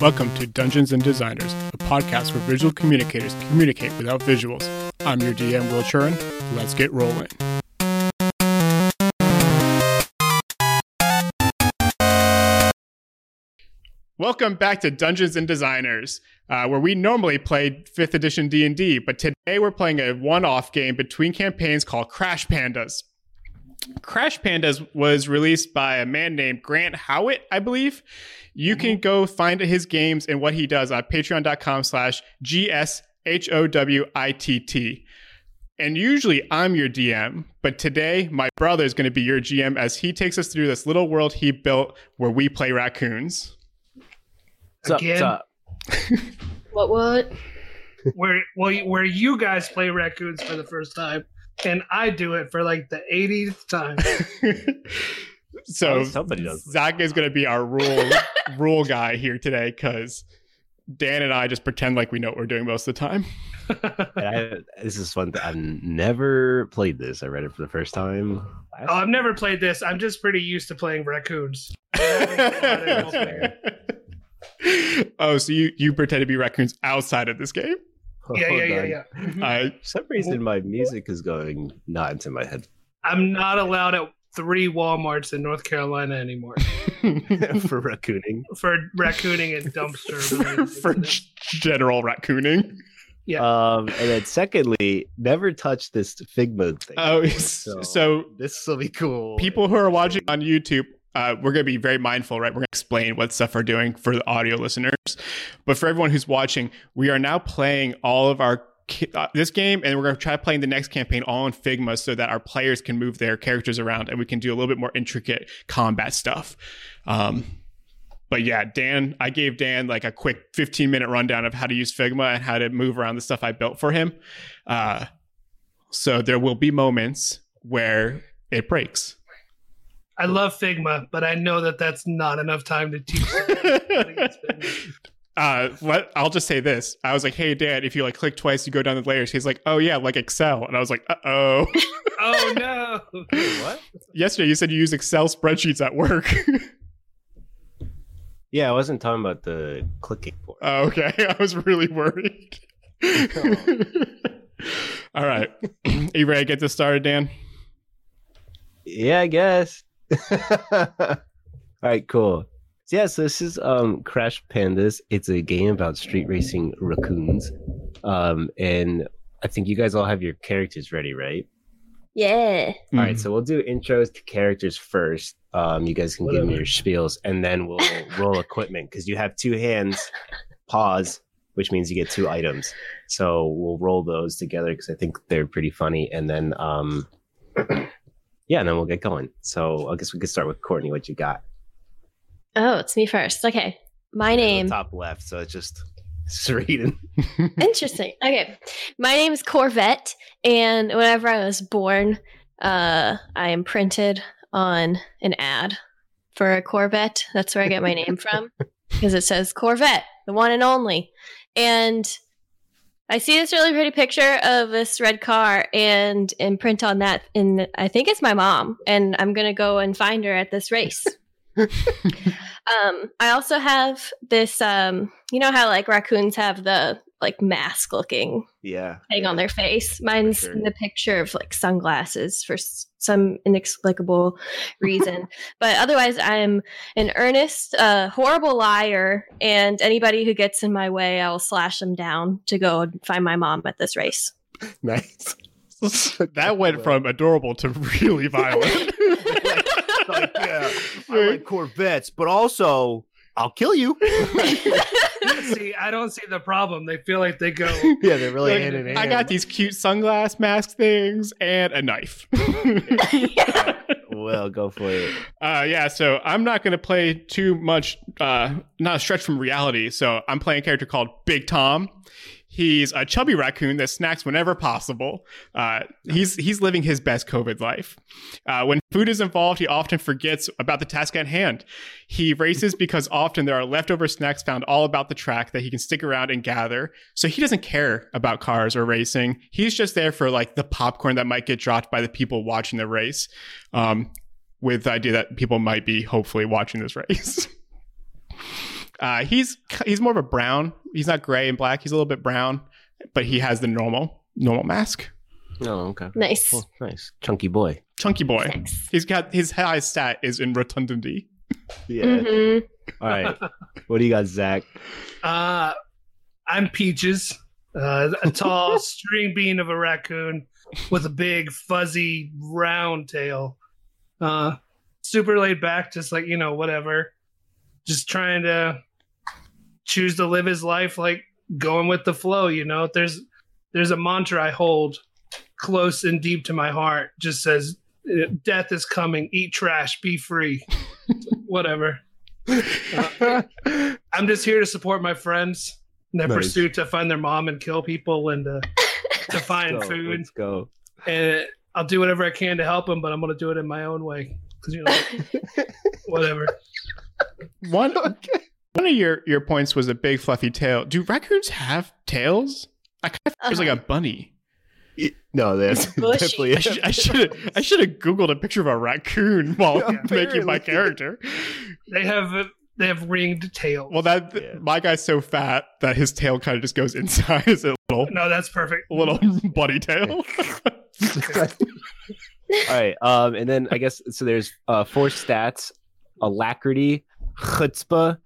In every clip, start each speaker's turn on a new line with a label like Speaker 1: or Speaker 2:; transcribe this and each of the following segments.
Speaker 1: Welcome to Dungeons and Designers, a podcast where visual communicators communicate without visuals. I'm your DM, Will Churin. Let's get rolling. Welcome back to Dungeons and Designers, uh, where we normally play 5th edition D&D, but today we're playing a one-off game between campaigns called Crash Pandas. Crash Pandas was released by a man named Grant Howitt, I believe. You can go find his games and what he does on patreon.com slash G-S-H-O-W-I-T-T. And usually I'm your DM, but today my brother is going to be your GM as he takes us through this little world he built where we play raccoons.
Speaker 2: Sup,
Speaker 3: Again?
Speaker 2: sup.
Speaker 4: What what?
Speaker 3: where well where you guys play raccoons for the first time and I do it for like the 80th time. Oh,
Speaker 1: so
Speaker 2: oh, somebody does.
Speaker 1: Zach is going to be our rule rule guy here today because Dan and I just pretend like we know what we're doing most of the time.
Speaker 2: And I, this is fun. I've never played this. I read it for the first time.
Speaker 3: Oh, I've never played this. I'm just pretty used to playing raccoons.
Speaker 1: oh, so you you pretend to be raccoons outside of this game? Oh,
Speaker 3: Yeah,
Speaker 2: Hold
Speaker 3: yeah, yeah,
Speaker 2: on.
Speaker 3: yeah.
Speaker 1: I
Speaker 2: For some reason, my music is going not into my head.
Speaker 3: I'm not allowed at three Walmarts in North Carolina anymore
Speaker 2: for raccooning.
Speaker 3: for raccooning and dumpster.
Speaker 1: for,
Speaker 3: related
Speaker 1: for
Speaker 3: incidents.
Speaker 1: g- general raccooning.
Speaker 3: Yeah.
Speaker 2: Um, and then secondly, never touch this Figma thing.
Speaker 1: Oh, so,
Speaker 2: So-
Speaker 1: so
Speaker 2: this will be cool.
Speaker 1: people who are watching on YouTube, uh, we're going to be very mindful, right? We're going to explain what stuff we're doing for the audio listeners. But for everyone who's watching, we are now playing all of our ki- uh, this game, and we're going to try playing the next campaign all in Figma so that our players can move their characters around and we can do a little bit more intricate combat stuff. Um, but yeah, Dan, I gave Dan like a quick 15 minute rundown of how to use Figma and how to move around the stuff I built for him. Uh, so there will be moments where it breaks.
Speaker 3: I love Figma, but I know that that's not enough time to teach.
Speaker 1: uh, what I'll just say this: I was like, "Hey, Dad, if you like click twice, you go down the layers." He's like, "Oh yeah, like Excel," and I was like, "Uh oh."
Speaker 3: oh no.
Speaker 2: what?
Speaker 1: Yesterday, you said you use Excel spreadsheets at work.
Speaker 2: Yeah, I wasn't talking about the clicking part.
Speaker 1: oh, okay, I was really worried. All right, are you ready to get this started, Dan?
Speaker 2: Yeah, I guess. All right, cool. So yeah, so this is um Crash Pandas. It's a game about street racing raccoons. Um and I think you guys all have your characters ready, right?
Speaker 4: Yeah.
Speaker 2: All right, so we'll do intros to characters first. Um you guys can give me
Speaker 3: Whatever.
Speaker 2: your spiels and then we'll roll equipment cuz you have two hands pause, which means you get two items. So we'll roll those together cuz I think they're pretty funny and then um yeah, and then we'll get going. So I guess we could start with Courtney. What you got?
Speaker 4: Oh, it's me first. Okay. My
Speaker 2: There's a
Speaker 4: name.
Speaker 2: top left. So it's just it's reading.
Speaker 4: Interesting. Okay. My name is Corvette, and whenever I was born, uh, I imprinted on an ad for a Corvette. That's where I get my name from because it says Corvette, the one and only. And I see this really pretty picture of this red car and imprint on that. And I think it's my mom, and I'm going to go and find her at this race. um, I also have this, um, you know how like raccoons have the like mask looking
Speaker 2: Yeah.
Speaker 4: thing on their face. Mine's
Speaker 2: sure.
Speaker 4: in the picture of like sunglasses for s- some inexplicable reason. but otherwise, I'm an earnest, uh, horrible liar, and anybody who gets in my way, I will slash them down to go and find my mom at this race.
Speaker 2: Nice.
Speaker 1: that went from adorable to really violent.
Speaker 2: like, yeah, Corvettes, but also I'll kill you.
Speaker 3: see, I don't see the problem. They feel like they go
Speaker 2: yeah, they're really
Speaker 1: Like,
Speaker 2: hand in hand.
Speaker 1: I got these cute sunglass mask things and a knife.
Speaker 2: Well, go for it.
Speaker 1: Uh, yeah, so I'm not going to play too much, uh, not a stretch from reality. So I'm playing a character called Big Tom. He's a chubby raccoon that snacks whenever possible. Uh, he's he's living his best COVID life. Uh, when food is involved, he often forgets about the task at hand. He races because often there are leftover snacks found all about the track that he can stick around and gather. So he doesn't care about cars or racing. He's just there for like the popcorn that might get dropped by the people watching the race. Um, with the idea that people might be hopefully watching this race. Uh, he's he's more of a brown. He's not gray and black. He's a little bit brown, but he has the normal normal mask.
Speaker 2: Oh, okay.
Speaker 4: Nice.
Speaker 2: Cool. Nice. Chunky boy.
Speaker 1: Chunky boy.
Speaker 4: Thanks.
Speaker 1: He's got his highest stat is in rotundity.
Speaker 2: Yeah.
Speaker 4: Mhm.
Speaker 2: All right. What do you got, Zach?
Speaker 3: Uh, I'm Peaches, uh, a tall string bean of a raccoon with a big fuzzy round tail. Uh, super laid back, just like you know, whatever. Just trying to choose to live his life, like going with the flow. You know, there's there's a mantra I hold close and deep to my heart. Just says, "Uh, "Death is coming. Eat trash. Be free." whatever. Uh, I'm just here to support my friends in their
Speaker 2: Nice.
Speaker 3: pursuit to find their mom and kill people and to, to find
Speaker 2: Let's go,
Speaker 3: food.
Speaker 2: Let's go.
Speaker 3: And I'll do whatever I can to help them, but I'm going to do it in my own way. 'Cause, you know, whatever.
Speaker 1: One one of your your points was a big fluffy tail. Do raccoons have tails? I kind of feel it's like
Speaker 2: Uh-huh.
Speaker 1: a bunny.
Speaker 2: No, that's
Speaker 4: Bushy.
Speaker 2: definitely.
Speaker 1: I should I should I should have googled a picture of a raccoon while
Speaker 2: Yeah,
Speaker 1: making my
Speaker 2: apparently.
Speaker 1: character.
Speaker 3: They have they have ringed tails.
Speaker 1: Well, that
Speaker 2: Yeah.
Speaker 1: my guy's so fat that his tail kind of just goes inside as a little
Speaker 3: no, that's perfect.
Speaker 1: little bunny tail.
Speaker 2: All right. Um, and then I guess so. There's uh, four stats: alacrity, chutzpah,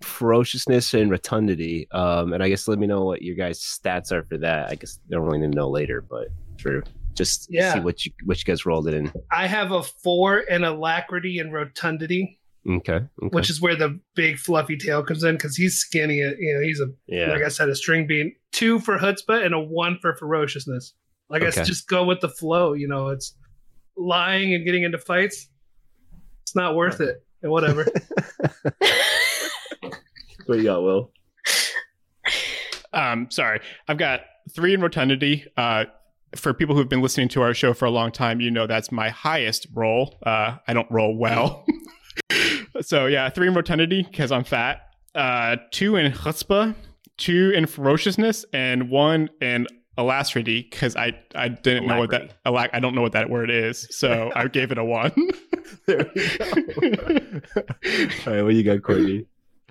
Speaker 2: ferociousness, and rotundity. Um, and I guess let me know what your guys' stats are for that. I guess I don't really need to know later, but for just
Speaker 3: Yeah.
Speaker 2: see what you what you guys rolled it in.
Speaker 3: I have a four in alacrity and rotundity,
Speaker 2: Okay. okay.
Speaker 3: which is where the big fluffy tail comes in because he's skinny. You know, he's a
Speaker 2: yeah.
Speaker 3: like I said, a string bean, two for chutzpah and a one for ferociousness. Like I
Speaker 2: Okay.
Speaker 3: s- just go with the flow, you know. It's lying and getting into fights. It's not worth it, and whatever.
Speaker 2: What you got, Will?
Speaker 1: um, sorry, I've got three in rotundity. Uh, for people who've been listening to our show for a long time, you know that's my highest roll. Uh, I don't roll well, so yeah, three in rotundity because I'm fat. Uh, two in chutzpah, two in ferociousness, and one in alacrity because I I didn't know what that alac- I don't know what that word is, so I gave it a one.
Speaker 2: There we go. All right. What you got, Courtney?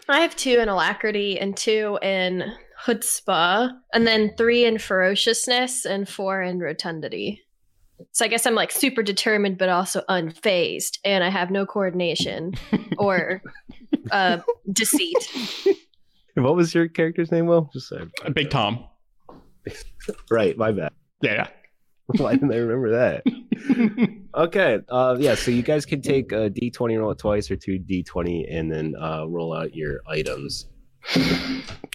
Speaker 4: I have two in alacrity and two in chutzpah, and then three in ferociousness and four in rotundity. So I guess I'm like super determined, but also unfazed, and I have no coordination or uh, deceit.
Speaker 2: And What was your character's name, Will? Just so I-
Speaker 1: Uh, Big Tom.
Speaker 2: Right. My bad.
Speaker 1: Yeah.
Speaker 2: Why didn't I remember that?
Speaker 1: yeah.
Speaker 2: Okay. Uh, yeah. So you guys can take a D20, roll it twice, or two D20, and then uh, roll out your items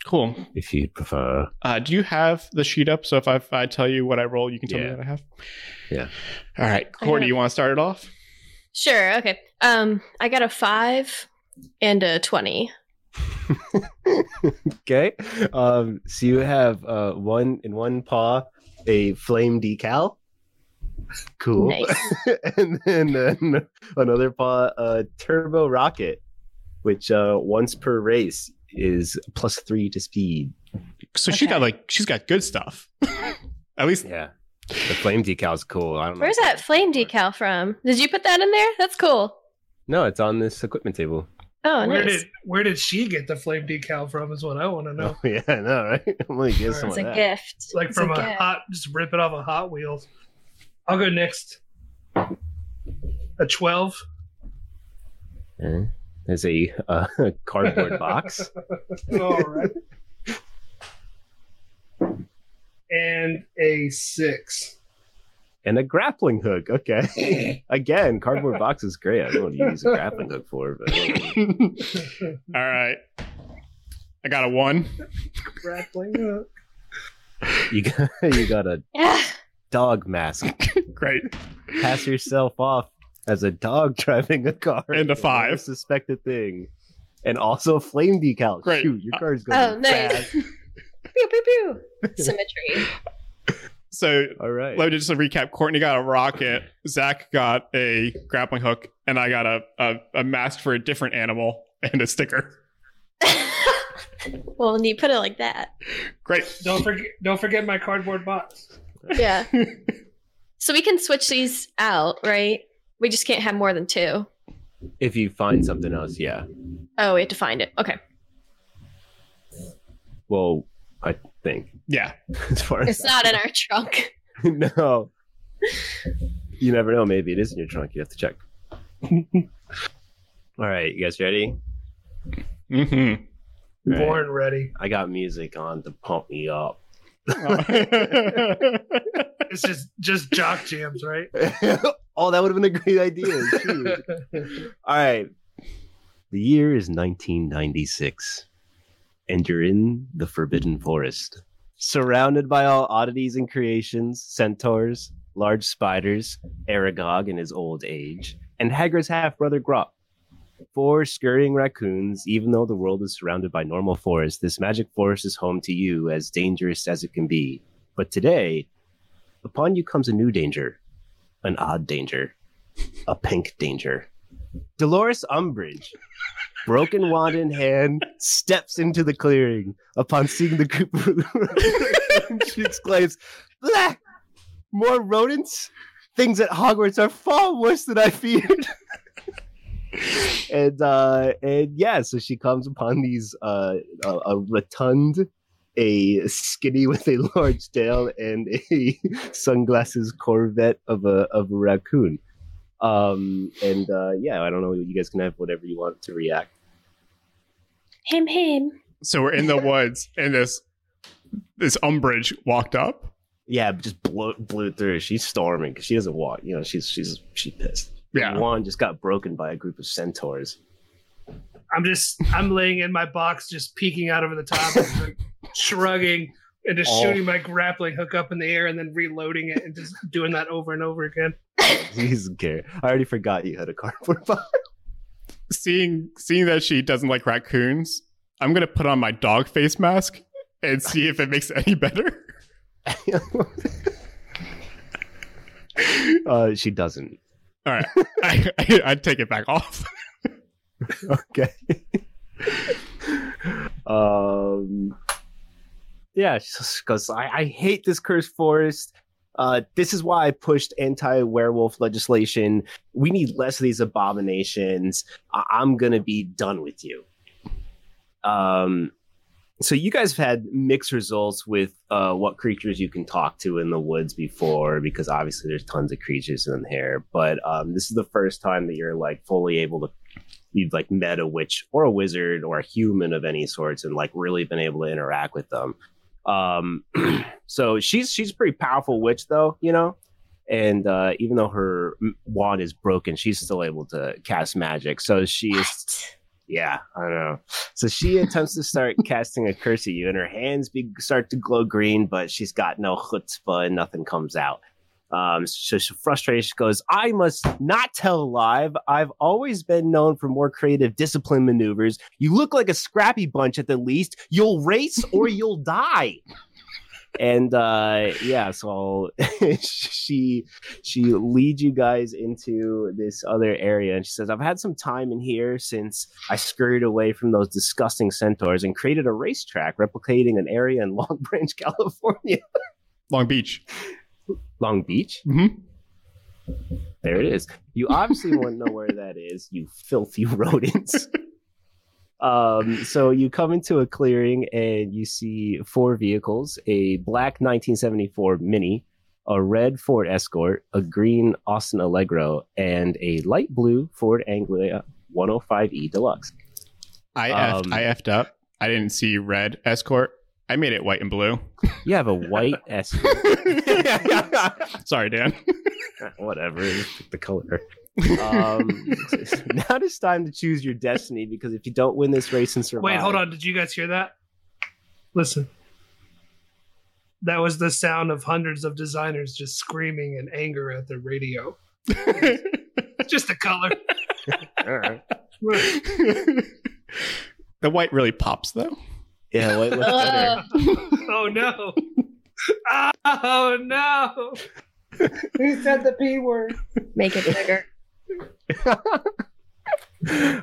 Speaker 1: cool.
Speaker 2: if you prefer.
Speaker 1: Uh, do you have the sheet up? So if I, if I tell you what I roll, you can tell me
Speaker 2: Yeah.
Speaker 1: what I have.
Speaker 2: Yeah.
Speaker 1: All right,
Speaker 4: I
Speaker 1: Courtney,
Speaker 4: have-
Speaker 1: you want to start it off?
Speaker 4: Sure, okay. Um, I got a five and a twenty.
Speaker 2: Okay. Um, so you have uh, one in one paw, a flame decal. Cool.
Speaker 4: Nice.
Speaker 2: and then uh, another paw, a turbo rocket, which uh, once per race is plus three to speed.
Speaker 1: So she
Speaker 4: Okay.
Speaker 1: got like she's got good stuff. At least
Speaker 2: Yeah. The flame decal is cool. I don't know.
Speaker 4: Where's that flame decal from? Did you put that in there? That's cool.
Speaker 2: No, it's on this equipment table.
Speaker 4: Oh,
Speaker 3: where
Speaker 4: nice.
Speaker 3: did where did she get the flame decal from? Is what I want to know.
Speaker 2: Oh, yeah, I know, right? I'm gonna get
Speaker 3: It's
Speaker 2: some
Speaker 4: It's
Speaker 2: of
Speaker 4: a
Speaker 2: that.
Speaker 4: gift.
Speaker 3: It's like
Speaker 4: It's
Speaker 3: from a,
Speaker 4: gift.
Speaker 3: hot, just rip it off a Hot Wheels. I'll go next. A twelve.
Speaker 2: Yeah. There's a uh, cardboard box.
Speaker 3: All right. And a six.
Speaker 2: and a grappling hook. Okay. Again, cardboard box is great. I don't know what you use a grappling hook for, but
Speaker 1: all right. I got a one.
Speaker 3: Grappling hook.
Speaker 2: you got, you got a
Speaker 4: Yeah.
Speaker 2: dog mask.
Speaker 1: Great.
Speaker 2: Pass yourself off as a dog driving a car.
Speaker 1: And a five.
Speaker 2: Most Suspected thing. And also a flame decal.
Speaker 1: Great. Uh,
Speaker 2: Shoot, your car's going
Speaker 4: Oh, nice.
Speaker 2: fast.
Speaker 4: pew pew pew. Symmetry.
Speaker 1: So
Speaker 2: All right.
Speaker 1: let me just recap. Courtney got a rocket. Zach got a grappling hook, and I got a a, a mask for a different animal and a sticker.
Speaker 4: well, when you put it like that.
Speaker 1: Great.
Speaker 3: Don't forget don't forget my cardboard box.
Speaker 4: Yeah. so we can switch these out, right? We just can't have more than two.
Speaker 2: If you find something else, yeah.
Speaker 4: Oh, we have to find it. Okay.
Speaker 2: Well, I think
Speaker 1: Yeah.
Speaker 2: as far as
Speaker 4: It's not in our trunk.
Speaker 2: no. You never know. Maybe it is in your trunk. You have to check. All right, you guys ready?
Speaker 1: hmm
Speaker 2: Right.
Speaker 3: Born ready.
Speaker 2: I got music on to pump me up.
Speaker 3: It's just just jock jams, right?
Speaker 2: oh, that would have been a great idea. shoot. All right. The year is 1996, and you're in the Forbidden Forest, surrounded by all oddities and creations, centaurs, large spiders, Aragog in his old age, and Hagrid's half brother Grop. Four scurrying raccoons, even though the world is surrounded by normal forest, this magic forest is home to you, as dangerous as it can be. But today, upon you comes a new danger, an odd danger, a pink danger. Dolores Umbridge, broken wand in hand, steps into the clearing. Upon seeing the group, she exclaims, "Blah! More rodents? Things at Hogwarts are far worse than I feared." and uh, and yeah, so she comes upon these uh, a, a rotund, a skinny with a large tail, and a sunglasses Corvette of a of a raccoon um and uh yeah i don't know you guys can have whatever you want to react
Speaker 4: Him, him.
Speaker 1: so we're in the woods, and this this umbrage walked up.
Speaker 2: yeah but just blew blew through she's storming because she doesn't walk you know she's she's she pissed
Speaker 1: Yeah.
Speaker 2: one just got broken by a group of centaurs
Speaker 3: I'm just I'm laying in my box, just peeking out over the top, and, like, shrugging and just
Speaker 2: Oh.
Speaker 3: shooting my grappling hook up in the air and then reloading it and just doing that over and over again.
Speaker 2: he doesn't care i already forgot you had a cardboard box
Speaker 1: Seeing seeing that she doesn't like raccoons, I'm gonna put on my dog face mask and see if it makes it any better.
Speaker 2: uh she doesn't
Speaker 1: All right, I, I, I take it back off.
Speaker 2: okay um yeah she just goes I, I hate this cursed forest uh, this is why I pushed anti-werewolf legislation. We need less of these abominations. I- I'm gonna be done with you. Um, so you guys have had mixed results with uh, what creatures you can talk to in the woods before, because obviously there's tons of creatures in here. But um, this is the first time that you're like fully able to. You've like met a witch or a wizard or a human of any sorts, and like really been able to interact with them. Um, so she's she's a pretty powerful witch, though you know. And uh, even though her m- wand is broken, she's still able to cast magic. So she is yeah, I know. So she attempts to start casting a curse at you, and her hands be- start to glow green, but she's got no chutzpah and nothing comes out. Um, so she's frustrated. She goes, I must not tell live. I've always been known for more creative discipline maneuvers. You look like a scrappy bunch at the least. You'll race or you'll die. And uh, yeah, so she she leads you guys into this other area and she says i've had some time in here since i scurried away from those disgusting centaurs and created a racetrack replicating an area in long branch california
Speaker 1: Long Beach.
Speaker 2: long beach
Speaker 1: Mhm.
Speaker 2: there it is you obviously won't know where that is you filthy rodents Um, so you come into a clearing and you see four vehicles: a black 1974 Mini, a red Ford Escort, a green Austin Allegro, and a light blue Ford Anglia 105e E Deluxe.
Speaker 1: I
Speaker 2: Um,
Speaker 1: effed, I effed up. I didn't see red escort. I made it white and blue.
Speaker 2: You have a white Escort.
Speaker 1: Sorry, Dan.
Speaker 2: Whatever, just pick the color. Um, now it is time to choose your destiny because if you don't win this race and survive,
Speaker 3: Wait, hold on. Did you guys hear that? Listen. That was the sound of hundreds of designers just screaming in anger at their radio. It's just a color.
Speaker 2: on.
Speaker 1: the white really pops though.
Speaker 2: Yeah, white looks better.
Speaker 4: Ugh.
Speaker 3: Oh no. Oh no.
Speaker 5: Who said the P word?
Speaker 4: Make it bigger.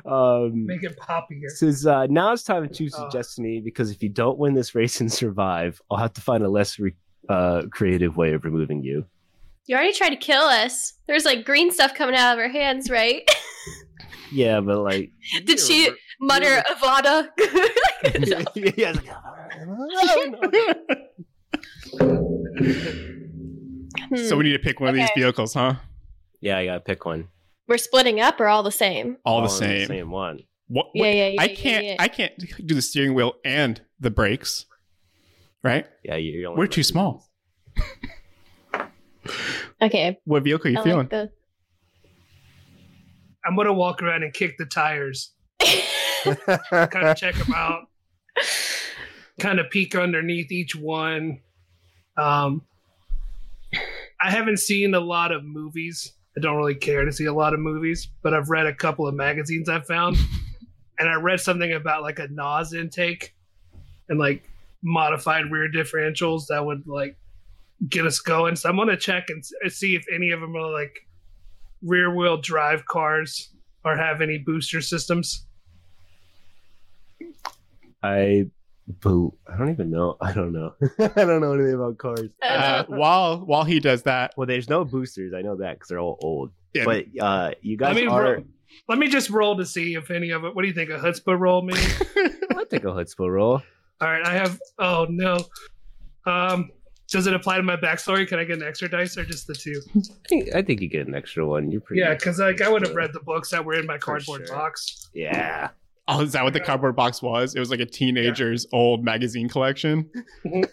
Speaker 2: Um,
Speaker 3: Make it poppier.
Speaker 2: Says uh, now it's time to choose your
Speaker 3: Oh.
Speaker 2: destiny because if you don't win this race and survive, I'll have to find a less re- uh, creative way of removing you.
Speaker 4: You already tried to kill us. There's like green stuff coming out of her hands, right?
Speaker 2: Yeah, but like,
Speaker 4: Did she mutter Avada?
Speaker 2: yeah, yeah, it's like, oh, no.
Speaker 4: Hmm.
Speaker 1: so we need to pick one of these
Speaker 4: Okay.
Speaker 1: vehicles, huh?
Speaker 2: yeah, I gotta pick one.
Speaker 4: We're splitting up or all the same?
Speaker 1: All, the
Speaker 2: in
Speaker 1: same.
Speaker 2: same one.
Speaker 1: What,
Speaker 4: Yeah, yeah, yeah.
Speaker 1: I
Speaker 4: yeah,
Speaker 1: can't.
Speaker 4: yeah.
Speaker 1: I can't do the steering wheel and the brakes. Right?
Speaker 2: Yeah, you- you're only
Speaker 1: We're too small.
Speaker 4: okay.
Speaker 1: What vehicle are you
Speaker 4: I
Speaker 1: feeling?
Speaker 4: like the.
Speaker 3: I'm gonna walk around and kick the tires, kind of check them out, kind of peek underneath each one. Um, I haven't seen a lot of movies. I don't really care to see a lot of movies, but I've read a couple of magazines I found, and I read something about like a NOS intake and like modified rear differentials that would like get us going. So I'm gonna check and s- see if any of them are like rear wheel drive cars or have any booster systems.
Speaker 2: I boo. I don't even know. I don't know. I don't know anything about cars.
Speaker 1: uh, while while he does that,
Speaker 2: Well, there's no boosters. I know that because they're all old.
Speaker 1: Yeah.
Speaker 2: But uh, you guys
Speaker 3: I mean,
Speaker 2: are.
Speaker 3: ro- let me just roll to see if any of it. What do you think? A chutzpah roll, maybe?
Speaker 2: I'll take a chutzpah roll.
Speaker 3: All right, I have. Oh no. Um, does it apply to my backstory? Can I get an extra dice or just the two?
Speaker 2: I think, I think you get an extra one. You're pretty.
Speaker 3: Yeah, because like I would have read the books that were in my cardboard
Speaker 2: sure.
Speaker 3: box.
Speaker 2: Yeah.
Speaker 1: oh, is that what the cardboard box was? It was like a teenager's old magazine collection.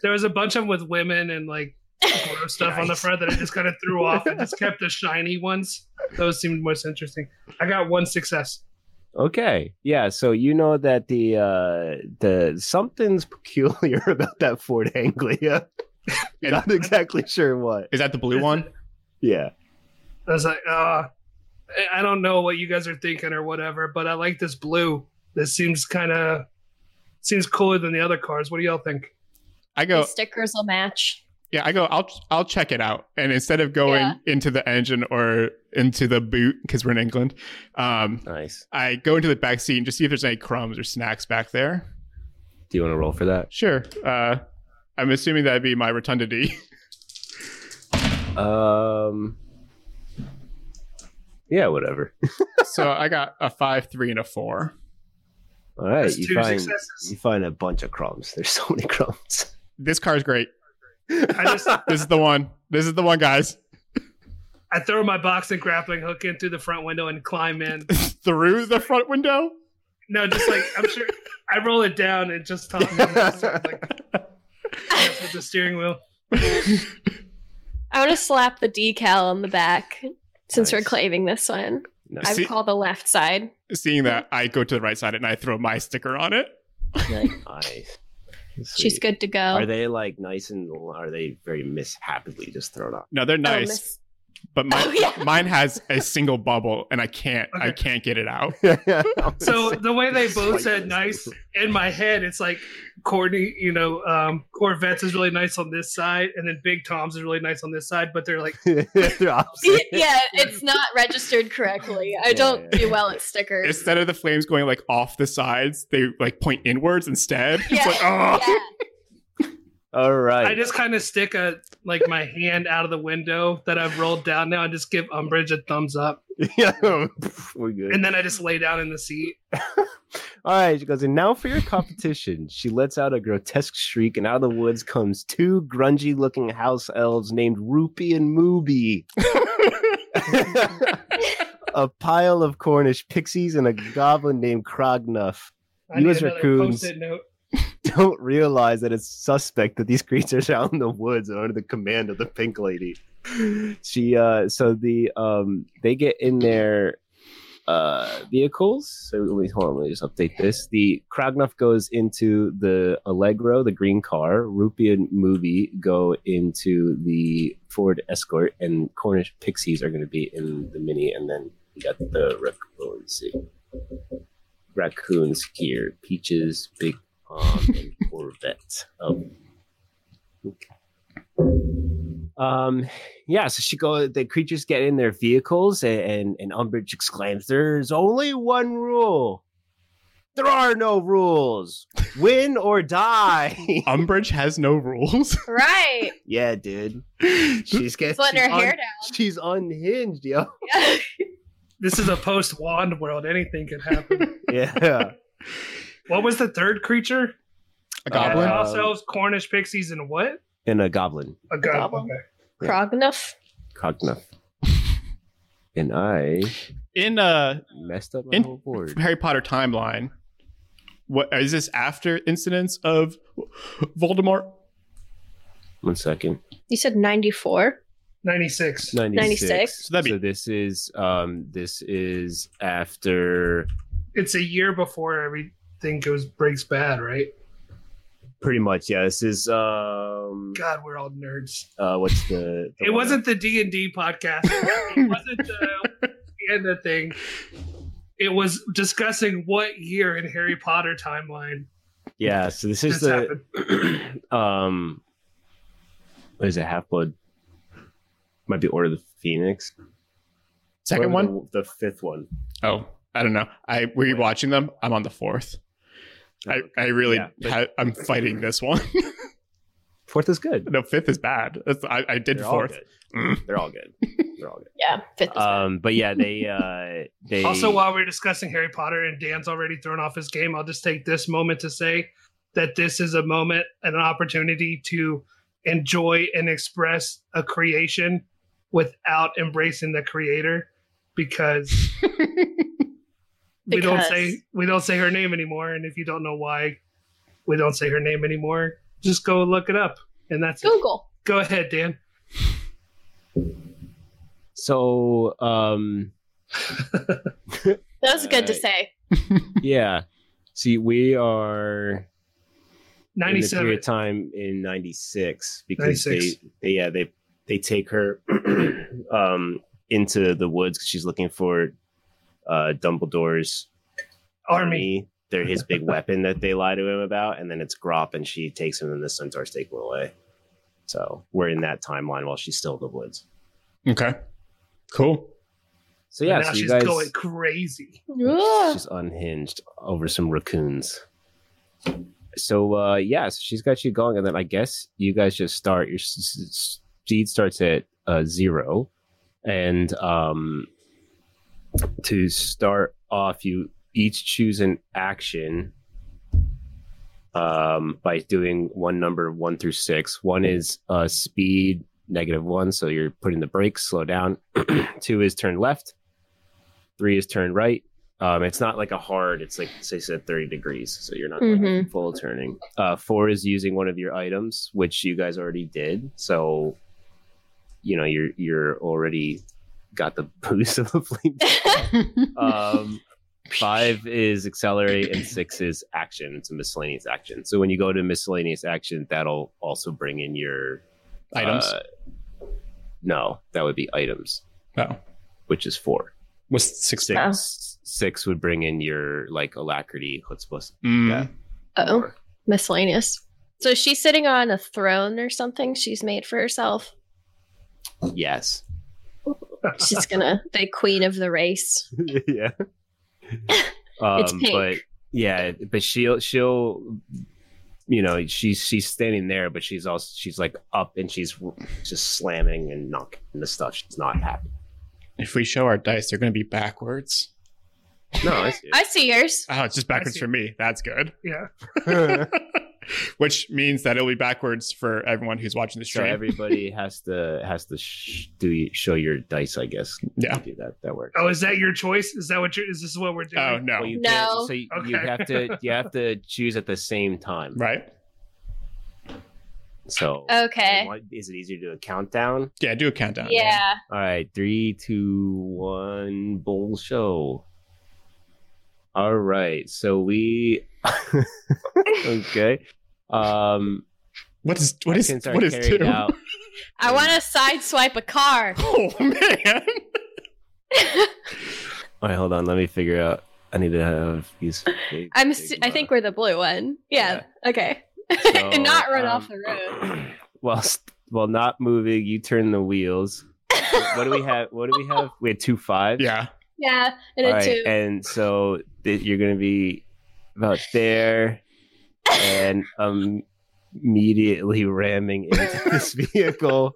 Speaker 3: There was a bunch of them with women and like gross stuff on the
Speaker 2: Yikes.
Speaker 3: front that I just kind of threw off and just kept the shiny ones. Those seemed most interesting. I got one success.
Speaker 2: Okay. Yeah. So you know that the uh the something's peculiar about that Ford Anglia. You're not exactly sure what.
Speaker 1: Is that the blue
Speaker 3: Is
Speaker 1: one?
Speaker 3: it-
Speaker 2: Yeah.
Speaker 3: I was like, uh, I- I don't know what you guys are thinking or whatever, but I like this blue. This seems kind of seems cooler than the other cars. What do y'all think?
Speaker 1: I
Speaker 4: The
Speaker 1: go.
Speaker 4: stickers will match.
Speaker 1: Yeah, I go. I'll I'll check it out. And instead of going
Speaker 4: Yeah.
Speaker 1: into the engine or into the boot because we're in England, um,
Speaker 2: Nice.
Speaker 1: I go into the back seat and just see if there's any crumbs or snacks back there.
Speaker 2: Do you want to roll for that?
Speaker 1: Sure. Uh, I'm assuming that'd be my rotundity.
Speaker 2: Um. Yeah. Whatever.
Speaker 1: so I got a five, three, and a four.
Speaker 2: All right.
Speaker 3: That's
Speaker 2: you
Speaker 3: two
Speaker 2: find you
Speaker 3: successes.
Speaker 2: find a bunch of crumbs. There's so many crumbs.
Speaker 1: This car's great.
Speaker 3: I just
Speaker 1: This is the one. This is the one, guys.
Speaker 3: I throw my box and grappling hook in through the front window and climb in.
Speaker 1: Through the front window.
Speaker 3: No, just like I'm sure I roll it down and just top it like that's with the steering wheel.
Speaker 4: I want to slap the decal on the back since we're
Speaker 2: Nice.
Speaker 4: claiming this one.
Speaker 2: Nice.
Speaker 4: I
Speaker 1: See-
Speaker 4: would call the left side.
Speaker 1: Seeing that, I go to the right side and I throw my sticker on it.
Speaker 2: Nice.
Speaker 4: She's
Speaker 2: Sweet.
Speaker 4: good to go. Oh,
Speaker 2: Are they like nice and are they very mishappily just thrown off?
Speaker 1: No, they're
Speaker 4: Oh,
Speaker 1: nice,
Speaker 4: miss-
Speaker 1: but mine,
Speaker 4: Oh, yeah.
Speaker 1: mine has a single bubble, and I can't. I
Speaker 3: Okay.
Speaker 1: can't get it out.
Speaker 3: So the way they both
Speaker 2: Like
Speaker 3: said
Speaker 2: this.
Speaker 3: nice in my head, it's like Courtney, you know, um, Corvettes is really nice on this side, and then Big Tom's is really nice on this side, but they're like
Speaker 2: They're opposite.
Speaker 4: yeah, it's not registered correctly. I
Speaker 2: Yeah,
Speaker 4: don't
Speaker 2: yeah,
Speaker 4: do well at stickers.
Speaker 1: Instead of the flames going like off the sides, they like point inwards instead. It's
Speaker 4: Yeah.
Speaker 1: like, oh,
Speaker 4: Yeah.
Speaker 2: All right.
Speaker 3: I just kind of stick a like my hand out of the window that I've rolled down now and just give Umbridge a thumbs up,
Speaker 2: yeah, we're good.
Speaker 3: and then I just lay down in the seat.
Speaker 2: All right, she goes, and now for your competition. She lets out a grotesque shriek, and out of the woods comes two grungy looking house elves named Rupee and Mooby. a pile of Cornish pixies and a goblin named Krognuff
Speaker 3: I
Speaker 2: You
Speaker 3: need
Speaker 2: as
Speaker 3: another
Speaker 2: raccoons.
Speaker 3: Post-it note.
Speaker 2: don't realize that it's suspect that these creatures are out in the woods and under the command of the pink lady. She uh so the um they get in their uh vehicles. So let me hold on, let me just update this. The Kragnuff goes into the Allegro, the green car, Rupee and Movie go into the Ford Escort, and Cornish Pixies are gonna be in the mini, and then we got the raccoon let's see. Raccoons here, peaches, big um, and Corvette. Oh. Um, yeah, so she goes, the creatures get in their vehicles, and, and, and Umbridge exclaims, There's only one rule. There are no rules. Win or die.
Speaker 1: Umbridge has no rules.
Speaker 4: Right.
Speaker 2: yeah, dude. She's getting
Speaker 4: Putting her
Speaker 2: she's
Speaker 4: hair
Speaker 2: un- She's unhinged, yo.
Speaker 4: down.
Speaker 3: This is a post wand world. Anything could happen.
Speaker 2: Yeah.
Speaker 3: What was the third creature?
Speaker 1: A
Speaker 2: Uh,
Speaker 1: goblin?
Speaker 2: uh,
Speaker 3: Ourselves, Cornish pixies, and what?
Speaker 2: and a goblin,
Speaker 3: A goblin.
Speaker 4: goblin. Krognuff?
Speaker 2: Cognuff. and I
Speaker 1: in uh
Speaker 2: messed up my
Speaker 1: In-
Speaker 2: whole board.
Speaker 1: Harry Potter timeline, what is this after incidents of Voldemort?
Speaker 2: One second.
Speaker 4: You said 94.
Speaker 3: 96.
Speaker 2: 96.
Speaker 4: 96.
Speaker 1: So that'd be-
Speaker 2: so this is um this is after
Speaker 3: It's a year before everything goes breaks bad, right?
Speaker 2: pretty much yeah this is um
Speaker 3: God, we're all nerds.
Speaker 2: uh what's the, the
Speaker 3: It
Speaker 2: one-
Speaker 3: wasn't the D and D podcast. It wasn't the and the thing. It was discussing what year in Harry Potter timeline
Speaker 2: yeah so this
Speaker 3: this
Speaker 2: is the
Speaker 3: happened.
Speaker 2: um what is it half blood might be order of the phoenix
Speaker 1: Second
Speaker 2: Or the-
Speaker 1: one?
Speaker 2: the, fifth one
Speaker 1: Oh, I don't know. I we're watching them. I'm on the fourth. I, I really
Speaker 2: Yeah, but-
Speaker 1: ha- I'm fighting this one.
Speaker 2: fourth is good
Speaker 1: no, fifth is bad. That's, I, I did
Speaker 2: they're all
Speaker 1: fourth.
Speaker 2: good
Speaker 1: Mm.
Speaker 2: they're all good they're all good
Speaker 4: Yeah, fifth is
Speaker 2: um but yeah they uh they
Speaker 3: Also, while we're discussing Harry Potter and Dan's already thrown off his game, I'll just take this moment to say that this is a moment and an opportunity to enjoy and express a creation without embracing the creator because we don't
Speaker 4: Because.
Speaker 3: say we don't say her name anymore and if you don't know why we don't say her name anymore just go look it up and that's it.
Speaker 4: Google.
Speaker 3: go ahead dan
Speaker 2: so um
Speaker 4: That was good to
Speaker 2: Uh,
Speaker 4: say.
Speaker 2: yeah see we are in the
Speaker 3: 97
Speaker 2: period of time in 96 because
Speaker 3: 96.
Speaker 2: They, they yeah they they take her um into the woods 'cause she's looking for uh dumbledore's
Speaker 3: army
Speaker 2: they're his big weapon that they lie to him about and then it's grop and she takes him and the centaurs take him away so we're in that timeline while she's still in the woods
Speaker 1: Okay. Cool.
Speaker 2: so yeah so
Speaker 3: now
Speaker 2: you
Speaker 3: she's
Speaker 2: guys
Speaker 3: going crazy
Speaker 4: Ugh.
Speaker 2: she's unhinged over some raccoons so uh yeah so she's got you going and then i guess you guys just start your s- s- s- speed starts at uh zero and um to start off you each choose an action um by doing one number one through six one is uh speed negative one so you're putting the brakes slow down two is turn left three is turn right um, it's not like a hard. It's like say said thirty degrees, so you're not like,
Speaker 4: Mhm.
Speaker 2: full turning. Uh, four is using one of your items, which you guys already did. So, you know, you're you're already got the boost of the flame. um, five is accelerate, and six is action. It's a miscellaneous action. So when you go to miscellaneous action, that'll also bring in your
Speaker 1: Items.
Speaker 2: uh, no, that would be items,
Speaker 1: oh.
Speaker 2: which is four
Speaker 1: What's six?
Speaker 2: six
Speaker 4: Oh.
Speaker 2: six would bring in your like alacrity chutzpah.
Speaker 1: Mm.
Speaker 2: Yeah.
Speaker 4: oh, miscellaneous. So she's sitting on a throne or something she's made for herself.
Speaker 2: Yes.
Speaker 4: She's gonna the queen of the race.
Speaker 2: yeah. Um,
Speaker 4: pink.
Speaker 2: But yeah, but she'll she'll you know she's she's standing there, but she's also she's like up and she's just slamming and knocking the stuff. She's not happy.
Speaker 1: If we show our dice, they're going to be backwards.
Speaker 2: No, I see.
Speaker 4: I see yours.
Speaker 1: Oh, it's just
Speaker 3: I
Speaker 1: backwards
Speaker 3: see.
Speaker 1: for me. That's good.
Speaker 3: yeah
Speaker 1: Which means that it'll be backwards for everyone who's watching the
Speaker 2: so
Speaker 1: stream.
Speaker 2: everybody has to has to sh- do show your dice, I guess.
Speaker 1: Yeah.
Speaker 2: do that. That works.
Speaker 3: oh is that your choice is that what you're is this what we're doing
Speaker 1: oh, no.
Speaker 2: Well, you
Speaker 4: No.
Speaker 2: can't- So you, you
Speaker 3: Okay.
Speaker 2: have to you have to choose at the same time.
Speaker 1: right?
Speaker 2: So
Speaker 4: Okay.
Speaker 2: What- Is it easier to do a countdown?
Speaker 1: Yeah, do a countdown.
Speaker 4: Yeah.
Speaker 2: All right, three, two, one, bull show. All right, so we okay. Um,
Speaker 1: What is what is
Speaker 2: Atkins are
Speaker 1: what is
Speaker 2: carried
Speaker 1: two?
Speaker 2: out.
Speaker 4: I want to sideswipe a car.
Speaker 1: Oh man.
Speaker 2: All right, hold on. Let me figure out. I need to have these. big-
Speaker 4: I'm.
Speaker 2: big
Speaker 4: Su- I think
Speaker 2: mo-
Speaker 4: we're the blue one. Yeah. Okay.
Speaker 2: So,
Speaker 4: and not run
Speaker 2: um,
Speaker 4: off the road.
Speaker 2: While st- while not moving, you turn the wheels. What do we have? What do we have? We had two fives.
Speaker 1: Yeah.
Speaker 4: yeah. And
Speaker 2: All
Speaker 4: a
Speaker 2: right,
Speaker 4: two.
Speaker 2: and so th- you're gonna be about there, and um, immediately ramming into this vehicle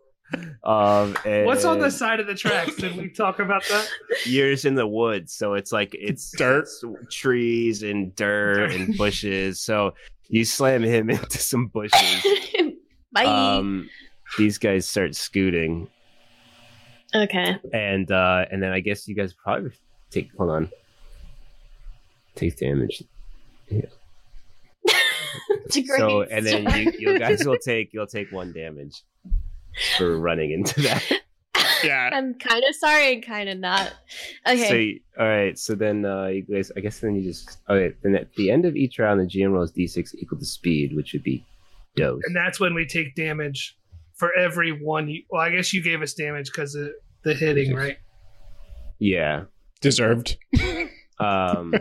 Speaker 2: Um,
Speaker 1: Oh,
Speaker 3: What's on the
Speaker 2: and-
Speaker 3: side of the tracks? Did we talk about that?
Speaker 2: years in the woods so it's like it's
Speaker 1: Dirt.
Speaker 2: it's trees and dirt and bushes so you slam him into some bushes
Speaker 4: Bye.
Speaker 2: um these guys start scooting
Speaker 4: okay.
Speaker 2: and uh and then i guess you guys probably take hold on take damage
Speaker 4: It's a great
Speaker 2: so and then
Speaker 4: story.
Speaker 2: you, you guys will take you'll take one damage for running into that
Speaker 1: Yeah.
Speaker 4: I'm kind of sorry and kind of not. Okay.
Speaker 2: So you- all right. So then uh, you guys, I guess then you just all right. Then at the end of each round, the GM rolls d6 equal to speed, which would be dose.
Speaker 3: And that's when we take damage for every one. You, well, I guess you gave us damage because of the hitting, right?
Speaker 2: Yeah.
Speaker 1: Deserved.
Speaker 2: Um,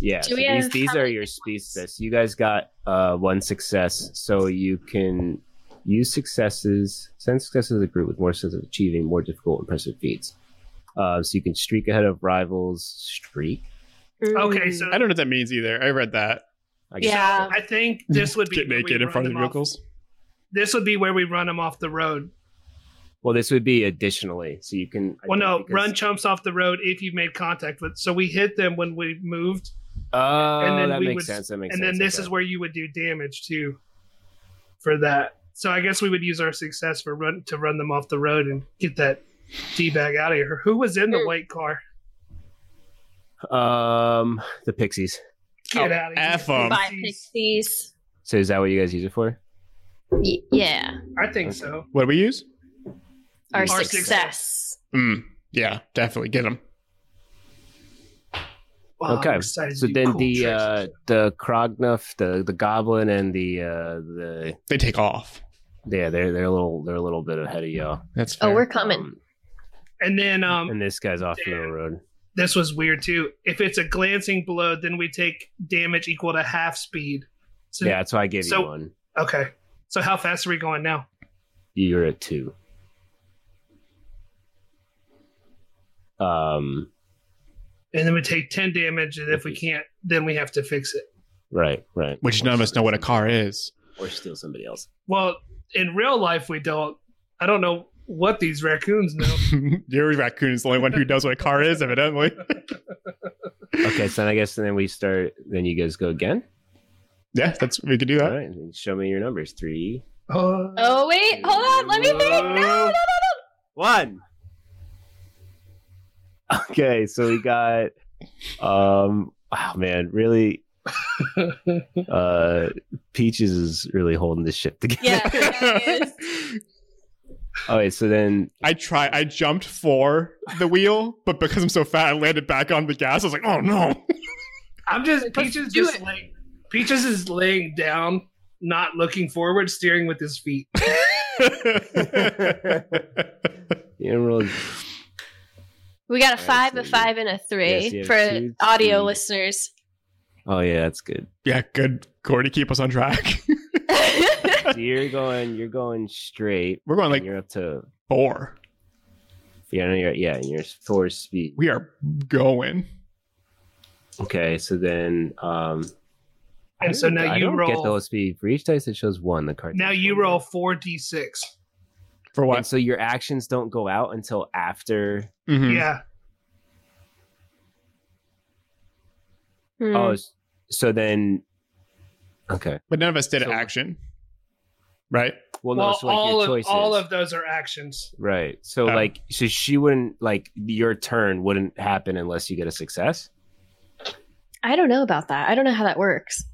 Speaker 2: yeah.
Speaker 4: Do
Speaker 2: so
Speaker 4: we
Speaker 2: these
Speaker 4: have
Speaker 2: these
Speaker 4: how
Speaker 2: are
Speaker 4: many
Speaker 2: your speed stats. You guys got uh, one success, so you can use successes, send successes as a group with more sense of achieving more difficult, impressive feats. Uh, so you can streak ahead of rivals. Streak.
Speaker 3: Okay, so
Speaker 1: I don't know what that means either. I read that.
Speaker 2: I
Speaker 4: Yeah.
Speaker 3: I think this would be
Speaker 1: Get
Speaker 3: where we
Speaker 1: naked in
Speaker 3: run
Speaker 1: front of the
Speaker 3: them off-
Speaker 1: vehicles.
Speaker 3: This would be where we run them off the road.
Speaker 2: Well, this would be additionally, so you can. I
Speaker 3: well,
Speaker 2: think,
Speaker 3: no,
Speaker 2: because-
Speaker 3: run chumps off the road if you've made contact with. So we hit them when we moved,
Speaker 2: Oh,
Speaker 3: and then
Speaker 2: that
Speaker 3: we
Speaker 2: makes
Speaker 3: would-
Speaker 2: sense. That makes
Speaker 3: and
Speaker 2: sense.
Speaker 3: then this
Speaker 2: okay.
Speaker 3: is where you would do damage too. For that, so I guess we would use our success for run to run them off the road and get that d bag out of here. Who was in the
Speaker 4: Mm.
Speaker 3: white car?
Speaker 2: um the pixies.
Speaker 3: Get
Speaker 1: Oh,
Speaker 3: out of here!
Speaker 1: F
Speaker 2: Um,
Speaker 1: 'em.
Speaker 4: Bye, Pixies.
Speaker 2: So is that what you guys use it for?
Speaker 4: Y- yeah.
Speaker 3: I think so.
Speaker 1: What do we use?
Speaker 4: Our,
Speaker 3: Our
Speaker 4: success.
Speaker 1: Mm, yeah, definitely. Get them.
Speaker 3: Wow, I'm
Speaker 2: Okay,
Speaker 3: excited to
Speaker 2: So
Speaker 3: do
Speaker 2: then
Speaker 3: cool
Speaker 2: the
Speaker 3: tricks.
Speaker 2: uh the Krognuff, the the goblin, and the uh the
Speaker 1: They take off.
Speaker 2: yeah they're they're a little they're a little bit ahead of y'all.
Speaker 1: That's
Speaker 4: Oh,
Speaker 1: fair.
Speaker 4: we're coming.
Speaker 2: Um,
Speaker 3: and then um,
Speaker 2: and this guy's off the
Speaker 3: damn.
Speaker 2: road.
Speaker 3: this was weird too. If it's a glancing blow, then we take damage equal to half speed. So,
Speaker 2: Yeah, that's why I gave
Speaker 3: so-
Speaker 2: you one.
Speaker 3: Okay. So how fast are we going now?
Speaker 2: You're at two. Um.
Speaker 3: And then we take ten damage, and if we can't, then we have to fix it.
Speaker 2: Right. Right.
Speaker 1: Which none of us know what a car is.
Speaker 2: Or steal somebody else.
Speaker 3: Well, in real life, we don't. I don't know what these raccoons know.
Speaker 1: Your raccoon is the only one who knows what a car is, evidently.
Speaker 2: Okay. So then I guess then we start. Then you guys go again.
Speaker 1: Yeah, that's we could do
Speaker 2: All
Speaker 1: that.
Speaker 2: right, then show me your numbers. Three,
Speaker 1: Uh,
Speaker 3: Oh,
Speaker 4: Oh, wait. Hold on. Let me think. No, no, no, no.
Speaker 2: one. Okay, so we got, um, wow, man, really, uh, Peaches is really holding this shit together.
Speaker 4: Yeah. yeah, it is.
Speaker 2: All right, so then,
Speaker 1: I try. I jumped for the wheel, but because I'm so fat, I landed back on the gas. I was like, "Oh no!"
Speaker 3: I'm just Peaches
Speaker 4: do
Speaker 3: just
Speaker 4: it.
Speaker 3: laying, Peaches is laying down, not looking forward, steering with his feet.
Speaker 2: the Emerald,
Speaker 4: We got a
Speaker 2: All right,
Speaker 4: five,
Speaker 2: so
Speaker 4: a five, and a
Speaker 2: yes,
Speaker 4: three
Speaker 2: you have
Speaker 4: for
Speaker 2: two,
Speaker 4: audio
Speaker 2: three.
Speaker 4: listeners.
Speaker 2: oh, yeah, that's good.
Speaker 1: yeah, good. Corey, keep us on track.
Speaker 4: Hmm.
Speaker 2: So you're going, you're going straight.
Speaker 1: We're going
Speaker 2: and
Speaker 1: like
Speaker 2: you're up to,
Speaker 1: four.
Speaker 2: yeah, no, you're, yeah, and you're four speed.
Speaker 1: We are going.
Speaker 2: Okay, so then, um, I
Speaker 3: And so
Speaker 2: don't-
Speaker 3: now
Speaker 2: I
Speaker 3: you
Speaker 2: don't Get the
Speaker 3: roll.
Speaker 2: whole speed for each dice. It shows one. The card.
Speaker 3: Now
Speaker 2: shows
Speaker 3: you
Speaker 2: one.
Speaker 3: roll four d six.
Speaker 1: For
Speaker 2: And
Speaker 1: what?
Speaker 2: so your actions don't go out until after.
Speaker 1: Mhm.
Speaker 3: Yeah.
Speaker 4: Hmm.
Speaker 2: Oh, s- so then. Okay.
Speaker 1: But none of us did
Speaker 2: So-
Speaker 1: action, right?
Speaker 2: Well,
Speaker 3: Well,
Speaker 2: no. so like
Speaker 3: all
Speaker 2: your
Speaker 3: of
Speaker 2: choices.
Speaker 3: all of those are actions.
Speaker 2: right. So
Speaker 1: Oh.
Speaker 2: like, so she wouldn't like your turn wouldn't happen unless you get a success.
Speaker 4: I don't know about that. I don't know how that works.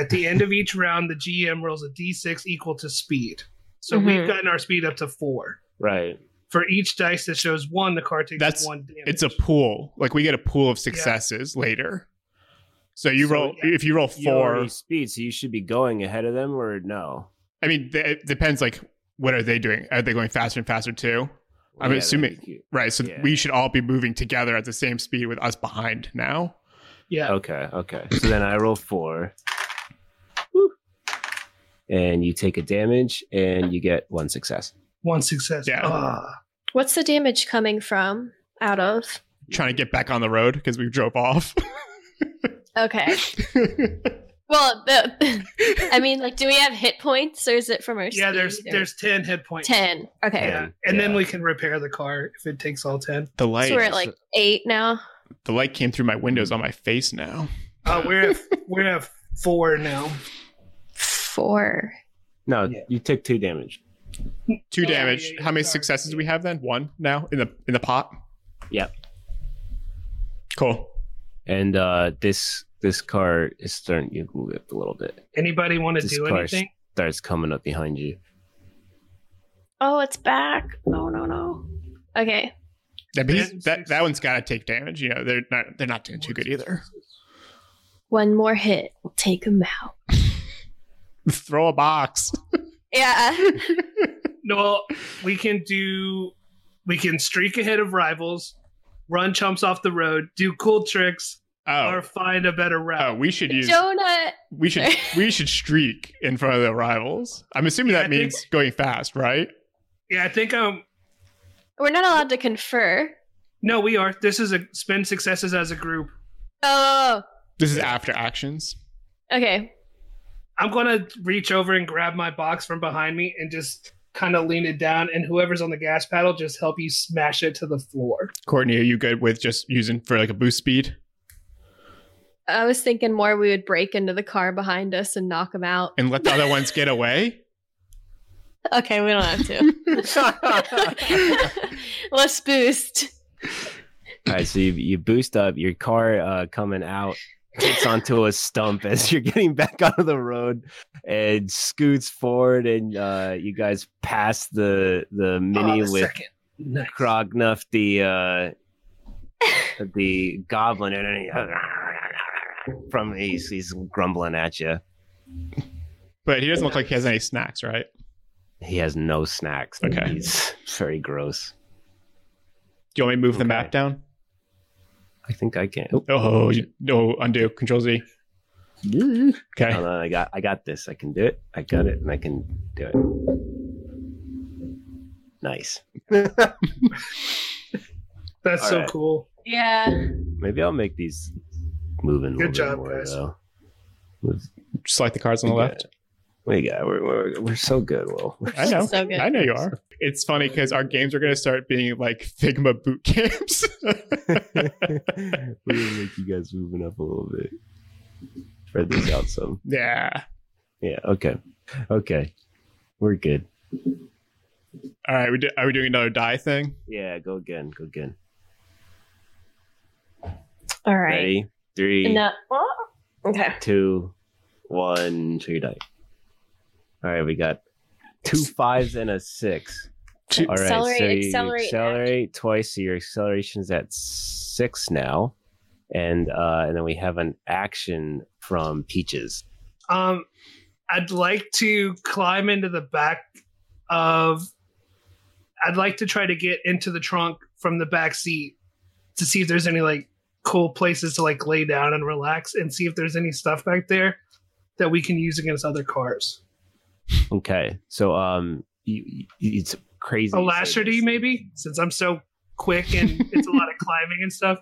Speaker 3: At the end of each round, the GM rolls a d6 equal to speed. So
Speaker 4: Mhm.
Speaker 3: we've gotten our speed up to four.
Speaker 2: Right.
Speaker 3: For each dice that shows one, the card takes
Speaker 1: That's-
Speaker 3: one damage.
Speaker 1: It's a pool. Like we get a pool of successes later. So you
Speaker 2: So,
Speaker 1: roll.
Speaker 3: yeah.
Speaker 1: If you roll
Speaker 2: You
Speaker 1: four,
Speaker 2: already speed, so you should be going ahead of them or no.
Speaker 1: I mean, th- it depends. Like, what are they doing? Are they going faster and faster too? I'm
Speaker 2: that'd
Speaker 1: assuming-
Speaker 2: be cute.
Speaker 1: Right. So
Speaker 2: Yeah.
Speaker 1: we should all be moving together at the same speed with us behind now.
Speaker 3: yeah.
Speaker 2: Okay. Okay. So then I roll four. Woo. And you take a damage, and you get one success.
Speaker 3: One success.
Speaker 1: Yeah.
Speaker 3: Ah.
Speaker 4: What's the damage coming from? Out of?
Speaker 3: Mm-hmm.
Speaker 1: Trying to get back on the road because we drove off.
Speaker 4: Okay. Well, the, I mean, like, do we have hit points, or is it from our?
Speaker 3: Yeah, there's
Speaker 4: speed or-
Speaker 3: there's ten hit points.
Speaker 4: ten. Okay,
Speaker 3: Yeah,
Speaker 2: Ten,
Speaker 3: and then
Speaker 2: yeah.
Speaker 3: we can repair the car if it takes all ten.
Speaker 1: The
Speaker 4: so we're
Speaker 1: light,
Speaker 4: at like eight now.
Speaker 1: the light came through my windows on my face now.
Speaker 3: Uh, we're at, we're at four now.
Speaker 4: Four.
Speaker 2: No,
Speaker 3: Yeah.
Speaker 2: you took two damage.
Speaker 1: Two
Speaker 3: Yeah, yeah,
Speaker 1: damage.
Speaker 3: yeah,
Speaker 1: How many
Speaker 3: sorry.
Speaker 1: successes do we have then? One now in the in the pot.
Speaker 2: Yep.
Speaker 1: Cool.
Speaker 2: And uh this this car is starting to move up a little bit.
Speaker 3: Anybody want to
Speaker 2: This
Speaker 3: do
Speaker 2: car's-
Speaker 3: anything?
Speaker 2: Starts coming up behind you.
Speaker 4: Oh, it's back. No, no, no. Okay.
Speaker 1: That, means-
Speaker 3: Ten,
Speaker 1: that
Speaker 3: six.
Speaker 1: that one's got to take damage. You know they're not they're not doing too good either.
Speaker 4: One more hit will take him out.
Speaker 1: Throw a box.
Speaker 4: Yeah.
Speaker 3: No, well, we can do. We can streak ahead of rivals, run chumps off the road, do cool tricks,
Speaker 1: Oh,
Speaker 3: or find a better
Speaker 1: oh
Speaker 3: route.
Speaker 1: we should use
Speaker 4: Donut.
Speaker 1: we should we should streak in front of the rivals. I'm assuming
Speaker 3: Yeah,
Speaker 1: that
Speaker 3: I think-
Speaker 1: means going fast, right?
Speaker 3: Yeah, I think um.
Speaker 4: We're not allowed to confer.
Speaker 3: No, we are. This is a spend successes as a group.
Speaker 4: Oh.
Speaker 1: This is after actions.
Speaker 4: Okay.
Speaker 3: I'm gonna reach over and grab my box from behind me and just kind of lean it down, and whoever's on the gas paddle just help you smash it to the floor.
Speaker 1: Courtney, are you good with just using for like a boost speed?
Speaker 4: I was thinking more we would break into the car behind us and knock him out.
Speaker 1: and let the other ones get away.
Speaker 4: Okay, we don't have to. Let's boost.
Speaker 2: All right, so you, you boost up your car uh, coming out, hits onto a stump as you're getting back onto the road, and scoots forward, and uh, you guys pass the the mini
Speaker 3: Oh, the
Speaker 2: with
Speaker 3: second. Nice.
Speaker 2: Krognuff, the uh, the goblin, and he, from he's, he's grumbling at you.
Speaker 1: But he doesn't look like he has any snacks, right?
Speaker 2: He has no snacks.
Speaker 1: Okay.
Speaker 2: he's very gross.
Speaker 1: Do you want me to move the
Speaker 2: Okay.
Speaker 1: map down?
Speaker 2: I think I can.
Speaker 1: Oh, you, no, undo. Control Z.
Speaker 2: Hold
Speaker 1: Okay.
Speaker 2: on, I got I got this. I can do it. I got it, and I can do it. Nice.
Speaker 3: That's
Speaker 2: All
Speaker 3: so
Speaker 2: right.
Speaker 3: cool.
Speaker 4: Yeah.
Speaker 2: Maybe I'll make these moving.
Speaker 3: Good job,
Speaker 2: more,
Speaker 3: guys.
Speaker 2: though. With-
Speaker 1: Just like the cards on the
Speaker 2: we got-
Speaker 1: left.
Speaker 2: We got. We're, we're, we're so good, Will.
Speaker 1: I know.
Speaker 4: So good.
Speaker 1: I know you are. It's funny because our games are going to start being like Figma boot camps.
Speaker 2: we're gonna make you guys moving up a little bit. Spread this out some.
Speaker 1: yeah.
Speaker 2: Yeah. Okay. Okay. We're good.
Speaker 1: All right. We do, are we doing another die thing?
Speaker 2: Yeah. Go again. Go again.
Speaker 4: All right.
Speaker 2: Ready? Three.
Speaker 4: No. oh, Okay.
Speaker 2: two, one, two die. All right, we got two fives and a six.
Speaker 1: Two-
Speaker 2: All right,
Speaker 4: Accelerate,
Speaker 2: so you
Speaker 4: accelerate,
Speaker 2: accelerate twice. So your acceleration's at six now, and uh, and then we have an action from Peaches.
Speaker 3: Um, I'd like to climb into the back of. I'd like to try to get into the trunk from the back seat to see if there's any like cool places to like lay down and relax and see if there's any stuff back there that we can use against other cars.
Speaker 2: Okay, so um, you, you- it's crazy.
Speaker 3: a
Speaker 2: you say
Speaker 3: lacerty
Speaker 2: this.
Speaker 3: maybe since i'm so quick and it's a lot of climbing and stuff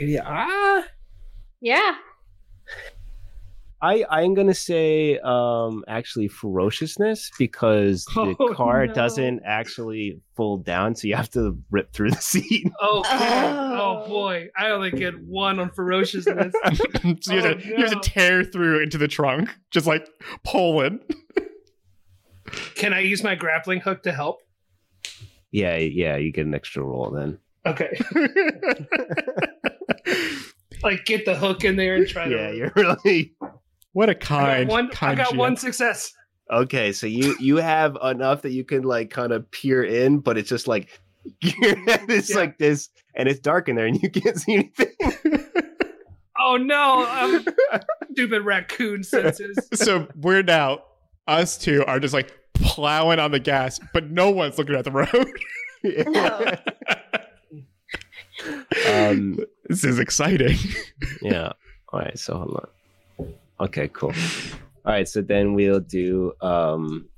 Speaker 2: Yeah, ah,
Speaker 4: Yeah.
Speaker 2: I I'm gonna say um actually ferociousness because the
Speaker 3: Oh,
Speaker 2: car
Speaker 3: no.
Speaker 2: doesn't actually fold down, so you have to rip through the seat.
Speaker 3: oh, God.
Speaker 4: Oh.
Speaker 3: oh boy i only get one on ferociousness
Speaker 1: so you, have to,
Speaker 3: Oh,
Speaker 1: you have
Speaker 3: no.
Speaker 1: to tear through into the trunk, just like Poland.
Speaker 3: can i use my grappling hook to help
Speaker 2: Yeah, yeah, you get an extra roll then.
Speaker 3: okay like get the hook in there and try
Speaker 2: Yeah,
Speaker 3: to
Speaker 2: you're really
Speaker 1: what a
Speaker 3: I
Speaker 1: kind.
Speaker 3: got, one, I
Speaker 1: kind
Speaker 3: got
Speaker 1: GM.
Speaker 3: one success
Speaker 2: okay. So you you have enough that you can like kind of peer in, but it's just like your head is
Speaker 3: Yeah.
Speaker 2: like this, and it's dark in there, and you can't see anything.
Speaker 3: oh no um, stupid raccoon senses
Speaker 1: so we're now us two are just like plowing on the gas, but no one's looking at the road.
Speaker 4: No.
Speaker 2: um,
Speaker 1: this is exciting.
Speaker 2: yeah. All right. So hold on. Okay. Cool. All right. So then we'll do um.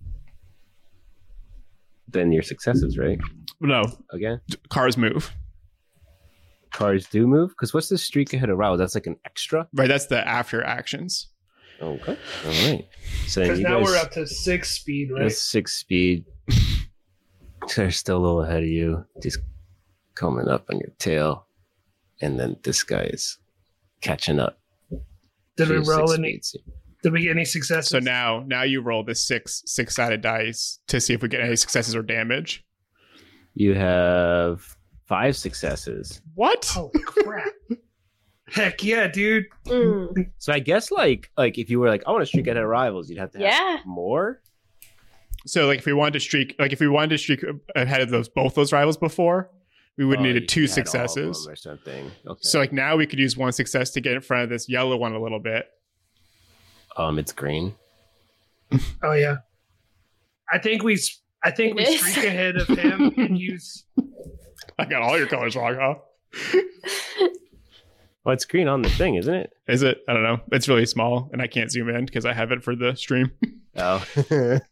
Speaker 2: Then your successes, right?
Speaker 1: No,
Speaker 2: Again,
Speaker 1: cars move.
Speaker 2: cars do move because what's the streak ahead of Raul? That's like an extra.
Speaker 1: Right, that's the after actions.
Speaker 2: Okay. All right. So then
Speaker 3: Because
Speaker 2: you
Speaker 3: now
Speaker 2: guys,
Speaker 3: we're up to six speed, right?
Speaker 2: that's six speed. They're still a little ahead of you. Just coming up on your tail, and then this guy is catching up.
Speaker 3: Did
Speaker 2: to
Speaker 3: we
Speaker 2: your
Speaker 3: roll
Speaker 2: six
Speaker 3: any?
Speaker 2: speed.
Speaker 3: Did we get any successes?
Speaker 1: So now, now you roll the six six sided dice to see if we get any successes or damage.
Speaker 2: You have five successes.
Speaker 1: What?
Speaker 2: Oh.
Speaker 3: Holy crap! Heck yeah, dude!
Speaker 4: Mm.
Speaker 2: So I guess like like if you were like I want to streak ahead of rivals, you'd have to have
Speaker 4: Yeah.
Speaker 2: more.
Speaker 1: So like, if we wanted to streak, like if we wanted to streak ahead of those both those rivals before, we would
Speaker 2: Oh,
Speaker 1: have
Speaker 2: you
Speaker 1: needed two
Speaker 2: had all of them
Speaker 1: successes.
Speaker 2: or something. Okay.
Speaker 1: So like now we could use one success to get in front of this yellow one a little bit.
Speaker 2: um, it's green.
Speaker 3: Oh yeah. I think we. s- I think we
Speaker 4: It is.
Speaker 3: streak ahead of him and use.
Speaker 1: I got all your colors wrong, huh?
Speaker 2: Well, it's green on the thing, isn't it?
Speaker 1: Is it? I don't know. It's really small, and I can't zoom in because I have it for the stream.
Speaker 2: Oh,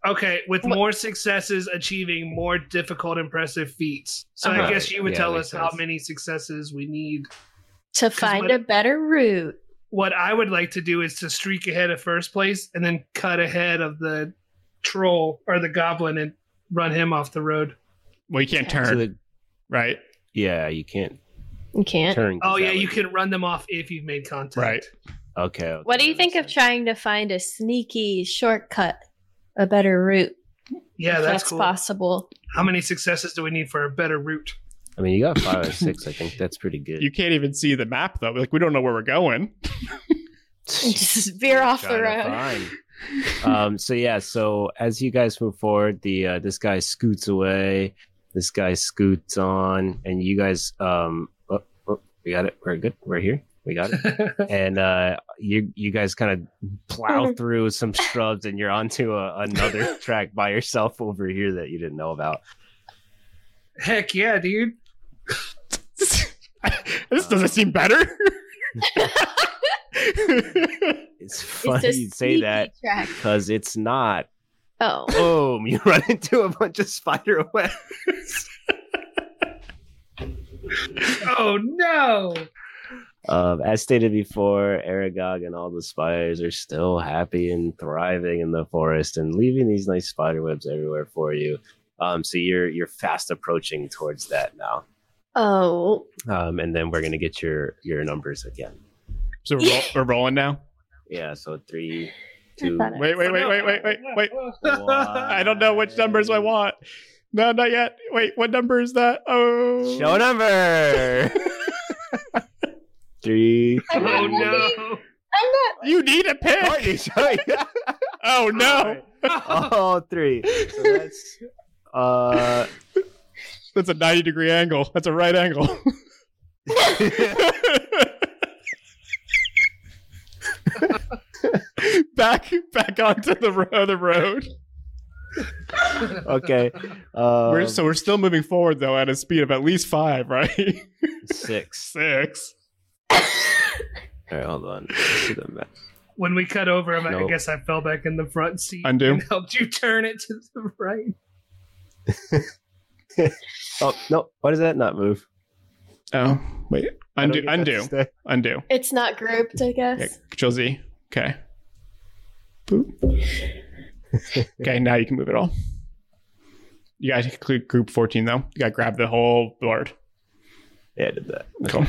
Speaker 3: Okay, with
Speaker 4: What-
Speaker 3: more successes, achieving more difficult, impressive feats. So I
Speaker 2: Uh-huh.
Speaker 3: guess you would
Speaker 2: Yeah,
Speaker 3: tell
Speaker 2: makes
Speaker 3: us how
Speaker 2: sense.
Speaker 3: many successes we need.
Speaker 4: To find
Speaker 3: what-
Speaker 4: a better route.
Speaker 3: What I would like to do is to streak ahead of first place and then cut ahead of the troll or the goblin and run him off the road.
Speaker 1: Well, you can't
Speaker 2: So
Speaker 1: turn,
Speaker 2: the-
Speaker 1: right?
Speaker 2: yeah, you can't
Speaker 4: You can't.
Speaker 2: turn. 'cause
Speaker 3: Oh
Speaker 2: that
Speaker 3: yeah,
Speaker 2: would-
Speaker 3: you can run them off if you've made contact.
Speaker 1: Right.
Speaker 2: Okay. okay,
Speaker 4: What do you
Speaker 2: that
Speaker 4: think
Speaker 2: makes
Speaker 4: of
Speaker 2: sense.
Speaker 4: trying to find a sneaky shortcut, a better route?
Speaker 3: Yeah,
Speaker 4: if
Speaker 3: that's, cool.
Speaker 4: possible.
Speaker 3: How many successes do we need for a better route?
Speaker 2: I mean, you got five or six. I think that's pretty good.
Speaker 1: You can't even see the map though. Like we don't know where we're going.
Speaker 4: Just veer off the
Speaker 2: Trying to
Speaker 4: road.
Speaker 2: find. um. So yeah. So as you guys move forward, the uh, this guy scoots away. This guy scoots on, and you guys. Um. Oh, oh, we got it. We're good. We're here. We got it. and uh, you you guys kind of
Speaker 4: Mm-hmm.
Speaker 2: plow through some shrubs, and you're onto a, another track by yourself over here that you didn't know about.
Speaker 3: Heck yeah, dude.
Speaker 1: this doesn't seem better.
Speaker 2: It's
Speaker 4: It's
Speaker 2: funny
Speaker 4: a
Speaker 2: you say that
Speaker 4: sneaky track.
Speaker 2: because it's not.
Speaker 4: Oh,
Speaker 2: boom, you run into a bunch of spider webs.
Speaker 3: Oh no.
Speaker 2: Um, as stated before, Aragog and all the spiders are still happy and thriving in the forest and leaving these nice spider webs everywhere for you. Um, so you're you're fast approaching towards that now.
Speaker 4: oh,
Speaker 2: Um, and then we're gonna get your your numbers again.
Speaker 1: so we're, roll- we're rolling now.
Speaker 2: Yeah, so three, two.
Speaker 4: thought I-
Speaker 1: Wait, wait, wait, wait, wait, wait, wait. I don't know which numbers I
Speaker 2: one.
Speaker 1: want. No, not yet. Wait, what number is that? Oh,
Speaker 2: Show number three.
Speaker 5: I'm
Speaker 3: Oh
Speaker 5: not ready.
Speaker 3: no.
Speaker 5: I'm not.
Speaker 1: you need a
Speaker 2: Courtney,
Speaker 1: pick.
Speaker 2: show you.
Speaker 1: Oh no,
Speaker 3: Oh.
Speaker 2: all three. So that's uh
Speaker 1: that's a ninety degree angle. That's a right angle. back, back onto the other road.
Speaker 2: okay. Uh
Speaker 1: we're, so we're still moving forward though at a speed of at least five, right?
Speaker 2: six.
Speaker 1: Six.
Speaker 2: All right, hold on. Let's see the map.
Speaker 3: When we cut over him, I
Speaker 2: Nope.
Speaker 3: guess I fell back in the front seat
Speaker 1: Undo.
Speaker 3: and helped you turn it to the right.
Speaker 2: Oh no! Why does that not move?
Speaker 1: Oh wait,
Speaker 2: I don't
Speaker 1: undo,
Speaker 2: get that to
Speaker 1: undo,
Speaker 2: stay.
Speaker 1: undo.
Speaker 4: it's not grouped, I guess.
Speaker 1: Yeah, Control Z. Okay. Boop. okay, now you can move it all. You got to click group fourteen though. You got to grab the whole board.
Speaker 2: Yeah, I did that.
Speaker 1: Cool.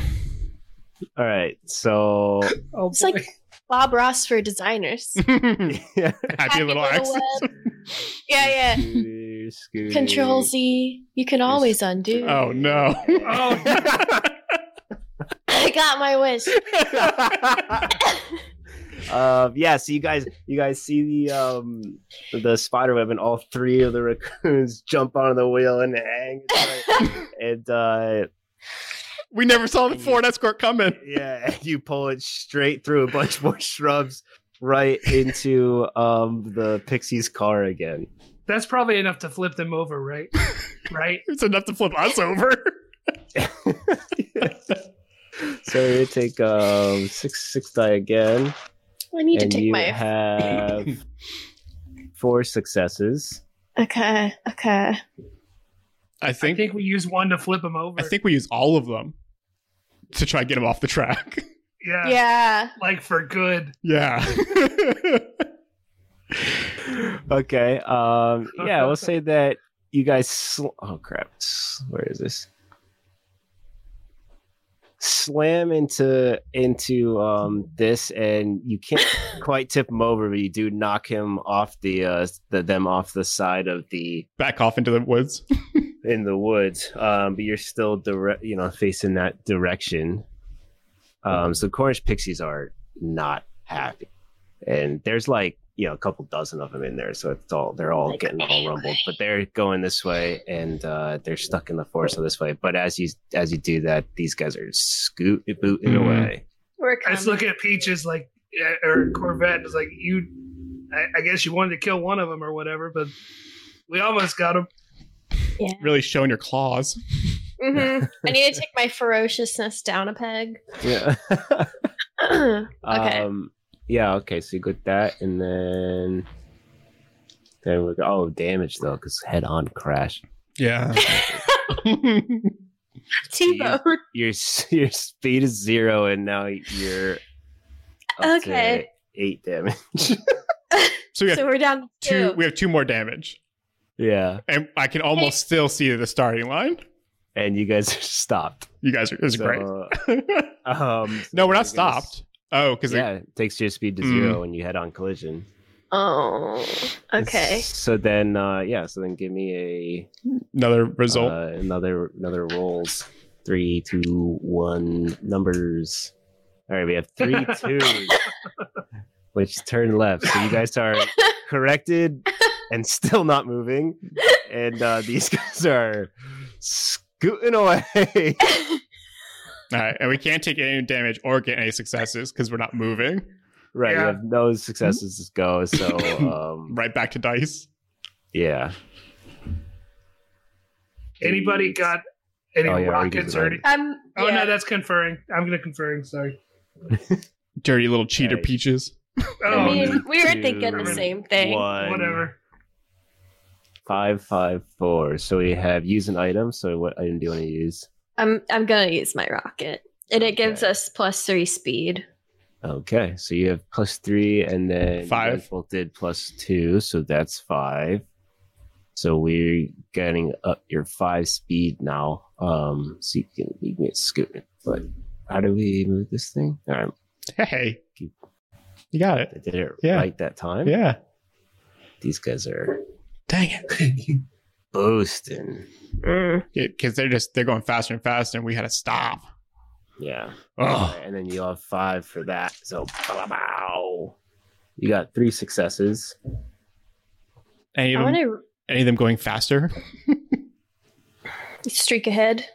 Speaker 2: All right, so
Speaker 3: Oh
Speaker 4: It's
Speaker 3: boy.
Speaker 4: like- Bob Ross for designers.
Speaker 1: Happy,
Speaker 2: yeah.
Speaker 1: little axe.
Speaker 4: web. yeah, yeah.
Speaker 2: Scooter, scooter.
Speaker 4: Control Z. You can always undo.
Speaker 1: Oh no.
Speaker 3: Oh,
Speaker 4: I got my wish.
Speaker 2: um, yeah, so you guys, you guys see the um, the spider web, and all three of the raccoons jump onto the wheel and hang. and uh,
Speaker 1: we never saw the Ford Escort coming.
Speaker 2: yeah, and you pull it straight through a bunch more shrubs, right into um the pixie's car again.
Speaker 3: that's probably enough to flip them over, right? right?
Speaker 1: It's enough to flip us over.
Speaker 2: So you take um six six die again,
Speaker 4: I need to
Speaker 2: and
Speaker 4: take
Speaker 2: you
Speaker 4: my.
Speaker 2: have four successes.
Speaker 4: okay, okay.
Speaker 1: I
Speaker 3: I
Speaker 1: think.
Speaker 3: think we use one to flip them over.
Speaker 1: I think we use all of them to try and get him off the track.
Speaker 3: Yeah.
Speaker 4: Yeah.
Speaker 3: Like for good.
Speaker 1: Yeah.
Speaker 2: okay. Um, yeah, we'll say that you guys. Sl- oh crap! S- Where is this? Slam into into um, this, and you can't quite tip him over, but you do knock him off the uh, the them off the side of the
Speaker 1: Back off into the woods.
Speaker 2: in the woods. Um, but you're still direct, you know, facing that direction. Um, so Cornish pixies are not happy, and there's like you know a couple dozen of them in there, so it's all they're all
Speaker 4: Like,
Speaker 2: getting all rumbled. But they're going this way, and uh, they're stuck in the forest of this way. But as you as you do that, these guys are scoot booting
Speaker 1: Mhm.
Speaker 2: away.
Speaker 4: We're
Speaker 3: I
Speaker 4: coming.
Speaker 3: just look at Peaches like, yeah, or Corvette is like, you, I, I guess you wanted to kill one of them or whatever, but we almost got him.
Speaker 1: really showing your claws.
Speaker 4: Mhm. I need to take my ferociousness down a peg.
Speaker 2: Yeah.
Speaker 4: Okay.
Speaker 2: Um, yeah. Okay. So you got that, and then then we go. Oh, damage though, because head on crash.
Speaker 1: Yeah.
Speaker 4: T-bone.
Speaker 2: your s- your speed is zero, and now you're up to
Speaker 4: Okay.
Speaker 2: eight damage.
Speaker 1: so we have
Speaker 4: So we're down to
Speaker 1: two.
Speaker 4: two.
Speaker 1: We have two more damage,
Speaker 2: yeah,
Speaker 1: and I can almost still see the starting line.
Speaker 2: and you guys are stopped.
Speaker 1: You guys are. This is
Speaker 2: So,
Speaker 1: great.
Speaker 2: um,
Speaker 1: no, we're not
Speaker 2: you're gonna
Speaker 1: stopped. Oh, because
Speaker 2: s- Yeah, it takes your speed to
Speaker 1: Mm.
Speaker 2: zero, and you head on collision.
Speaker 4: Oh. Okay.
Speaker 2: So then, uh, yeah. So then, give me
Speaker 1: another
Speaker 2: a
Speaker 1: result.
Speaker 2: uh, another another rolls. Three, two, one. Numbers. All right, we have three twos, which turn left. So you guys are corrected and still not moving. And uh, these guys are scooting away.
Speaker 1: All right, and we can't take any damage or get any successes because we're not moving.
Speaker 2: right, you
Speaker 3: Yeah.
Speaker 2: have no successes to go. So, um,
Speaker 1: Right back to dice.
Speaker 2: yeah.
Speaker 3: Anybody got any
Speaker 2: Oh, yeah, we
Speaker 3: rockets
Speaker 2: did
Speaker 3: or
Speaker 2: that.
Speaker 3: any?
Speaker 4: I'm.
Speaker 3: Oh,
Speaker 4: yeah.
Speaker 3: no, that's conferring. I'm going to conferring. Sorry.
Speaker 1: Dirty little cheater
Speaker 2: Right.
Speaker 1: peaches.
Speaker 4: I
Speaker 3: Oh,
Speaker 4: mean, we were thinking
Speaker 2: Two,
Speaker 4: the same thing.
Speaker 2: One,
Speaker 3: whatever.
Speaker 2: Five, five, four. So we have use an item. So what item do you want to use?
Speaker 4: I'm. I'm gonna use my rocket, and it gives
Speaker 2: Okay.
Speaker 4: us plus three speed.
Speaker 2: Okay, so you have plus three, and then you
Speaker 1: Five.
Speaker 2: guys both did plus two, so that's five. So we're getting up your five speed now. Um, so you can you can get scooting. But how do we move this thing? All right,
Speaker 1: Hey,
Speaker 2: Keep-
Speaker 1: you got it.
Speaker 2: I did it
Speaker 1: Uh, Yeah.
Speaker 2: right that time.
Speaker 1: Yeah.
Speaker 2: These guys are
Speaker 1: Dang it.
Speaker 2: boasting.
Speaker 4: Mm.
Speaker 1: Because they're just they're going faster and faster, and we had to stop.
Speaker 2: Yeah.
Speaker 1: Oh,
Speaker 2: And then you have five for that. So bow, bow. you got three successes.
Speaker 1: any of
Speaker 4: I
Speaker 1: them?
Speaker 4: want to
Speaker 1: Any of them going faster?
Speaker 4: streak ahead.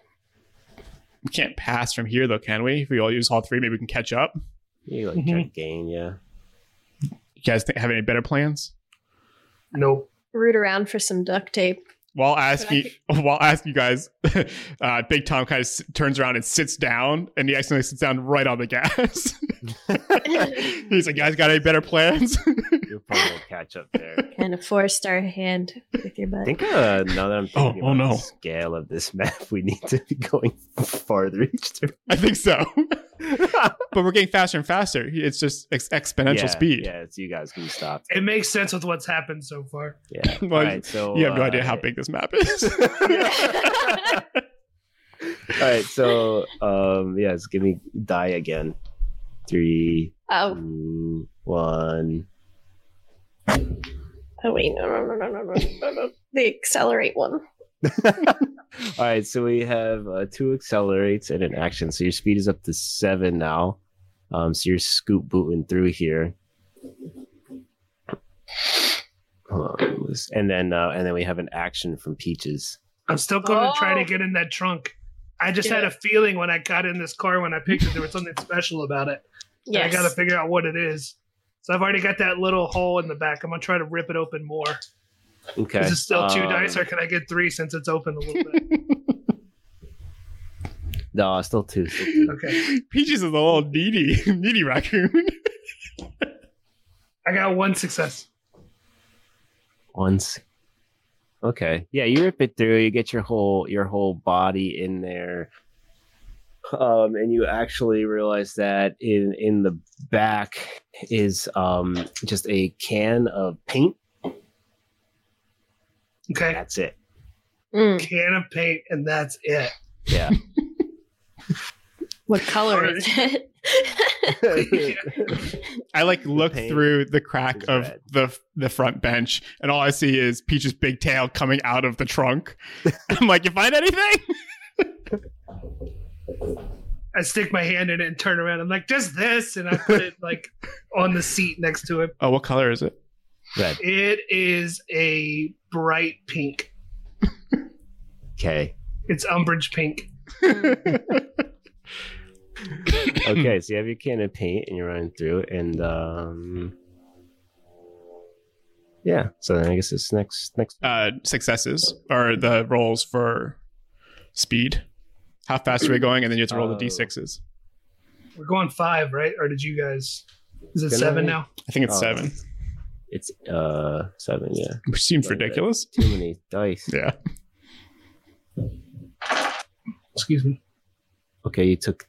Speaker 1: We can't pass from here though, can we? If we all use all three, maybe we can catch up.
Speaker 2: You like
Speaker 1: Mm-hmm.
Speaker 2: try to gain, yeah.
Speaker 1: You guys think, have any better plans?
Speaker 3: Nope.
Speaker 4: Root around for some duct tape.
Speaker 1: While
Speaker 4: But I
Speaker 1: asking, while asking you guys, uh, Big Tom kind of s- turns around and sits down, and he accidentally sits down right on the gas. He's like, "Guys, got any better plans?"
Speaker 2: You'll probably catch up there.
Speaker 4: And a four star hand with your
Speaker 2: I
Speaker 4: butt.
Speaker 2: think uh, now that I'm
Speaker 1: Oh,
Speaker 2: thinking
Speaker 1: oh
Speaker 2: about
Speaker 1: no.
Speaker 2: the scale of this map, we need to be going farther each turn.
Speaker 1: I think so, but we're getting faster and faster. It's just ex- exponential
Speaker 2: Yeah,
Speaker 1: speed.
Speaker 2: Yeah, so you guys can stop.
Speaker 3: It makes sense with what's happened so far.
Speaker 2: Yeah.
Speaker 1: Well,
Speaker 2: All right, so
Speaker 1: You have no
Speaker 2: uh,
Speaker 1: idea how big this map is.
Speaker 2: All right, so um, yeah, just give me die again. Three,
Speaker 4: Oh,
Speaker 2: two, one.
Speaker 4: oh wait, no, no, no, no, no, no, no, no. The accelerate one.
Speaker 2: All right, so we have uh, two accelerates and an action. So your speed is up to seven now. Um, so you're scoop booting through here. Hold on, let's- and then uh, and then we have an action from Peaches.
Speaker 3: I'm still going to try to
Speaker 4: Oh.
Speaker 3: get in that trunk. I just
Speaker 4: Yeah.
Speaker 3: had a feeling when I got in this car when I picked it, there was something special about it. And
Speaker 4: Yes.
Speaker 3: I got to figure out what it is. So I've already got that little hole in the back. I'm going to try to rip it open more.
Speaker 2: Okay,
Speaker 3: Is it still two
Speaker 2: um,
Speaker 3: dice or can I get three since it's open a little bit?
Speaker 2: No, still two. Still two.
Speaker 3: Okay.
Speaker 1: Peaches is a little needy, needy raccoon.
Speaker 3: I got one success.
Speaker 2: once okay yeah you rip it through you get your whole your whole body in there um, and you actually realize that in in the back is um, just a can of paint.
Speaker 3: Okay.
Speaker 2: That's it.
Speaker 4: Mm.
Speaker 3: Can of paint, and that's it.
Speaker 2: Yeah.
Speaker 4: What color is it?
Speaker 1: I like look
Speaker 2: paint
Speaker 1: through the crack
Speaker 2: is
Speaker 1: of
Speaker 2: red.
Speaker 1: the the front bench, and all I see is Peach's big tail coming out of the trunk. I'm like, you find anything?
Speaker 3: I stick my hand in it and turn around. I'm like, just this, and I put it like on the seat next to it.
Speaker 1: Oh, what color is it?
Speaker 2: Red.
Speaker 3: It is a bright pink.
Speaker 2: Okay.
Speaker 3: It's umbrage pink.
Speaker 2: Okay. So you have your can of paint, and you're running through, and um, yeah. So then I guess it's next next.
Speaker 1: uh, successes or the rolls for speed. How fast are we going? And then you have to roll
Speaker 2: Oh.
Speaker 1: the d6s.
Speaker 3: We're going five, right? Or did you guys? Is it
Speaker 2: Can
Speaker 3: seven
Speaker 2: I-
Speaker 3: now?
Speaker 1: I think it's
Speaker 2: Oh.
Speaker 1: seven,
Speaker 2: It's uh seven. Yeah.
Speaker 1: which seems
Speaker 2: Right, right.
Speaker 1: ridiculous.
Speaker 2: Too many dice.
Speaker 1: Yeah.
Speaker 3: Excuse me.
Speaker 2: Okay, you took.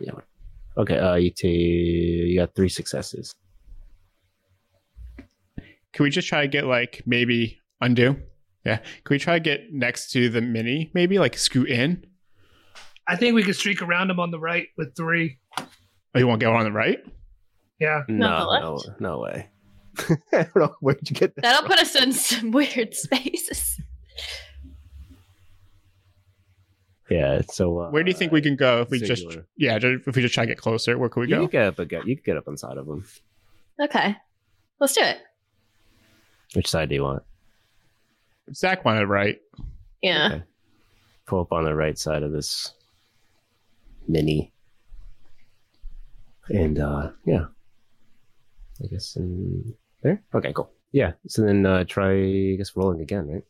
Speaker 2: Yeah. Okay. Uh, you t- you got three successes.
Speaker 1: Can we just try to get like maybe undo? Yeah. Can we try to get next to the mini? Maybe like scoot in.
Speaker 3: I think we could streak around him on the right with three.
Speaker 1: Oh, you won't get one on the right?
Speaker 3: Yeah.
Speaker 4: No,
Speaker 2: no, no, no way. I don't know where'd you get that.
Speaker 4: That'll put us in some weird spaces.
Speaker 2: Yeah. So uh,
Speaker 1: Where do you think we can go if we just
Speaker 2: singular.
Speaker 1: yeah ju- if we just try to get closer? Where could we
Speaker 2: You
Speaker 1: go?
Speaker 2: could get up. aga- You could get up on side of them.
Speaker 4: Okay. Let's do it.
Speaker 2: Which side do you want?
Speaker 1: Zach wanted right.
Speaker 4: Yeah.
Speaker 2: Okay. Pull up on the right side of this mini. And uh yeah. I guess in there? Okay, cool. Yeah. So then uh try I guess rolling again, right?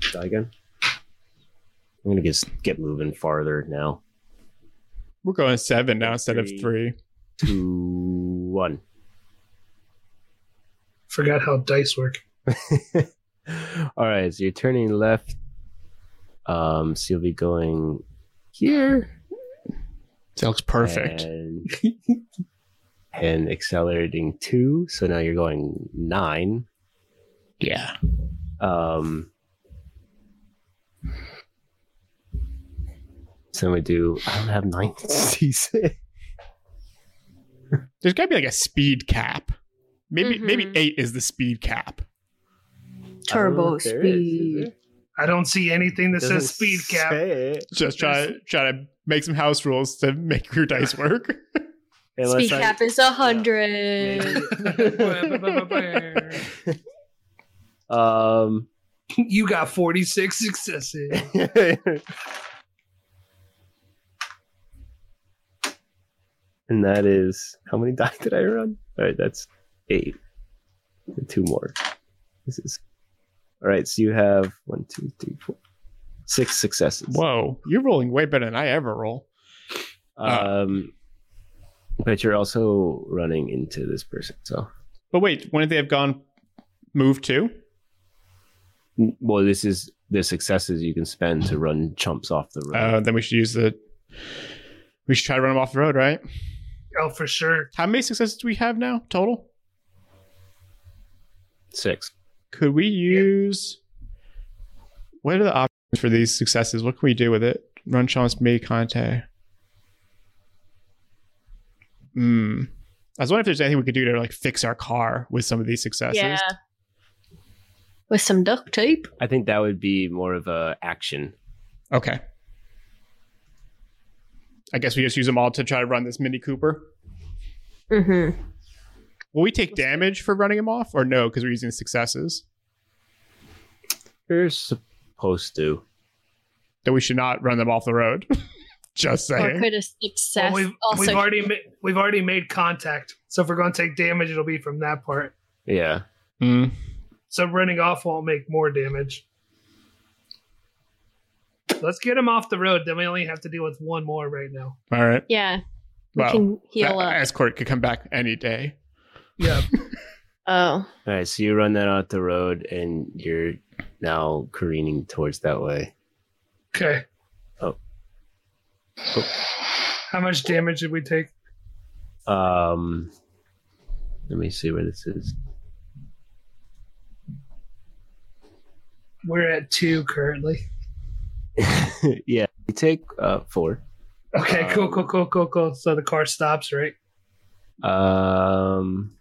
Speaker 2: Try again. I'm gonna just get moving farther now.
Speaker 1: We're going seven now instead of
Speaker 2: Three.
Speaker 1: three.
Speaker 2: Two one.
Speaker 3: Forgot how dice work.
Speaker 2: All right, so you're turning left. Um, so you'll be going here.
Speaker 1: That looks perfect.
Speaker 2: And, and accelerating two. So now you're going nine.
Speaker 1: yeah.
Speaker 2: Um, so we do, I don't have nine C6.
Speaker 1: There's gotta be like a speed cap. Maybe maybe
Speaker 4: Mhm.
Speaker 1: eight is the speed cap.
Speaker 5: Turbo
Speaker 3: I don't see anything that says speed cap.
Speaker 1: Just try try to make some house rules to make your dice work.
Speaker 4: Speed cap is a hundred.
Speaker 2: cap. um,
Speaker 3: you got 46 successes.
Speaker 2: and that is how many die did I run? All right, that's eight. And two more. This is all right. So you have one, two, three, four, six successes.
Speaker 1: Whoa, you're rolling way better than I ever roll.
Speaker 2: Um, but you're also running into this person. So,
Speaker 1: But wait, wouldn't they have gone move two?
Speaker 2: N- well, this is the successes you can spend to run chumps off the road.
Speaker 1: Uh, then we should use the we should try to run them off the road, right?
Speaker 3: Oh, for sure.
Speaker 1: How many successes do we have now total?
Speaker 2: Six.
Speaker 1: Could we use what are the options for these successes? What can we do with it? Run chance me conte. Hmm. I was wondering if there's anything we could do to like fix our car with some of these successes.
Speaker 4: Yeah. With some duct tape.
Speaker 2: I think that would be more of a action.
Speaker 1: Okay. I guess we just use them all to try to run this Mini Cooper.
Speaker 4: Mm-hmm.
Speaker 1: Will we take damage for running them off, or no? Because we're using successes
Speaker 2: You're supposed to.
Speaker 1: that we should not run them off the road. just
Speaker 4: Or
Speaker 1: saying.
Speaker 4: could a success
Speaker 3: Well, we've,
Speaker 4: also
Speaker 3: we've already ma- we've already made contact. So if we're going to take damage, it'll be from that part.
Speaker 2: Yeah.
Speaker 1: Hmm.
Speaker 3: So running off won't make more damage. Let's get him off the road. Then we only have to deal with one more right now.
Speaker 1: All right.
Speaker 4: Yeah. We
Speaker 1: Well,
Speaker 4: can heal
Speaker 1: that
Speaker 4: up.
Speaker 1: escort could come back any day.
Speaker 3: Yeah.
Speaker 4: Oh.
Speaker 2: All right, so you run that out the road, and you're now careening towards that way.
Speaker 3: Okay.
Speaker 2: Oh. Oh.
Speaker 3: How much damage did we take?
Speaker 2: Um, let me see where this is.
Speaker 3: We're at two currently.
Speaker 2: yeah, you take uh four.
Speaker 3: Okay, cool,
Speaker 2: Um,
Speaker 3: cool, cool, cool, cool. So the car stops, right?
Speaker 2: Um,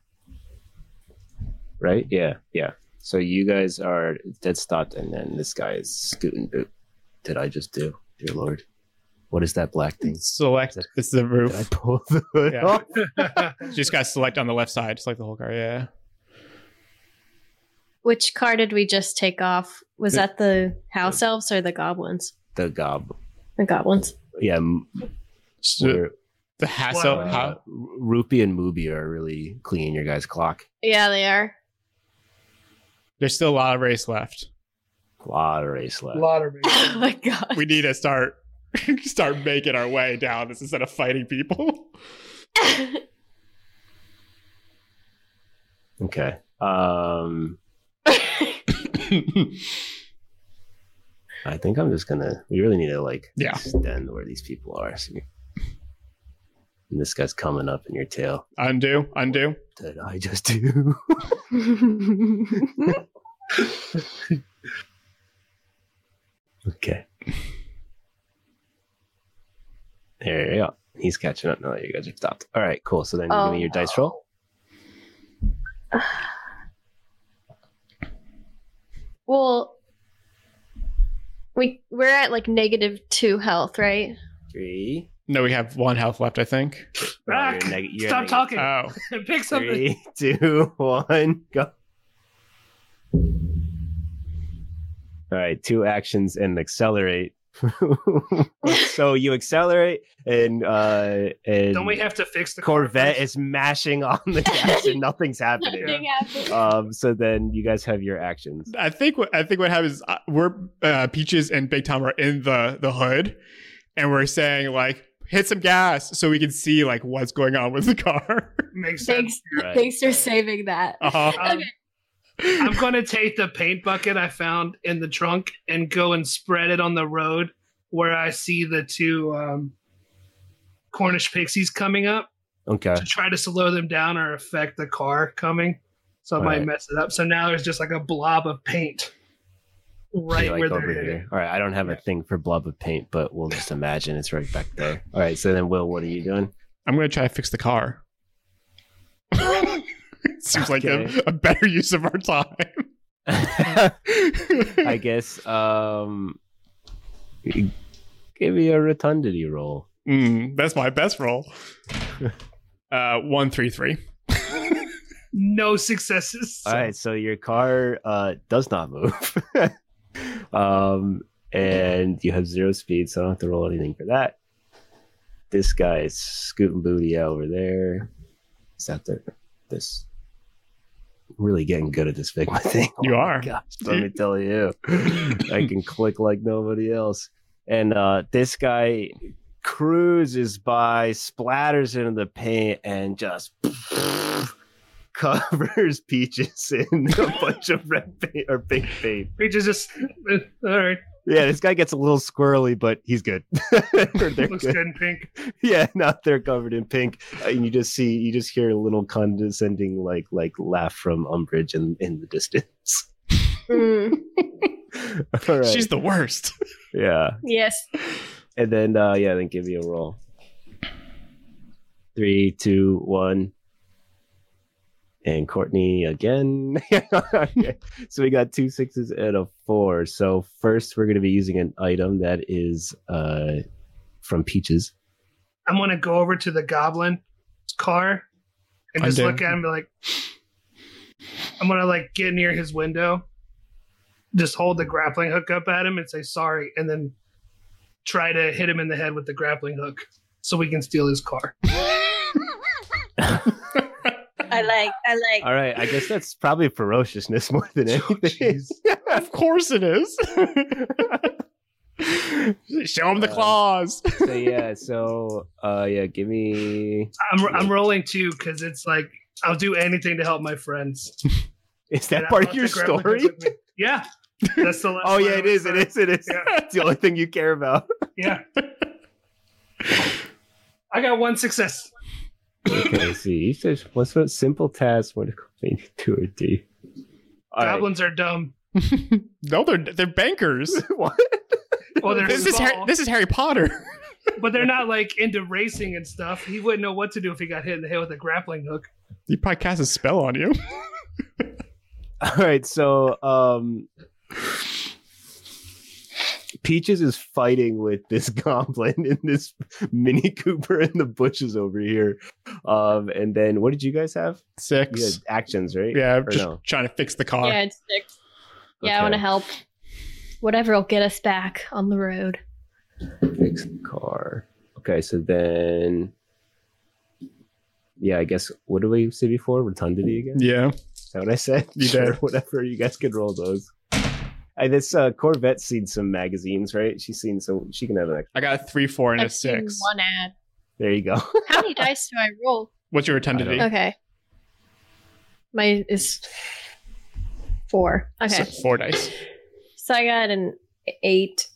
Speaker 2: right? Yeah, yeah. So you guys are dead stopped, and then this guy is scooting boot. Did I just do, dear lord? What is that black thing?
Speaker 1: Select. It's the
Speaker 2: Did I
Speaker 1: roof.
Speaker 2: pull the hood
Speaker 1: Yeah.
Speaker 2: off?
Speaker 1: Just got select on the left side, just like the whole car. Yeah.
Speaker 4: Which car did we just take off? Was
Speaker 1: The-
Speaker 4: that the house elves or the goblins?
Speaker 2: The gob.
Speaker 4: The goblins.
Speaker 2: Yeah, m-
Speaker 1: So,
Speaker 2: we're-
Speaker 1: the hassle.
Speaker 3: Wow.
Speaker 2: uh,
Speaker 1: how-
Speaker 2: Rupee and Mubi are really cleaning your guys' clock.
Speaker 4: Yeah, they are.
Speaker 1: There's still a lot of race left.
Speaker 2: A lot of race left.
Speaker 3: Lottery.
Speaker 4: Oh my god.
Speaker 1: We need to start start making our way down this instead of fighting people.
Speaker 2: Okay. Um, I think I'm just gonna. We really need to like
Speaker 1: Yeah.
Speaker 2: extend where these people are. So you- and this guy's coming up in your tail.
Speaker 1: undo, undo.
Speaker 2: Did I just do? okay. There you go. He's catching up now. that You guys are stopped. All right, cool. So then
Speaker 4: Oh,
Speaker 2: give me your dice roll.
Speaker 4: well, we we're at like negative two health, right?
Speaker 2: Three.
Speaker 1: No, we have one health left, I think.
Speaker 2: No,
Speaker 3: Ah,
Speaker 2: you're neg- you're
Speaker 3: Stop
Speaker 2: negative.
Speaker 3: talking.
Speaker 1: Oh,
Speaker 3: Pick something.
Speaker 2: Three, two, one, go. All right, two actions and accelerate. so you accelerate, and uh, and
Speaker 3: Don't we have to fix the
Speaker 2: Corvette is mashing on the gas, and nothing's happening. Um, so then you guys have your actions.
Speaker 1: I think what I think what happens is uh, we're uh, Peaches and Big Tom are in the the hood, and we're saying like hit some gas so we can see like what's going on with the car.
Speaker 3: Makes sense.
Speaker 4: Thanks.
Speaker 2: Right.
Speaker 4: Thanks for saving that.
Speaker 1: Uh-huh.
Speaker 3: Um, I'm gonna take the paint bucket I found in the trunk and go and spread it on the road where I see the two um, Cornish pixies coming up
Speaker 2: Okay.
Speaker 3: to try to slow them down or affect the car coming. So I might
Speaker 2: Alright.
Speaker 3: mess it up. So now there's just like a blob of paint right
Speaker 2: You're, like,
Speaker 3: where they're
Speaker 2: over
Speaker 3: hitting.
Speaker 2: here. All right, I don't have a thing for blob of paint, but we'll just imagine it's right back there. All right, so then Will, what are you doing?
Speaker 1: I'm gonna try to fix the car. Seems like
Speaker 2: Okay.
Speaker 1: a, a better use of our time.
Speaker 2: I guess um give me a rotundity roll.
Speaker 1: Mm, that's my best roll. Uh, one three three.
Speaker 3: No successes.
Speaker 2: All right, so your car uh does not move. um and you have zero speed, so I don't have to roll anything for that. This guy is scooting booty out over there. Is that the this really getting good at this Figma thing?
Speaker 1: You
Speaker 2: Oh my
Speaker 1: are.
Speaker 2: gosh, let me tell you. I can click like nobody else. And uh, this guy cruises by, splatters into the paint, and just covers peaches in a bunch of red paint or pink paint.
Speaker 3: We just, just eh, all right.
Speaker 2: Yeah, this guy gets a little squirrely, but he's good. They're
Speaker 3: Looks
Speaker 2: good.
Speaker 3: good in pink.
Speaker 2: Yeah, now they're covered in pink, uh, and you just see, you just hear a little condescending, like, like laugh from Umbridge in, in the distance.
Speaker 4: Mm,
Speaker 2: All right.
Speaker 1: She's the worst.
Speaker 2: yeah.
Speaker 4: yes.
Speaker 2: And then uh yeah, then give me a roll. Three, two, one. And Courtney again. Okay. So we got two sixes and a four. So first we're gonna be using an item that is uh from Peaches.
Speaker 3: I'm gonna go over to the goblin's car and just
Speaker 1: Undo.
Speaker 3: look at him and be like I'm gonna like get near his window, just hold the grappling hook up at him and say sorry, and then try to hit him in the head with the grappling hook so we can steal his car.
Speaker 4: I like. I like.
Speaker 2: All right, I guess that's probably ferociousness more than anything.
Speaker 1: of course it is. Show him the
Speaker 2: Um,
Speaker 1: claws.
Speaker 2: so yeah, so uh yeah, give me
Speaker 3: I'm I'm rolling too because it's like I'll do anything to help my friends.
Speaker 2: is
Speaker 3: And
Speaker 2: that
Speaker 3: I
Speaker 2: part of
Speaker 3: want
Speaker 2: your
Speaker 3: the grappling hook
Speaker 2: story?
Speaker 3: with me. Yeah, That's the last
Speaker 2: Oh yeah,
Speaker 3: one
Speaker 2: it is. It is. It is.
Speaker 3: Yeah.
Speaker 2: It's the only thing you care about.
Speaker 3: Yeah. I got one success.
Speaker 2: okay, see, he says, "What's what simple task? What company two or D?" All right.
Speaker 3: Goblins are dumb.
Speaker 1: No, they're they're bankers.
Speaker 2: what?
Speaker 3: Well, they're
Speaker 1: this is
Speaker 3: small,
Speaker 1: Harry, this is Harry Potter.
Speaker 3: but they're not like into racing and stuff. He wouldn't know what to do if he got hit in the head with a grappling hook.
Speaker 1: he probably cast a spell on you.
Speaker 2: All right, so um, Peaches is fighting with this goblin in this Mini Cooper in the bushes over here. Um, and then what did you guys have? You had
Speaker 1: Six.
Speaker 2: actions, right?
Speaker 1: Yeah,
Speaker 2: Or
Speaker 1: just
Speaker 2: no?
Speaker 1: trying to fix the car.
Speaker 4: yeah, it's six. Yeah, I
Speaker 2: Okay.
Speaker 4: want to help. Whatever will get us back on the road.
Speaker 2: Fix the car. Okay, so then. Yeah, I guess what did we say before? Rotundity again?
Speaker 1: Yeah.
Speaker 2: Is that what I said?
Speaker 1: You
Speaker 2: Sure,
Speaker 1: did.
Speaker 2: whatever. You guys can roll those. Hey, this uh, Corvette's seen some magazines, right? She's seen so she can have an extra.
Speaker 1: I got a three, four, and a
Speaker 4: I've seen
Speaker 1: six.
Speaker 4: one ad.
Speaker 2: There you go.
Speaker 4: How many dice do I roll?
Speaker 1: What's your rotundity?
Speaker 2: I
Speaker 4: Okay. My is four. Okay.
Speaker 1: So four dice.
Speaker 4: So I got an eight.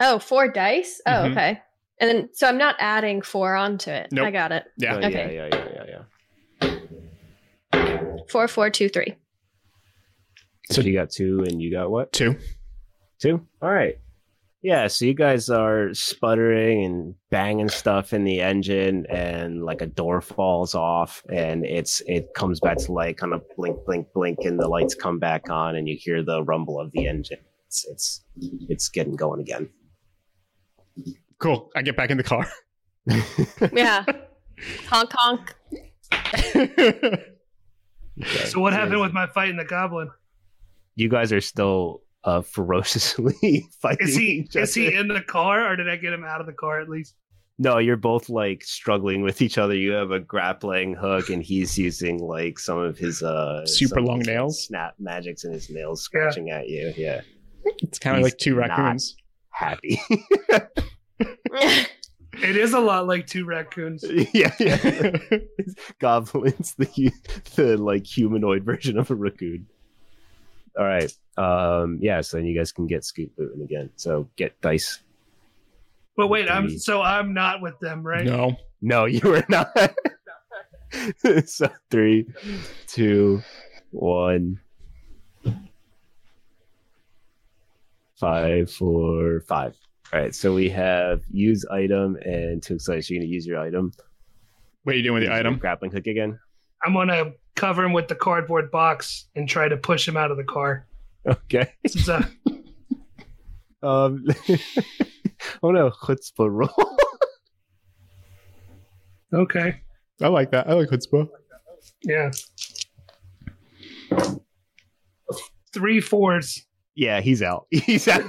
Speaker 4: Oh, four dice? Oh,
Speaker 1: Mhm.
Speaker 4: okay. And then, so I'm not adding four onto it.
Speaker 1: Nope.
Speaker 4: I got it.
Speaker 1: Yeah.
Speaker 2: Oh,
Speaker 4: Okay.
Speaker 2: yeah, yeah, yeah, yeah, yeah.
Speaker 4: Four, four, two, three.
Speaker 2: So you got two, and you got what?
Speaker 1: Two.
Speaker 2: Two. All right. Yeah. So you guys are sputtering and banging stuff in the engine, and like a door falls off, and it's it comes back to light, kind of blink, blink, blink, and the lights come back on, and you hear the rumble of the engine. It's it's it's getting going again.
Speaker 1: Cool. I get back in the car.
Speaker 4: Yeah. honk, honk.
Speaker 2: Okay.
Speaker 3: So what happened with my fight in the goblin?
Speaker 2: you guys are still uh, ferociously fighting.
Speaker 3: Is he
Speaker 2: each
Speaker 3: is he
Speaker 2: other.
Speaker 3: in the car or did I get him out of the car at least?
Speaker 2: No, you're both like struggling with each other. You have a grappling hook, and he's using like some of his uh
Speaker 1: Super
Speaker 2: some of
Speaker 1: long
Speaker 2: his
Speaker 1: nails.
Speaker 2: snap magics, and his nails
Speaker 3: Yeah.
Speaker 2: scratching at you. Yeah,
Speaker 1: It's kind of
Speaker 2: He's
Speaker 1: like two
Speaker 2: not.
Speaker 1: raccoons.
Speaker 2: happy.
Speaker 3: It is a lot like two raccoons.
Speaker 2: yeah, yeah. Goblins, the hu- the like humanoid version of a raccoon. All right. Um. Yeah. So then you guys can get scoot moving again. So get dice.
Speaker 3: But wait, I'm
Speaker 2: Indeed.
Speaker 3: so I'm not with them, right?
Speaker 1: No.
Speaker 2: No, you were not. so three, two, one. Five, four, five. All right, so we have use item and two excited. So you're gonna use your item.
Speaker 1: What are you doing with
Speaker 2: Use
Speaker 1: the
Speaker 2: your
Speaker 1: item?
Speaker 2: grappling hook again.
Speaker 3: I'm gonna cover him with the cardboard box and try to push him out of the car.
Speaker 2: Okay.
Speaker 3: Since I,
Speaker 2: Um, oh no, chutzpah roll.
Speaker 3: okay,
Speaker 1: I like that. I like chutzpah.
Speaker 3: yeah, three fours.
Speaker 2: yeah, he's out. He's out.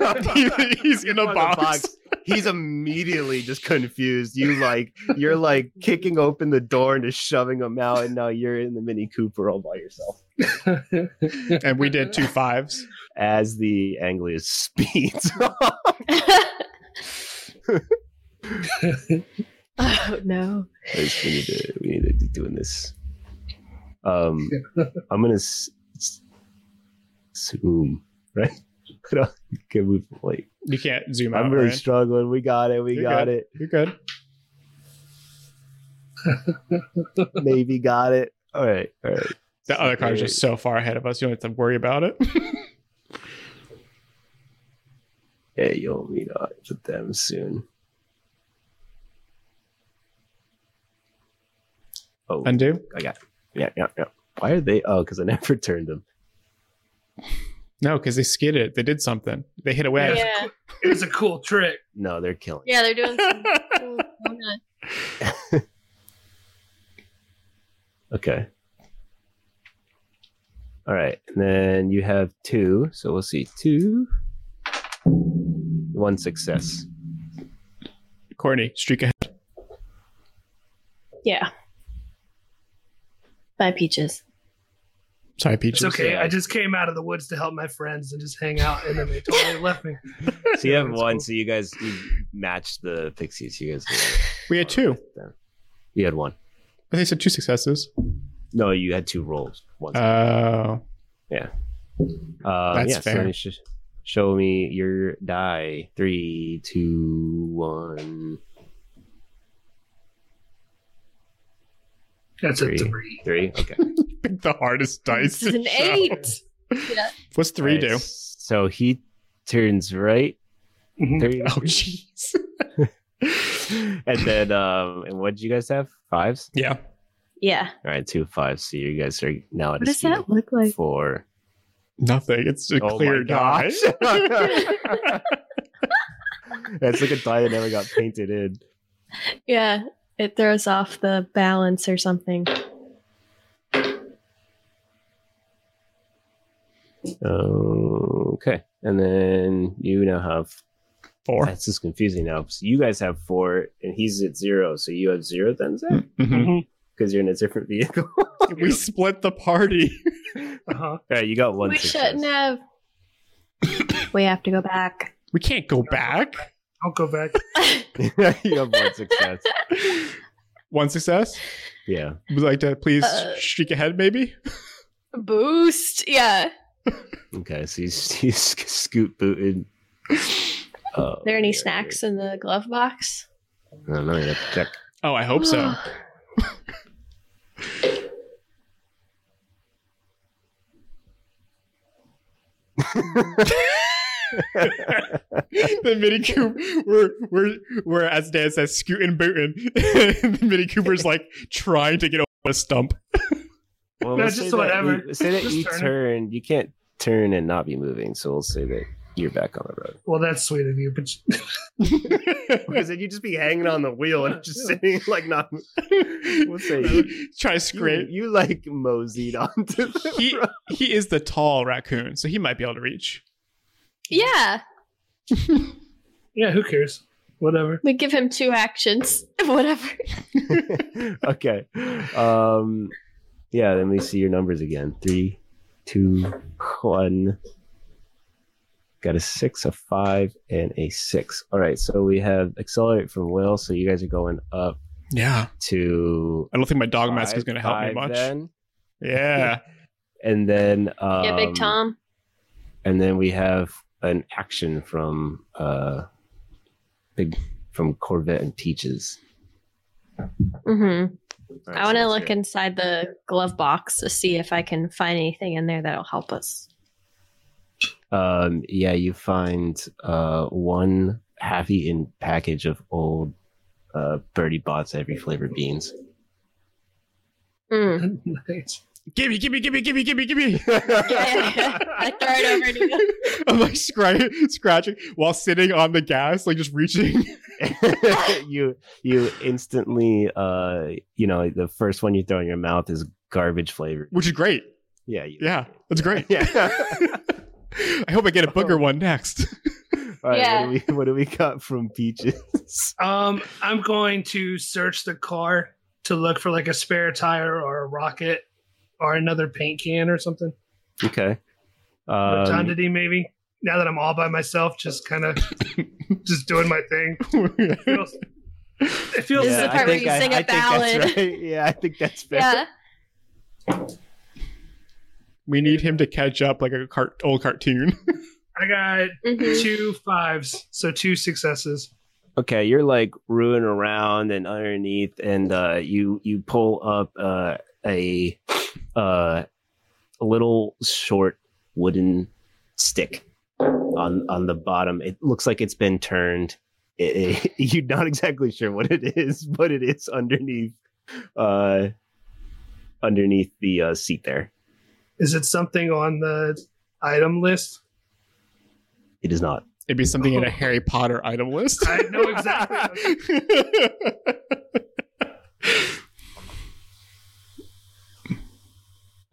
Speaker 1: He's in a
Speaker 2: on the
Speaker 1: box.
Speaker 2: He's immediately just confused. You like you're like kicking open the door and just shoving him out, and now you're in the Mini Cooper all by yourself.
Speaker 1: And we did two fives.
Speaker 2: As the Anglia speeds,
Speaker 4: oh, no.
Speaker 2: Guys, we need to we need to be doing this. Um, I'm gonna s- s- zoom right. Can we like?
Speaker 1: You can't zoom out.
Speaker 2: I'm really
Speaker 1: right?
Speaker 2: struggling. We got it. We
Speaker 1: You're
Speaker 2: got
Speaker 1: good.
Speaker 2: it.
Speaker 1: You're good.
Speaker 2: Maybe got it. All right. All right.
Speaker 1: The other car is just so far ahead of us. You don't have to worry about it.
Speaker 2: Yeah, you'll meet up with them soon. Oh,
Speaker 1: Undo.
Speaker 2: I got. Yeah, yeah, yeah. Why are they? Oh, because I never turned them.
Speaker 1: No, because they skidded. They did something. They hit a wedge.
Speaker 4: Yeah.
Speaker 3: It was a cool trick.
Speaker 2: No, they're killing.
Speaker 4: Yeah, they're doing some cool donut.
Speaker 2: Okay. All right, and then you have two. So we'll see two. One success.
Speaker 1: Courtney, streak ahead.
Speaker 4: Yeah. Bye, Peaches.
Speaker 1: Sorry,
Speaker 3: It's
Speaker 1: Peaches.
Speaker 3: okay. I just came out of the woods to help my friends and just hang out, and then they totally left me.
Speaker 2: So you have
Speaker 3: That's
Speaker 2: one.
Speaker 3: cool.
Speaker 2: So you guys you matched the pixies. You guys.
Speaker 1: We had two.
Speaker 2: You had one.
Speaker 1: But they said two successes.
Speaker 2: No, you had two rolls. One.
Speaker 1: Oh.
Speaker 2: Uh,
Speaker 1: That's
Speaker 2: yeah, so
Speaker 1: fair.
Speaker 2: it's just- Show me your die. Three, two, one,
Speaker 3: That's a
Speaker 2: Three.
Speaker 3: three.
Speaker 2: three. Okay.
Speaker 1: Pick the hardest dice.
Speaker 4: This is
Speaker 1: to
Speaker 4: an
Speaker 1: show.
Speaker 4: eight. Yeah.
Speaker 1: What's three
Speaker 2: Alright, So he turns right.
Speaker 1: do?
Speaker 3: Mhm.
Speaker 2: Thirty.
Speaker 1: Oh, jeez.
Speaker 2: and then, um, and what did you guys have? Fives.
Speaker 1: Yeah.
Speaker 4: Yeah.
Speaker 2: All right, two fives. So you guys are now at
Speaker 4: What
Speaker 2: a
Speaker 4: does
Speaker 2: speed
Speaker 4: that
Speaker 2: of
Speaker 4: look like?
Speaker 2: four.
Speaker 1: Nothing. It's a
Speaker 2: Oh my
Speaker 1: clear die.
Speaker 2: gosh. That's like a die that never got painted in.
Speaker 4: Yeah. It throws off the balance or something.
Speaker 2: Okay. And then you now have
Speaker 1: Four.
Speaker 2: That's just confusing now. So you guys have four, and he's at zero. So you have zero then, Zach,
Speaker 3: Mm-hmm.
Speaker 1: Mhm.
Speaker 2: because you're in a different vehicle.
Speaker 1: We split the party.
Speaker 3: Uh-huh.
Speaker 2: All right, you got one.
Speaker 4: we
Speaker 2: success.
Speaker 4: shouldn't have. we have to go back.
Speaker 1: We can't go back.
Speaker 3: I'll go back.
Speaker 2: you have one success.
Speaker 1: One success.
Speaker 2: Yeah.
Speaker 1: Would you like to please
Speaker 4: Uh,
Speaker 1: streak ahead, maybe?
Speaker 4: Boost. Yeah.
Speaker 2: Okay. So he's he's scoot booted. Oh,
Speaker 4: Are there any
Speaker 2: yeah,
Speaker 4: snacks in the glove box?
Speaker 2: yeah. I don't know. You have to check.
Speaker 1: Oh, I hope so. the Mini Cooper, we're, we're, we're, as Dan says, scooting booting. the Mini Cooper's like trying to get over a stump.
Speaker 2: Well,
Speaker 3: No,
Speaker 2: let's
Speaker 3: just
Speaker 2: say that
Speaker 3: whatever.
Speaker 2: you- say that
Speaker 3: Just
Speaker 2: you
Speaker 3: turn it.
Speaker 2: turn. You can't turn and not be moving. So we'll say that you're back on the road.
Speaker 3: Well, that's sweet of you, but
Speaker 2: Because then you'd just be hanging on the wheel and just sitting like not. We'll say
Speaker 1: Try to scrape.
Speaker 2: You, you like moseyed onto the
Speaker 1: He,
Speaker 2: road.
Speaker 1: he is the tall raccoon, so he might be able to reach.
Speaker 4: Yeah.
Speaker 3: yeah, who cares? Whatever.
Speaker 4: We give him two actions. Whatever.
Speaker 2: okay. Um, yeah. Let me see your numbers again. Three, two, one. Got a six, a five, and a six. All right. So we have accelerate from will. So you guys are going up
Speaker 1: Yeah.
Speaker 2: to.
Speaker 1: I don't think my dog mask
Speaker 2: five-
Speaker 1: is going to help me
Speaker 2: five
Speaker 1: much.
Speaker 2: then.
Speaker 1: Yeah.
Speaker 2: And then. Um,
Speaker 4: yeah, Big Tom.
Speaker 2: and then we have an action from uh big from corvette and peaches
Speaker 4: Mm-hmm. I want to look inside the glove box to see if I can find anything in there that'll help us.
Speaker 2: um yeah you find uh one half eaten package of old uh birdie bots every flavor beans
Speaker 4: Mm.
Speaker 3: nice.
Speaker 1: Gimme, gimme, gimme, gimme, gimme, gimme.
Speaker 4: yeah, yeah. I throw it over to you.
Speaker 1: I'm like scri- scratching while sitting on the gas, like just reaching.
Speaker 2: you you instantly uh you know the first one you throw in your mouth is garbage flavored
Speaker 1: Which is great.
Speaker 2: yeah you,
Speaker 1: Yeah, that's great.
Speaker 2: yeah Oh.
Speaker 1: I hope I get a booger one next.
Speaker 2: all right
Speaker 4: Yeah.
Speaker 2: what, do we, what do we got from peaches
Speaker 3: Um, I'm going to search the car to look for like a spare tire or a rocket or another paint can or something.
Speaker 2: Okay.
Speaker 3: Or a
Speaker 2: Um,
Speaker 3: Tondidee maybe. Now that I'm all by myself, just kind of just doing my thing. Feels- it feels
Speaker 4: This is
Speaker 2: I
Speaker 4: the part where
Speaker 2: think
Speaker 4: you sing a
Speaker 2: I think that's
Speaker 4: ballad.
Speaker 2: right. Yeah, I think that's fair.
Speaker 4: Yeah.
Speaker 1: we need him to catch up like a cart- old cartoon.
Speaker 3: I got
Speaker 4: Mhm.
Speaker 3: two fives, so two successes.
Speaker 2: Okay, you're like ruin around and underneath, and uh, you you pull up uh, a uh, a little short wooden stick on on the bottom. It looks like it's been turned. It, it, you're not exactly sure what it is, but it is underneath uh, underneath the uh, seat there.
Speaker 3: Is it something on the item list?
Speaker 2: It is not.
Speaker 1: It'd be something in
Speaker 2: Oh.
Speaker 1: a Harry Potter item list.
Speaker 3: I know exactly.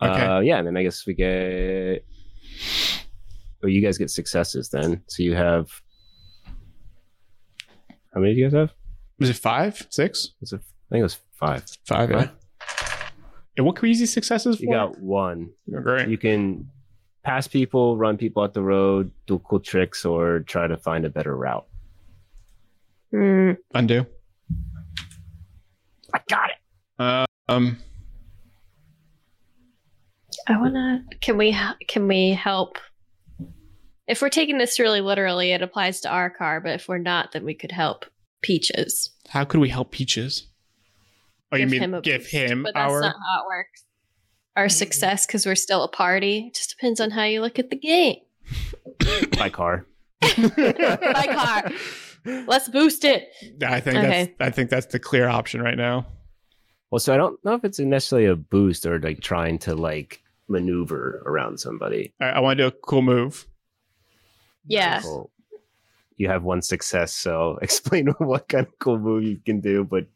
Speaker 1: Okay.
Speaker 2: Uh, yeah, and then I guess we get. Oh, you guys get successes then. So you have. How many do you guys have?
Speaker 1: Was it five, six,
Speaker 2: Was it? I think it was five.
Speaker 1: five? Yeah.
Speaker 2: Five.
Speaker 1: And what can we use these successes for?
Speaker 2: You got one.
Speaker 1: Great.
Speaker 2: You can pass people, run people out the road, do cool tricks, or try to find a better route.
Speaker 4: Mm.
Speaker 1: Undo.
Speaker 2: I got it.
Speaker 1: Uh, um.
Speaker 4: I wanna. Can we? h- Can we help? if we're taking this really literally, it applies to our car, but if we're not, then we could help Peaches.
Speaker 1: How could we help Peaches? Oh, you mean
Speaker 4: a
Speaker 1: give
Speaker 4: boost,
Speaker 1: him
Speaker 4: but that's
Speaker 1: our?
Speaker 4: not how it works. Our
Speaker 2: Mm-hmm.
Speaker 4: success, because we're still a party, it just depends on how you look at the game.
Speaker 2: My car.
Speaker 4: My car. Let's boost it.
Speaker 1: I think
Speaker 4: Okay.
Speaker 1: that's I think that's the clear option right now.
Speaker 2: Well, so I don't know if it's necessarily a boost or like trying to like maneuver around somebody.
Speaker 1: I, I want to do a cool move.
Speaker 4: Yeah.
Speaker 2: Cool. You have one success, so explain what kind of cool move you can do, but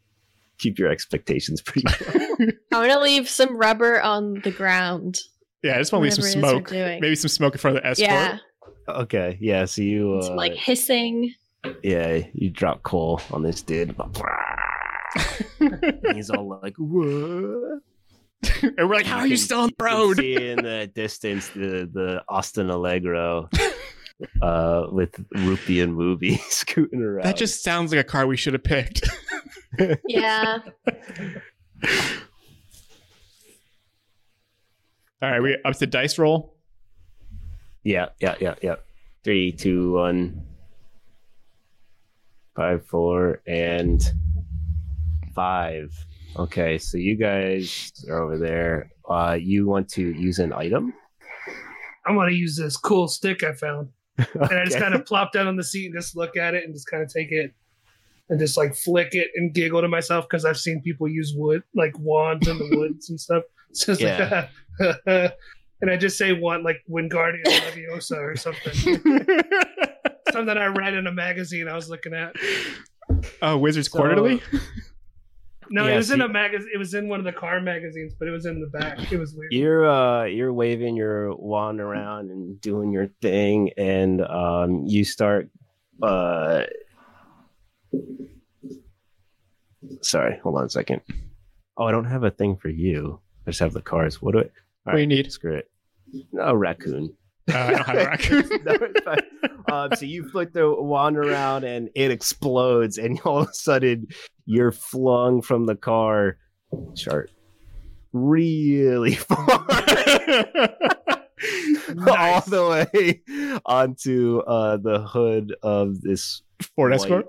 Speaker 2: keep your expectations pretty.
Speaker 4: I'm gonna leave some rubber on the ground.
Speaker 1: Yeah, I just want to leave some
Speaker 4: Whatever it is we're
Speaker 1: smoke.
Speaker 4: doing.
Speaker 1: Maybe some smoke in front of the escort.
Speaker 4: yeah,
Speaker 2: okay, yeah. So you,
Speaker 4: some,
Speaker 2: uh,
Speaker 4: like hissing.
Speaker 2: yeah, you drop coal on this dude. He's all like, "What?"
Speaker 1: And we're like, how are you
Speaker 2: can-
Speaker 1: still on the
Speaker 2: you can
Speaker 1: road?
Speaker 2: see in the distance the the Austin Allegro uh, with Rupee and Movie scooting around.
Speaker 1: That just sounds like a car we should have picked.
Speaker 4: Yeah,
Speaker 1: All right, we up to dice roll.
Speaker 2: yeah, yeah, yeah, yeah. Three, two, one, five, four, and five. Okay, so you guys are over there. Uh, you want to use an item?
Speaker 3: I'm gonna use this cool stick I found. And I just
Speaker 2: Okay.
Speaker 3: kind of plop down on the seat and just look at it and just kind of take it and just like flick it and giggle to myself because I've seen people use wood like wands in the woods and stuff. So it's
Speaker 2: Yeah.
Speaker 3: like, and I just say one like Wingardium Leviosa or something. something I read in a magazine I was looking at.
Speaker 1: Oh, Wizards
Speaker 2: So-
Speaker 1: Quarterly.
Speaker 3: No,
Speaker 2: Yeah,
Speaker 3: it was in
Speaker 2: see-
Speaker 3: a magazine. It was in one of the car magazines, but it was in the back. It was weird.
Speaker 2: you're uh you're waving your wand around and doing your thing and um you start uh sorry hold on a second oh i don't have a thing for you i just have the cars what do i
Speaker 1: What do you need?
Speaker 2: screw it no raccoon
Speaker 1: Uh, I don't have a raccoon.
Speaker 2: no, it's fine. um, so you flick the wand around and it explodes, and all of a sudden you're flung from the car chart really far. All the way onto uh, the hood of this
Speaker 1: Ford
Speaker 2: White.
Speaker 1: Escort.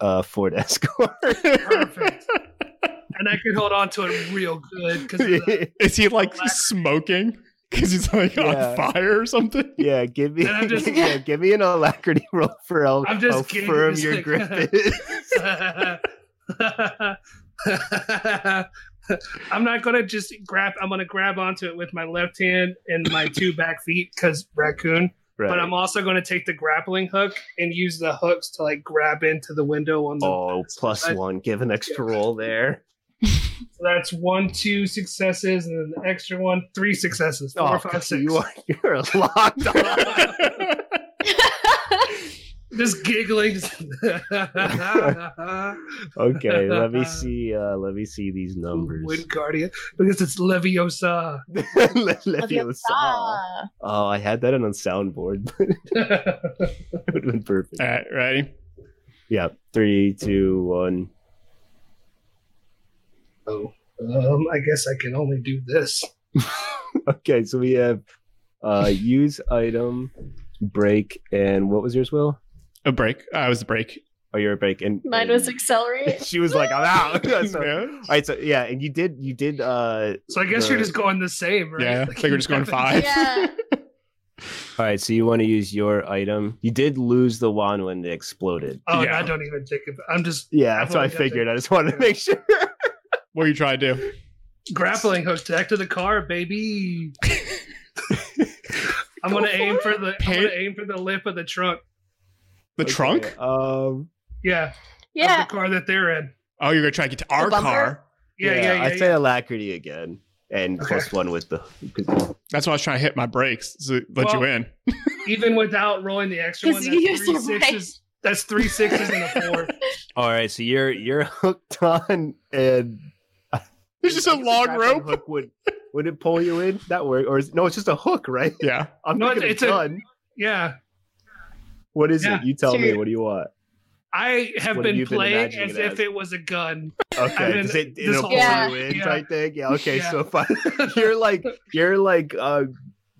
Speaker 2: uh, Ford Escort.
Speaker 3: Perfect. and I could hold on to it real good because then
Speaker 1: Is he like smoking? Because he's like
Speaker 2: Yeah.
Speaker 1: on fire or something.
Speaker 2: yeah, give me
Speaker 3: And I'm just-
Speaker 2: yeah, give me an alacrity roll for how,
Speaker 3: I'm just
Speaker 2: how
Speaker 3: kidding.
Speaker 2: firm
Speaker 3: It's
Speaker 2: your
Speaker 3: like-
Speaker 2: grip is.
Speaker 3: I'm not gonna just grab. I'm gonna grab onto it with my left hand and my two back feet because raccoon.
Speaker 2: Right.
Speaker 3: But I'm also gonna take the grappling hook and use the hooks to like grab into the window on the.
Speaker 2: oh, plus
Speaker 3: I-
Speaker 2: one. Give an extra roll there.
Speaker 3: So that's one, two successes, and then the extra one, three successes.
Speaker 2: Oh,
Speaker 3: Four, five, six.
Speaker 2: You are you're locked on.
Speaker 3: just giggling. just-
Speaker 2: okay, let me see. Uh, let me see these numbers.
Speaker 3: Wind Guardian, because it's Leviosa.
Speaker 2: Le- Leviosa.
Speaker 4: Ah.
Speaker 2: Oh, I had that on a soundboard. it would have been perfect.
Speaker 1: All right, ready?
Speaker 2: Yeah, three, two, one.
Speaker 3: oh, um, I guess I can only do this.
Speaker 2: Okay, so we have uh, use item, break, and what was yours, Will?
Speaker 1: A break. I was a break.
Speaker 2: Oh, you're a break. And
Speaker 4: Mine
Speaker 2: and-
Speaker 4: was accelerate.
Speaker 2: She was like, "I'm out." So- all
Speaker 1: yeah.
Speaker 2: right, so yeah, and you did. You did. Uh,
Speaker 3: So I guess
Speaker 2: The-
Speaker 3: you're just going the same, right?
Speaker 1: Yeah, like we're just going five.
Speaker 4: yeah,
Speaker 2: all right, so you want to use your item. You did lose the wand when it exploded.
Speaker 3: Oh,
Speaker 1: Yeah.
Speaker 3: I don't even think of. I'm just
Speaker 2: Yeah, that's
Speaker 3: I've
Speaker 2: what I
Speaker 3: only got the-
Speaker 2: figured. I just wanted to make sure.
Speaker 1: What are you trying to do?
Speaker 3: grappling hook back to the car, baby. I'm gonna aim for the. I'm
Speaker 1: Pan-
Speaker 3: gonna aim for the lip of the trunk.
Speaker 1: The
Speaker 2: Okay,
Speaker 1: trunk?
Speaker 2: Um,
Speaker 3: Yeah, of
Speaker 4: yeah.
Speaker 3: the car that they're in.
Speaker 1: Oh, you're gonna try to get to our
Speaker 4: bumper?
Speaker 1: car.
Speaker 3: Yeah, yeah, yeah.
Speaker 2: I
Speaker 3: yeah.
Speaker 2: say alacrity again, and
Speaker 3: Okay.
Speaker 2: plus one with the. 'cause-
Speaker 1: That's why I was trying to hit my brakes to let you
Speaker 3: Well-
Speaker 1: in.
Speaker 3: Even without rolling the extra one,
Speaker 4: 'Cause
Speaker 3: that's
Speaker 4: you used
Speaker 3: three
Speaker 4: your right.
Speaker 3: sixes. That's three sixes and a four.
Speaker 2: All right, so you're you're hooked on, and
Speaker 1: There's just a
Speaker 2: I guess
Speaker 1: long
Speaker 2: grappling
Speaker 1: rope.
Speaker 2: Hook would would it pull you in? That work or is, no? It's just a hook, right?
Speaker 1: Yeah.
Speaker 2: I'm
Speaker 3: No,
Speaker 2: not
Speaker 3: it's-
Speaker 2: gonna
Speaker 3: it's a-
Speaker 2: gun.
Speaker 3: Yeah.
Speaker 2: What is
Speaker 3: yeah,
Speaker 2: it? You tell
Speaker 4: so
Speaker 2: me.
Speaker 4: you're-
Speaker 2: What do you want?
Speaker 3: I have
Speaker 2: What have
Speaker 3: been
Speaker 2: you been
Speaker 3: playing
Speaker 2: imagining
Speaker 3: as
Speaker 2: it
Speaker 3: if
Speaker 2: as?
Speaker 3: it was a gun.
Speaker 2: Okay,
Speaker 3: I've been-
Speaker 2: does it
Speaker 3: this
Speaker 2: it'll
Speaker 3: whole
Speaker 2: pull
Speaker 4: time-
Speaker 2: you in
Speaker 3: Yeah.
Speaker 2: type thing? Yeah. Okay,
Speaker 3: Yeah.
Speaker 2: so if I, you're like you're like uh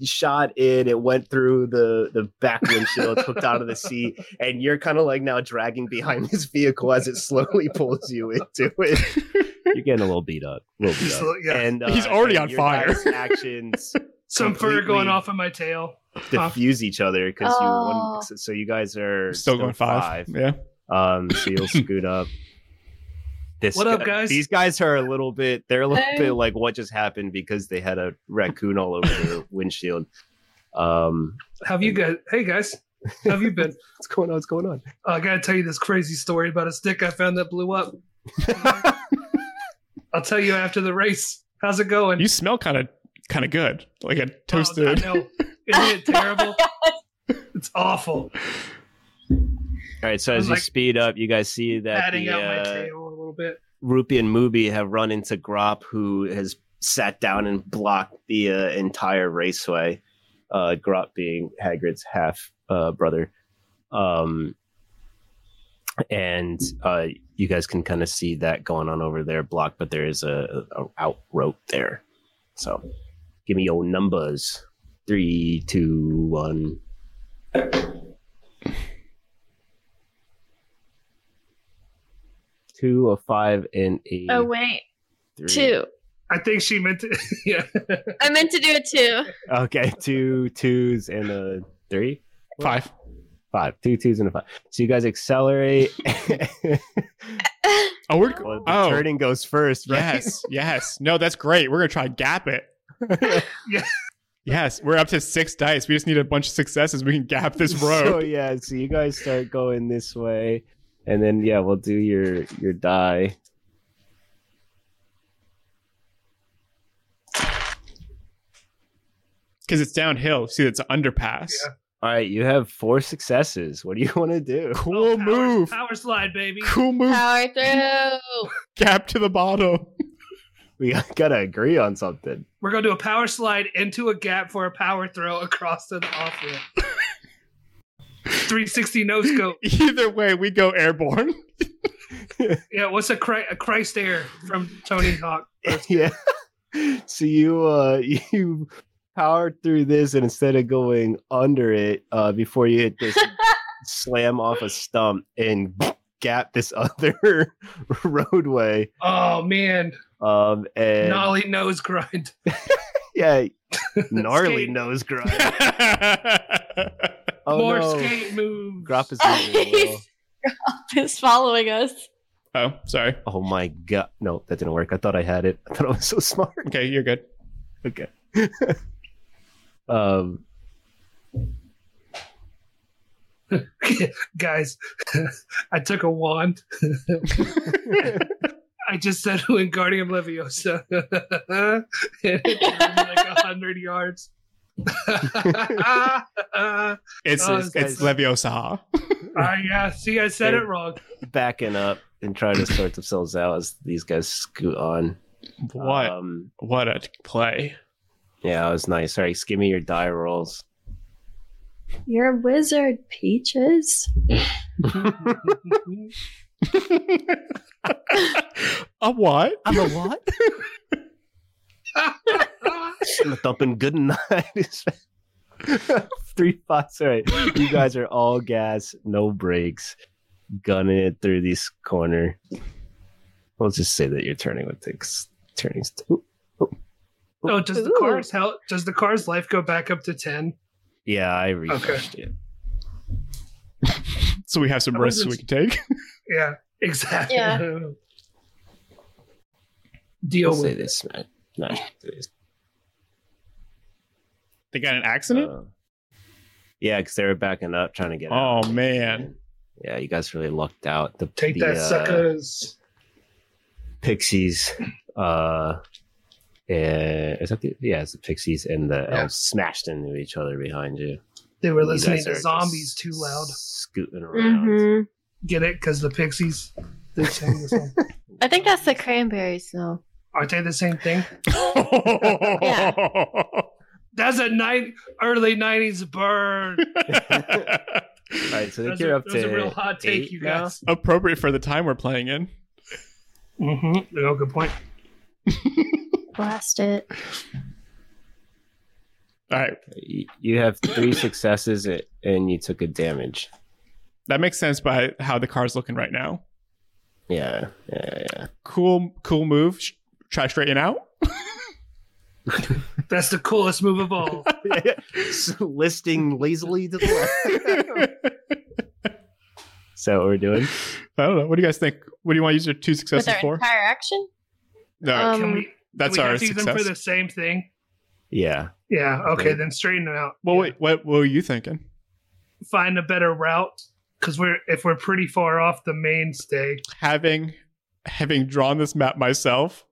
Speaker 2: shot in. It went through the the back windshield, hooked out of the seat, and you're kind of like now dragging behind this vehicle as it slowly pulls you into it. You're getting a little beat up. A little beat
Speaker 3: Just
Speaker 2: up.
Speaker 3: look- yeah.
Speaker 2: And uh,
Speaker 1: He's already
Speaker 2: and
Speaker 1: on
Speaker 2: your
Speaker 1: fire.
Speaker 2: guys' actions
Speaker 3: Some fur
Speaker 2: completely-
Speaker 3: going off in my tail.
Speaker 2: diffuse each other because you.
Speaker 4: Oh.
Speaker 2: One, so, so you guys are
Speaker 1: Still going five. Yeah.
Speaker 2: Um, so you'll scoot up. This
Speaker 3: What up,
Speaker 2: guy-
Speaker 3: guys?
Speaker 2: These guys are a little bit. They're a little
Speaker 4: Hey.
Speaker 2: bit like what just happened because they had a raccoon all over their windshield. Um,
Speaker 3: Have you guys? Hey guys, how have you been?
Speaker 2: what's going on? What's going on?
Speaker 3: Uh, I gotta tell you this crazy story about a stick I found that blew up. I'll tell you after the race. How's it going?
Speaker 1: You smell kind of kind of good, like a
Speaker 3: Oh, I
Speaker 1: toasted. Oh
Speaker 3: know. Isn't it terrible? it's awful.
Speaker 2: All right. So as
Speaker 3: Like-
Speaker 2: you speed up, you guys see that
Speaker 3: Padding
Speaker 2: the,
Speaker 3: out my
Speaker 2: uh,
Speaker 3: tail a little bit.
Speaker 2: Rupi and Mubi have run into Grop, who has sat down and blocked the uh, entire raceway. Uh, Grop being Hagrid's half uh, brother, um, and uh, you guys can kind of see that going on over there, blocked. But there is a, a out rope there, so give me your numbers: three, two, one. Two, a five, and a
Speaker 4: Oh wait,
Speaker 2: three.
Speaker 4: two.
Speaker 3: I think she meant to. yeah.
Speaker 4: I meant to do it too.
Speaker 2: Okay, two twos and a three,
Speaker 1: Five.
Speaker 2: five, two twos and a five. So you guys accelerate.
Speaker 1: Oh, we're
Speaker 2: well, the
Speaker 1: oh
Speaker 2: turning goes first, right?
Speaker 1: yes, yes. No, that's great. We're gonna try to gap it.
Speaker 3: Yeah.
Speaker 1: Yes, we're up to six dice. We just need a bunch of successes. We can gap this
Speaker 2: So
Speaker 1: road.
Speaker 2: yeah, so you guys start going this way, and then yeah, we'll do your your die.
Speaker 1: because it's downhill. See, it's an underpass.
Speaker 3: Yeah.
Speaker 2: All right, you have four successes. What do you want to do?
Speaker 1: Cool
Speaker 3: Oh, Power-
Speaker 1: move.
Speaker 3: Power slide, baby.
Speaker 1: Cool move.
Speaker 4: Power through.
Speaker 1: Gap to the bottom.
Speaker 2: We gotta agree on something.
Speaker 3: We're gonna do a power slide into a gap for a power throw across the off ramp. 360 no scope.
Speaker 1: Either way, we go airborne.
Speaker 3: Yeah, what's a, Chri- a Christ air from Tony Hawk?
Speaker 2: yeah. So you uh you powered through this, and instead of going under it uh before you hit this, slam off a stump and gap this other roadway.
Speaker 3: Oh man,
Speaker 2: Um and
Speaker 3: gnarly nose grind.
Speaker 2: yeah, gnarly
Speaker 3: Skate.
Speaker 2: nose grind.
Speaker 1: That's
Speaker 2: Oh,
Speaker 3: More
Speaker 2: no.
Speaker 3: skate moves.
Speaker 2: Grop is moving well.
Speaker 4: It's following us.
Speaker 1: oh, sorry.
Speaker 2: Oh my god! No, that didn't work. I thought I had it. I thought I was so smart.
Speaker 1: Okay, you're good.
Speaker 2: Okay. um.
Speaker 3: Guys, I took a wand. I just said Wingardium Leviosa. and it threw me like 100 yards. ah,
Speaker 1: It's
Speaker 3: Oh,
Speaker 1: it's,
Speaker 3: this
Speaker 1: it's Leviosa.
Speaker 3: yeah, see, I said it wrong.
Speaker 2: backing up and trying to sort themselves out as these guys scoot on.
Speaker 1: What
Speaker 2: Um,
Speaker 1: what a play.
Speaker 2: yeah, it was nice. All right, just give me your die rolls.
Speaker 4: You're a wizard, Peaches.
Speaker 1: a what?
Speaker 2: I'm a what?
Speaker 3: Ah,
Speaker 2: I'm a thumping good night. Three fives. All right, you guys are all gas, no brakes, gunning it through this corner. Let's just say that you're turning with takes turnings. Ooh,
Speaker 3: oh, does the car's help? Does the car's life go back up to 10?
Speaker 2: Yeah, I refreshed it.
Speaker 1: So we have some
Speaker 3: I
Speaker 1: risks we
Speaker 3: wasn't-
Speaker 1: can take.
Speaker 3: Yeah, exactly.
Speaker 4: Yeah.
Speaker 3: Deal
Speaker 2: say
Speaker 3: with it.
Speaker 2: this, man. No, this,
Speaker 1: They got an accident?
Speaker 2: uh, yeah, because they were backing up, trying to get. out.
Speaker 1: oh man.
Speaker 2: Yeah, you guys really lucked out. The
Speaker 3: Take
Speaker 2: the,
Speaker 3: that,
Speaker 2: uh,
Speaker 3: suckers.
Speaker 2: Pixies. Uh, and is that the yeah? It's the Pixies and the
Speaker 3: Yeah.
Speaker 2: elves smashed into each other behind you.
Speaker 3: They were
Speaker 2: You
Speaker 3: listening
Speaker 2: guys
Speaker 3: to
Speaker 2: are
Speaker 3: zombies
Speaker 2: just
Speaker 3: too loud.
Speaker 2: Scooting around.
Speaker 4: hmm
Speaker 3: Get it? Because the Pixies, they sang the song.
Speaker 4: I think that's the cranberries, though.
Speaker 3: Aren't they the same thing? That's a night early '90s burn.
Speaker 2: All right, so I think
Speaker 3: That's
Speaker 2: you're
Speaker 3: a,
Speaker 2: up
Speaker 3: that's
Speaker 2: to
Speaker 3: a real hot
Speaker 2: eight
Speaker 3: take, you
Speaker 2: now?
Speaker 3: guys.
Speaker 1: Appropriate for the time we're playing in.
Speaker 3: Mm-hmm. No, good point.
Speaker 4: Blast it.
Speaker 1: All right.
Speaker 2: Y- You have three successes a- and you took a damage.
Speaker 1: That makes sense by how the car's looking right now.
Speaker 2: Yeah, yeah, yeah.
Speaker 1: Cool, cool move. Sh- Try straightening out.
Speaker 3: That's the coolest move of all.
Speaker 2: listing lazily to the left. Is that what we're doing?
Speaker 1: I don't know. What do you guys think? What do you want to use your two
Speaker 4: With
Speaker 1: successes
Speaker 4: our
Speaker 1: for?
Speaker 4: entire action?
Speaker 1: No,
Speaker 4: Um,
Speaker 3: Can we?
Speaker 1: that's
Speaker 3: we
Speaker 1: our
Speaker 3: have to use them
Speaker 1: success.
Speaker 3: for the same thing.
Speaker 2: Yeah.
Speaker 3: Yeah. Okay.
Speaker 2: Yeah.
Speaker 3: Then straighten them out.
Speaker 1: Well,
Speaker 3: Yeah.
Speaker 1: wait. What, what were you thinking?
Speaker 3: Find a better route because we're if we're pretty far off the mainstay.
Speaker 1: Having having drawn this map myself,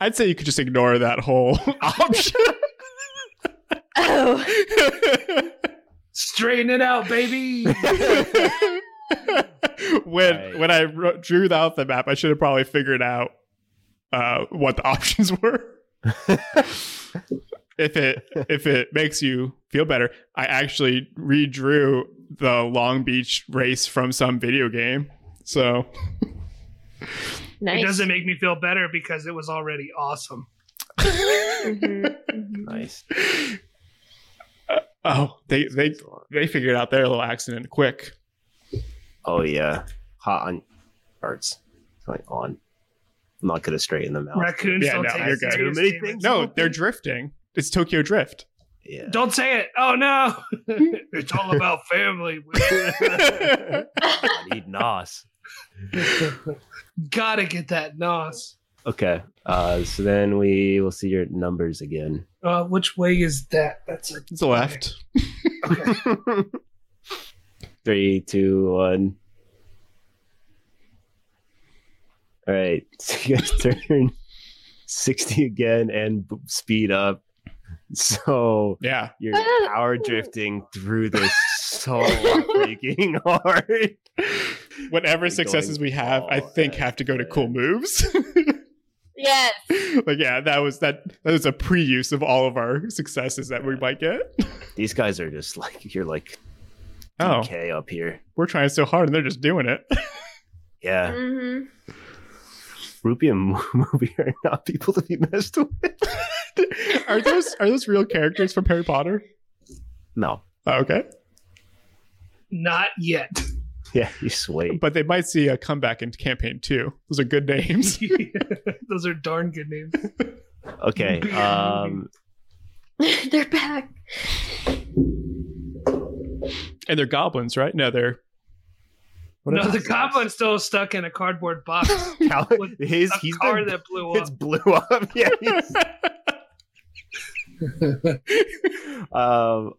Speaker 1: I'd say you could just ignore that whole option.
Speaker 4: Oh,
Speaker 3: Straighten it out, baby.
Speaker 1: when
Speaker 2: Right.
Speaker 1: when I wrote- drew out the map, I should have probably figured out uh, what the options were. if it if it makes you feel better, I actually redrew the Long Beach race from some video game. So
Speaker 4: nice.
Speaker 3: It doesn't make me feel better because it was already awesome.
Speaker 4: Mhm, mhm.
Speaker 2: Nice.
Speaker 1: oh, they they they figured out their little accident quick.
Speaker 2: Oh yeah. Hot on arts. It's Like on. I'm not gonna straighten them out.
Speaker 3: Raccoon
Speaker 1: Yeah,
Speaker 3: still
Speaker 1: no,
Speaker 3: takes
Speaker 1: you're good.
Speaker 3: serious
Speaker 2: Too many
Speaker 3: damage.
Speaker 2: things?
Speaker 1: No, they're drifting. It's Tokyo Drift.
Speaker 2: Yeah.
Speaker 3: Don't say it. Oh no. it's all about family.
Speaker 4: Mm-hmm.
Speaker 2: I need Nos.
Speaker 3: Gotta get that nos.
Speaker 2: Okay. Uh so then we will see your numbers again.
Speaker 3: Uh, which way is that? That's it.
Speaker 1: It's left.
Speaker 3: Okay.
Speaker 2: Three, two, one. All right, so you guys turn sixty again and b- speed up. So
Speaker 1: Yeah.
Speaker 2: you're power drifting through this so freaking hard.
Speaker 1: Whatever
Speaker 2: You're
Speaker 1: successes
Speaker 2: going
Speaker 1: we have, I
Speaker 2: all
Speaker 1: think
Speaker 2: out
Speaker 1: have to go to
Speaker 2: there.
Speaker 1: cool moves.
Speaker 4: Yes.
Speaker 1: like yeah, that was that that was a pre-use of all of our successes that we might get.
Speaker 2: These guys are just like you're like
Speaker 1: Oh,
Speaker 2: okay up here.
Speaker 1: we're trying so hard and they're just doing it.
Speaker 2: Yeah,
Speaker 4: hmm
Speaker 2: Ruby and Movie are not people to be messed with.
Speaker 1: are those are those real characters from Harry Potter?
Speaker 2: No,
Speaker 1: Oh, okay.
Speaker 3: Not yet.
Speaker 2: yeah, you sway.
Speaker 1: But they might see a comeback in campaign two. Those are good names.
Speaker 3: Those are darn good names.
Speaker 2: Okay, um,
Speaker 4: They're back.
Speaker 1: And they're goblins, right? No, they're
Speaker 3: no, the goblin's still stuck in a cardboard box.
Speaker 2: Cal-
Speaker 3: With
Speaker 2: his
Speaker 3: a
Speaker 2: he's
Speaker 3: car
Speaker 2: been,
Speaker 3: that blew up.
Speaker 2: it's blew up. Yeah. he's- um.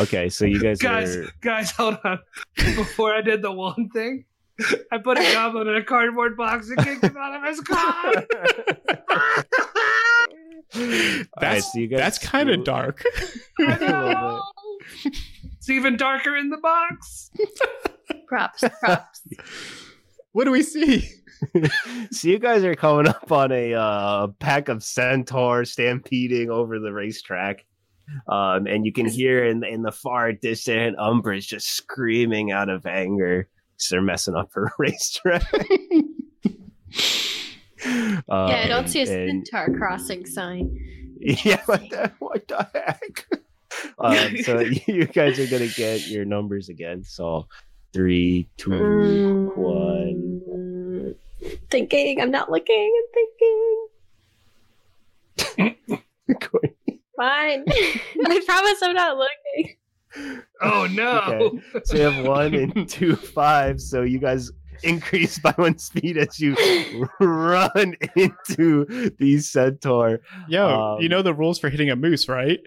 Speaker 2: Okay, so you guys,
Speaker 3: Guys.
Speaker 2: are
Speaker 3: Guys, hold on. Before I did the one thing, I put a goblin in a cardboard box and kicked him out of his car.
Speaker 1: that's
Speaker 2: Alright, so you guys
Speaker 1: that's kind
Speaker 2: do-
Speaker 1: of dark.
Speaker 3: I know.
Speaker 2: little
Speaker 3: It's even darker in the box.
Speaker 4: Props. Props.
Speaker 1: What do we see?
Speaker 2: bit. so you guys are coming up on a uh, pack of centaurs stampeding over the racetrack, um, and you can hear in in the far distant Umbridge just screaming out of anger. 'cause They're messing up her racetrack. yeah,
Speaker 4: yeah, I don't see a centaur crossing sign.
Speaker 2: Um, Yeah, what the, what the heck? Um, so you guys are gonna get your numbers again. So three, two, one.
Speaker 4: Mm, Thinking. I'm not looking. I'm thinking. Fine. I promise I'm not looking.
Speaker 3: Oh no.
Speaker 2: Okay. so you have one and two five. So you guys increase by one speed as you run into the centaur.
Speaker 1: Yo,
Speaker 2: Um,
Speaker 1: you know the rules for hitting a moose, right?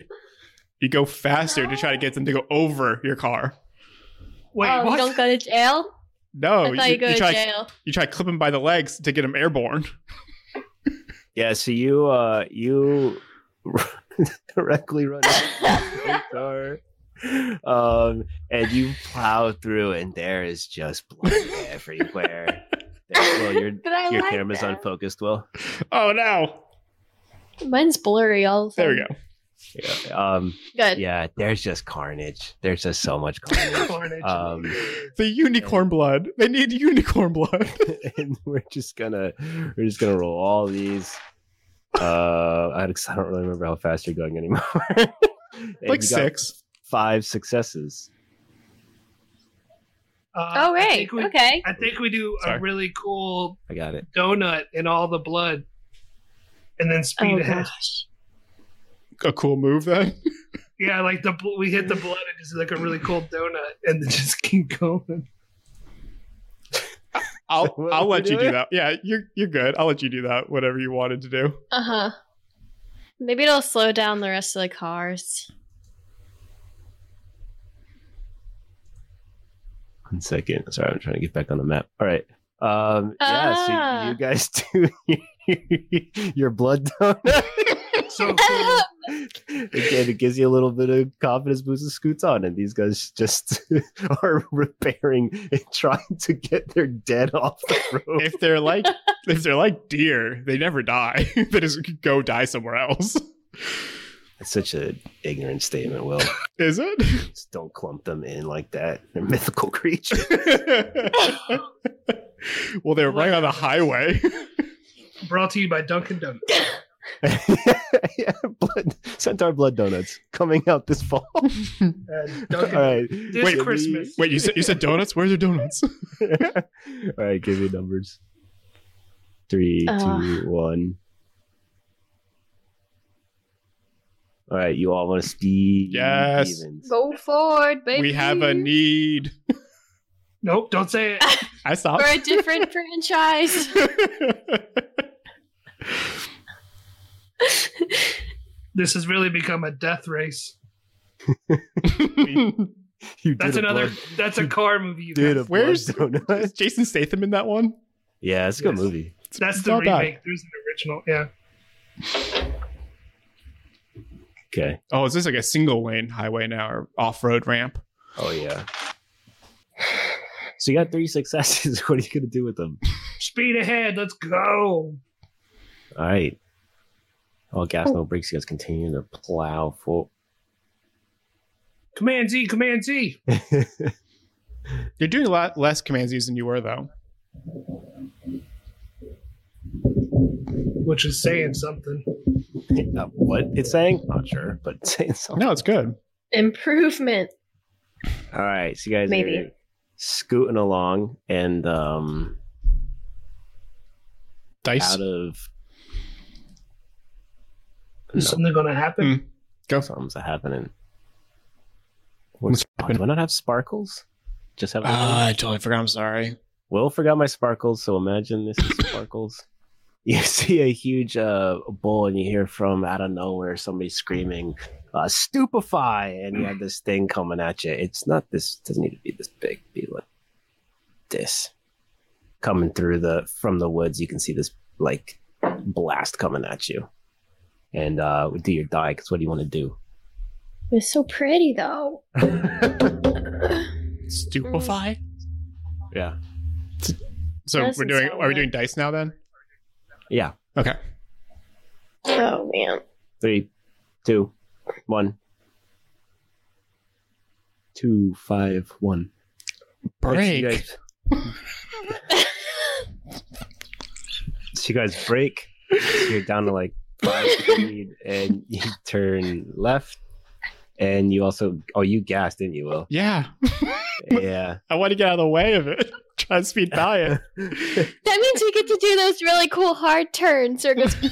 Speaker 1: You go faster to try to get them to go over your car.
Speaker 3: Wait,
Speaker 4: oh, you
Speaker 3: what?
Speaker 4: don't go to jail?
Speaker 1: No,
Speaker 4: I thought you, go to
Speaker 1: try
Speaker 4: jail.
Speaker 1: Oh, you try to clip them by the legs to get them airborne.
Speaker 2: Yeah. So you uh you directly run into the centaur. Um, and you plow through, and there is just blood everywhere. There, well, your
Speaker 4: But I
Speaker 2: your
Speaker 4: like
Speaker 2: camera's
Speaker 4: that.
Speaker 2: unfocused. Will.
Speaker 1: Oh no!
Speaker 4: Mine's blurry all the
Speaker 1: There we
Speaker 4: time.
Speaker 1: go.
Speaker 2: Yeah, um,
Speaker 4: Good.
Speaker 2: yeah. There's just carnage. There's just so much carnage.
Speaker 3: Carnage.
Speaker 2: Um,
Speaker 1: The unicorn blood. They need unicorn blood.
Speaker 2: and we're just gonna we're just gonna roll all these. Uh, I don't I don't really remember how fast you're going anymore. And
Speaker 1: like
Speaker 2: you got
Speaker 1: six.
Speaker 2: Five successes.
Speaker 3: Uh,
Speaker 4: oh,
Speaker 3: I
Speaker 4: right.
Speaker 3: think we-
Speaker 4: okay.
Speaker 3: I think we do
Speaker 1: Sorry.
Speaker 3: a really cool
Speaker 2: I got it.
Speaker 3: donut in all the blood, and then speed
Speaker 4: Oh,
Speaker 3: ahead.
Speaker 4: gosh.
Speaker 1: A cool move then.
Speaker 3: Yeah, like the bl- we hit the blood and just like a really cool donut, and then just keep going.
Speaker 1: I'll
Speaker 2: What
Speaker 1: I'll
Speaker 2: was
Speaker 1: let
Speaker 2: he
Speaker 1: you do
Speaker 2: doing?
Speaker 1: that. Yeah, you're you're good. I'll let you do that. Whatever you wanted to do.
Speaker 4: Uh huh. Maybe it'll slow down the rest of the cars.
Speaker 2: One second. Sorry, I'm trying to get back on the map. All right. Um,
Speaker 4: Ah.
Speaker 2: Yeah, so you guys do your blood donut.
Speaker 3: So cool.
Speaker 4: All
Speaker 2: Again, it gives you a little bit of confidence boost and scoots on, and these guys just are repairing and trying to get their dead off the road.
Speaker 1: If they're like if they're like deer, they never die. they just go die somewhere else.
Speaker 2: It's such an ignorant statement, Will.
Speaker 1: Is it?
Speaker 2: Just don't clump them in like that. They're mythical creatures.
Speaker 1: well, they're running on the highway.
Speaker 3: brought to you by Dunkin' Donuts.
Speaker 2: yeah, blood, centaur blood donuts coming out this fall. All
Speaker 3: And Dunkin'
Speaker 2: right.
Speaker 3: This
Speaker 1: Wait,
Speaker 3: Christmas.
Speaker 1: Wait, you said you said donuts? Where's your donuts?
Speaker 2: All right, give me numbers. Three, two,
Speaker 4: Uh.
Speaker 2: one. All right, you all want to speed?
Speaker 1: Yes.
Speaker 2: evens.
Speaker 4: Go forward, baby.
Speaker 1: We have a need.
Speaker 3: Nope, don't say it.
Speaker 1: I stopped.
Speaker 4: for a different franchise.
Speaker 3: This has really become a death race.
Speaker 2: You did
Speaker 3: That's
Speaker 2: a
Speaker 3: another.
Speaker 2: blood-
Speaker 3: That's a car movie. You
Speaker 2: Did
Speaker 3: guys.
Speaker 2: a blood
Speaker 1: Where's- Is
Speaker 2: donut?
Speaker 1: Jason Statham in that one?
Speaker 2: Yeah, it's a good
Speaker 3: Yes.
Speaker 2: movie.
Speaker 1: It's
Speaker 3: That's the
Speaker 1: not bad.
Speaker 3: remake. There's an original. Yeah.
Speaker 2: Okay.
Speaker 1: Oh, is this like a single lane highway now or off road ramp?
Speaker 2: Oh yeah. So you got three successes. What are you gonna do with them?
Speaker 3: Speed ahead. Let's go.
Speaker 2: All right. All gas, no brakes. You guys continue to plow full.
Speaker 3: Command Z. Command Z.
Speaker 1: You're doing a lot less command Z's than you were though.
Speaker 3: Which is saying something.
Speaker 2: Uh, what it's saying? Not sure, but it's saying something.
Speaker 1: No, it's good.
Speaker 4: Improvement.
Speaker 2: All right, so you guys
Speaker 4: Maybe.
Speaker 2: are scooting along, and um,
Speaker 1: Dice.
Speaker 2: out of
Speaker 3: Is something going to happen?
Speaker 1: Mm. Go.
Speaker 2: something's happening.
Speaker 1: What's
Speaker 2: What's oh, do I not have sparkles? Just have.
Speaker 1: Ah, I totally forgot. I'm sorry.
Speaker 2: Will forgot my sparkles, so imagine this is sparkles. You see a huge uh, bull, and you hear from out of nowhere somebody screaming, uh, "Stupefy!" And you have this thing coming at you. It's not this; doesn't need to be this big. Be like this coming through the from the woods. You can see this like blast coming at you, and uh, do your die. Because what do you want to do?
Speaker 4: It's so pretty though.
Speaker 1: Stupefy.
Speaker 2: Yeah,
Speaker 1: So
Speaker 4: Doesn't
Speaker 1: we're doing.
Speaker 4: sound
Speaker 1: Are we doing
Speaker 4: good.
Speaker 1: dice now then?
Speaker 2: yeah.
Speaker 1: Okay.
Speaker 4: Oh man.
Speaker 2: Three, two, one. Two, five, one.
Speaker 1: Break.
Speaker 2: So you guys, so you guys break. So you're down to like five speed, and you turn left. And you also, oh, you gassed, didn't you, Will?
Speaker 1: Yeah,
Speaker 2: Yeah.
Speaker 1: I want to get out of the way of it. Try to speed by it.
Speaker 4: That means we get to do those really cool hard turns or it goes "Ee!"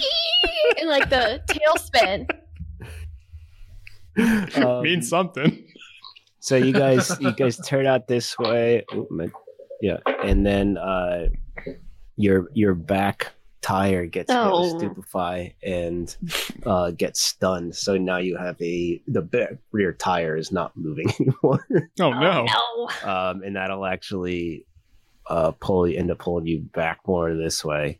Speaker 4: and like the tailspin.
Speaker 2: Um,
Speaker 1: Means something.
Speaker 2: So you guys, you guys turn out this way. Oop, my- yeah, and then uh, your your back tire gets hit
Speaker 4: Oh.
Speaker 2: with stupefy and uh, gets stunned. So now you have a the ba- rear tire is not moving anymore,
Speaker 1: Oh no.
Speaker 4: No.
Speaker 2: um, and that'll actually uh, pull you end up pulling you back more this way.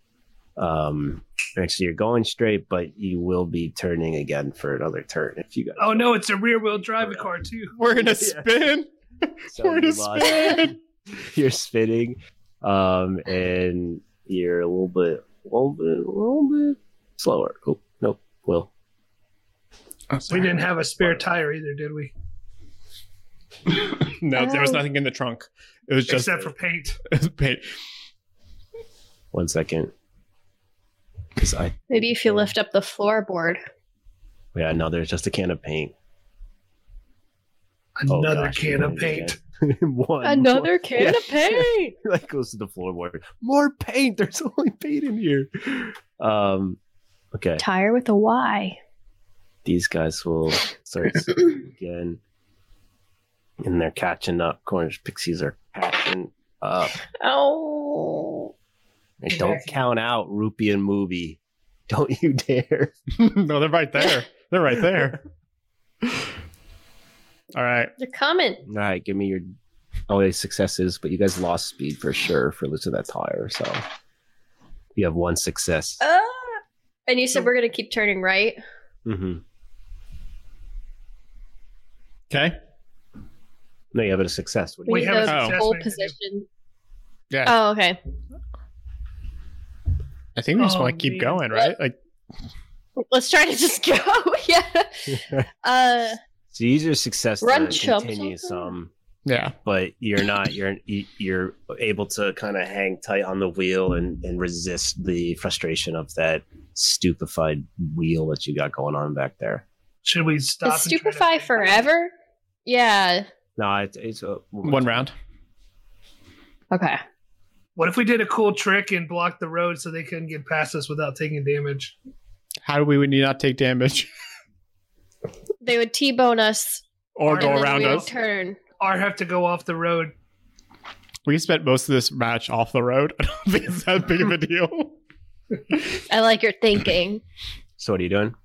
Speaker 2: Um, actually, you're going straight, but you will be turning again for another turn if you guys.
Speaker 3: Oh no, it's a rear wheel drive car too.
Speaker 1: We're in
Speaker 2: Yeah.
Speaker 1: a spin.
Speaker 2: So
Speaker 1: We're in
Speaker 2: you
Speaker 1: a
Speaker 2: lost-
Speaker 1: spin.
Speaker 2: you're spinning, um, and you're a little bit, little bit, little bit slower. Oh nope, Will. Oh,
Speaker 3: We didn't have a spare tire either, did we?
Speaker 1: No, there was
Speaker 4: Oh.
Speaker 1: nothing in the trunk. It was just
Speaker 3: Except for paint.
Speaker 2: Oh,
Speaker 1: paint.
Speaker 2: One second, because I
Speaker 4: Maybe if you lift up the floorboard.
Speaker 2: yeah no, there's just a can of paint. Oh,
Speaker 3: Another
Speaker 2: gosh,
Speaker 3: can of
Speaker 2: yeah,
Speaker 3: paint.
Speaker 2: yeah. One.
Speaker 4: Another can
Speaker 2: Yeah.
Speaker 4: of paint.
Speaker 2: like goes to the floorboard. More paint. There's only paint in here. Um, okay.
Speaker 4: Tire with a Y.
Speaker 2: These guys will start singing again, and they're catching up. Cornish pixies are catching up.
Speaker 4: Oh.
Speaker 2: And don't count out Rupee and Movie. Don't you dare.
Speaker 1: no, they're right there. They're right there. All right.
Speaker 4: They're coming.
Speaker 2: All right, give me your always successes, but you guys lost speed for sure for losing that tire. So you have one success.
Speaker 4: Ah. And you said we're going to keep turning right.
Speaker 2: hmm
Speaker 1: Okay.
Speaker 2: No, you have a success. What do you-
Speaker 3: We
Speaker 4: We, need
Speaker 3: have a
Speaker 4: the
Speaker 1: success
Speaker 4: pole
Speaker 3: we need to do.
Speaker 4: position.
Speaker 1: Yeah.
Speaker 4: Oh, okay.
Speaker 1: I think we just want
Speaker 3: Oh,
Speaker 1: to keep
Speaker 3: man.
Speaker 1: going, right? Like,
Speaker 4: Let's try to just go. yeah. Uh,
Speaker 2: So use your success
Speaker 4: Run,
Speaker 2: to
Speaker 4: chump.
Speaker 2: continue some,
Speaker 1: yeah.
Speaker 2: but you're not. You're you- you're able to kind of hang tight on the wheel and and resist the frustration of that stupefied wheel that you got going on back there.
Speaker 3: Should we stop?
Speaker 4: is stupefy forever? Yeah.
Speaker 2: No, it, it's uh, a,
Speaker 1: One round.
Speaker 4: Okay.
Speaker 3: What if we did a cool trick and blocked the road so they couldn't get past us without taking damage?
Speaker 1: How do we would not take damage
Speaker 4: They would T-bone us
Speaker 1: or
Speaker 3: Or
Speaker 1: go
Speaker 4: and then
Speaker 1: around
Speaker 4: we would
Speaker 1: us?
Speaker 4: Turn.
Speaker 3: Or have to go off the road?
Speaker 1: We spent most of this match off the road. I don't think it's that big of a deal.
Speaker 4: I like your thinking.
Speaker 2: So what are you doing?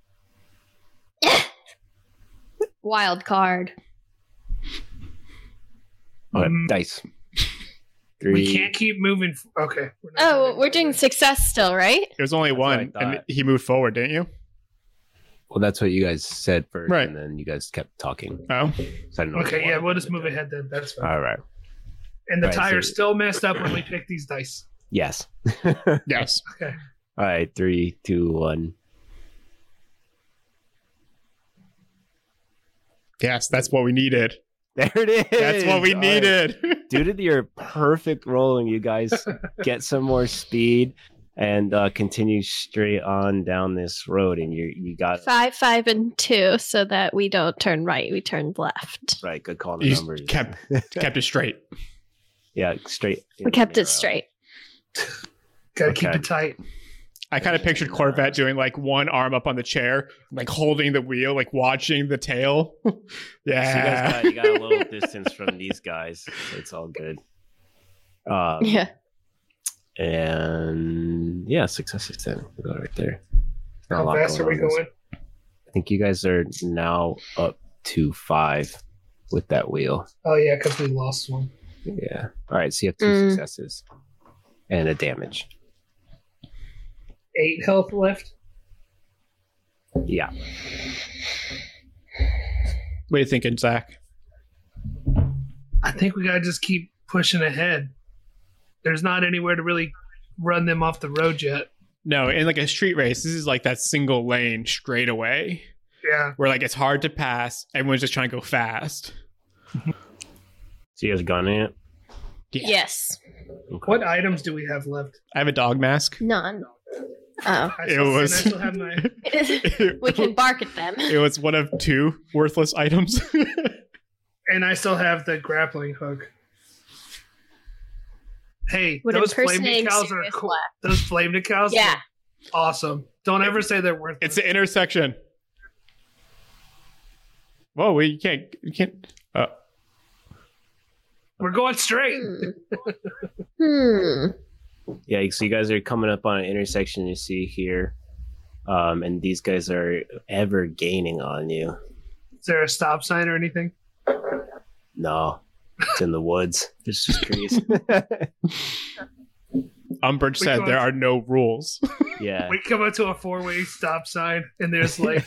Speaker 4: Wild card.
Speaker 2: Okay,
Speaker 3: Mm.
Speaker 2: dice.
Speaker 3: We can't keep moving. f- Okay. we're not
Speaker 4: Oh,
Speaker 3: moving.
Speaker 4: we're doing success still, right?
Speaker 1: It was only
Speaker 2: That's what I
Speaker 1: one,
Speaker 2: thought.
Speaker 1: and he moved forward, didn't you?
Speaker 2: Well, that's what you guys said first,
Speaker 1: Right.
Speaker 2: and then you guys kept talking.
Speaker 1: Oh,
Speaker 2: So I don't know what
Speaker 3: Okay,
Speaker 2: you
Speaker 3: yeah,
Speaker 2: wanted
Speaker 3: we'll
Speaker 2: to
Speaker 3: just move
Speaker 2: do.
Speaker 3: ahead then. That's fine.
Speaker 2: All right.
Speaker 3: And the
Speaker 2: Right, so-
Speaker 3: tire's still messed up when we pick these dice.
Speaker 2: Yes.
Speaker 1: yes.
Speaker 2: All right. Three, two, one.
Speaker 1: Yes, that's what we needed.
Speaker 2: There it is.
Speaker 1: That's what we
Speaker 2: All right.
Speaker 1: needed.
Speaker 2: due to your perfect rolling, you guys get some more speed and uh, continue straight on down this road. And you you got
Speaker 4: Five, five, and two, so that we don't turn right, we turn left.
Speaker 2: right. Good call on the
Speaker 1: You
Speaker 2: numbers.
Speaker 1: kept kept it straight.
Speaker 2: yeah, uh, straight.
Speaker 4: We kept it straight.
Speaker 3: Gotta keep
Speaker 2: Okay.
Speaker 3: it tight.
Speaker 1: I kind of pictured Corvette doing like one arm up on the chair, like holding the wheel, like watching the tail.
Speaker 2: So you guys
Speaker 1: yeah.
Speaker 2: got, you got a little distance from these guys. So it's all good. Um,
Speaker 4: Yeah.
Speaker 2: And yeah, success is 10. We'll go right there. Not a
Speaker 3: How
Speaker 2: lot
Speaker 3: fast are we
Speaker 2: on this.
Speaker 3: going?
Speaker 2: I think you guys are now up to five with that wheel.
Speaker 3: Oh, yeah, because we lost one.
Speaker 2: Yeah. All right. So you have two
Speaker 4: Mm.
Speaker 2: successes and a damage.
Speaker 3: Eight health left.
Speaker 2: Yeah.
Speaker 1: what are you thinking, Zach?
Speaker 3: I think we gotta just keep pushing ahead. There's not anywhere to really run them off the road yet.
Speaker 1: No, in like a street race, this is like that single lane straightaway
Speaker 3: Yeah.
Speaker 1: where like it's hard to pass. Everyone's just trying to go fast.
Speaker 2: So you guys gunning it?
Speaker 1: Yeah.
Speaker 4: Yes.
Speaker 2: Okay.
Speaker 3: What items do we have left?
Speaker 1: I have a dog mask.
Speaker 4: None. Oh.
Speaker 3: I
Speaker 1: It
Speaker 3: still, and
Speaker 1: was-
Speaker 3: I still have my.
Speaker 4: we can bark at them.
Speaker 1: it was one of two worthless items.
Speaker 3: And I still have the grappling hook. Hey,
Speaker 4: Would
Speaker 3: those flame
Speaker 4: impersonating
Speaker 3: decals are
Speaker 4: Sirius
Speaker 3: cool.
Speaker 4: laugh.
Speaker 3: Those flame decals
Speaker 4: Yeah.
Speaker 3: are awesome. Don't ever say they're worth
Speaker 1: it's the intersection. Whoa, we can't. You can't. Uh,
Speaker 3: We're going straight.
Speaker 4: Hmm. hmm.
Speaker 2: Yeah. So you guys are coming up on an intersection you see here. Um, and these guys are ever gaining on you.
Speaker 3: Is there a stop sign or anything?
Speaker 2: No, it's in the woods. It's just trees.
Speaker 1: Umbridge
Speaker 3: We
Speaker 1: said
Speaker 3: got-
Speaker 1: there are no rules.
Speaker 2: yeah.
Speaker 3: We come up to a four way stop sign and there's like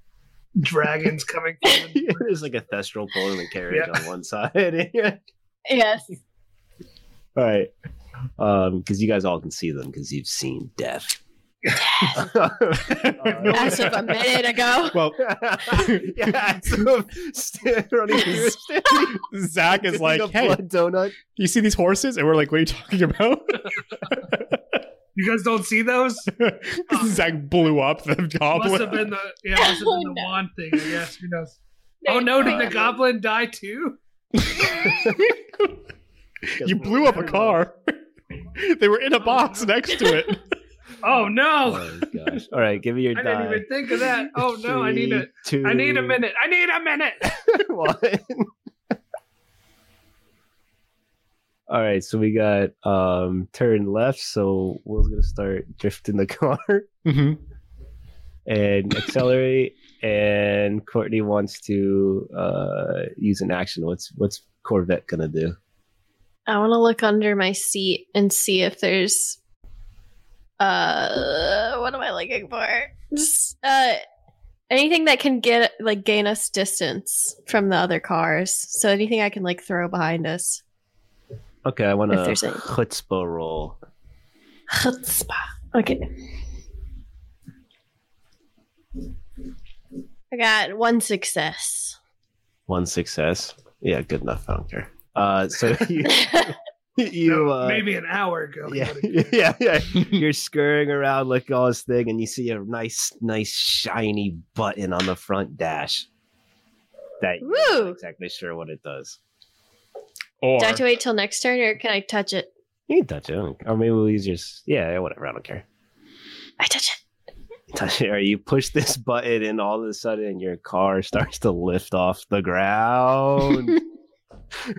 Speaker 3: dragons coming from the-
Speaker 2: There's like a thestral pulling the carriage
Speaker 3: Yeah.
Speaker 2: on one side.
Speaker 4: Yes.
Speaker 2: All right. Um, because you guys all can see them because you've seen death.
Speaker 4: As of a minute ago.
Speaker 1: well,
Speaker 2: yeah, so st- running through a st-
Speaker 1: Zach is like,
Speaker 2: a
Speaker 1: hey,
Speaker 2: blood donut.
Speaker 1: you see these horses? And we're like, what are you talking about?
Speaker 3: You guys don't see those?
Speaker 1: Zach blew up the
Speaker 3: Must have
Speaker 1: goblin.
Speaker 3: been the yeah, must have been
Speaker 4: Oh,
Speaker 3: the
Speaker 4: no.
Speaker 3: wand thing, I guess. Who knows? Oh no, did the goblin die too?
Speaker 1: You blew up a car. they were in a box next to it.
Speaker 3: Oh no.
Speaker 2: Oh gosh! All right, give me your
Speaker 3: I
Speaker 2: die.
Speaker 3: didn't even think of that. Oh no, I need a
Speaker 2: Three,
Speaker 3: I need a
Speaker 2: two,
Speaker 3: minute. I need a minute.
Speaker 2: one. All right, so we got um turn left, so Will's gonna start drifting the car
Speaker 1: Mm-hmm.
Speaker 2: and accelerate, and Courtney wants to uh use an action. What's what's Corvette gonna do?
Speaker 4: I want to look under my seat and see if there's. Uh, what am I looking for? Just, uh, anything that can get like gain us distance from the other cars. So anything I can like throw behind us.
Speaker 2: Okay, I want a
Speaker 4: If there's a-
Speaker 2: chutzpah roll.
Speaker 4: Chutzpah. Okay. I got one success.
Speaker 2: One success. Yeah, good enough. I don't care. Uh, so you you uh,
Speaker 3: Maybe an hour ago.
Speaker 2: yeah, yeah, yeah. You're scurrying around like all this thing, and you see a nice, nice shiny button on the front dash. That you're not
Speaker 4: Woo!
Speaker 2: exactly sure what it does.
Speaker 1: Or
Speaker 4: Do I have to wait till next turn, or can I touch it?
Speaker 2: You can touch it, I don't- or maybe we'll use your s- yeah, yeah, whatever. I don't care.
Speaker 4: I touch it.
Speaker 2: Touch it, or you push this button, and all of a sudden your car starts to lift off the ground.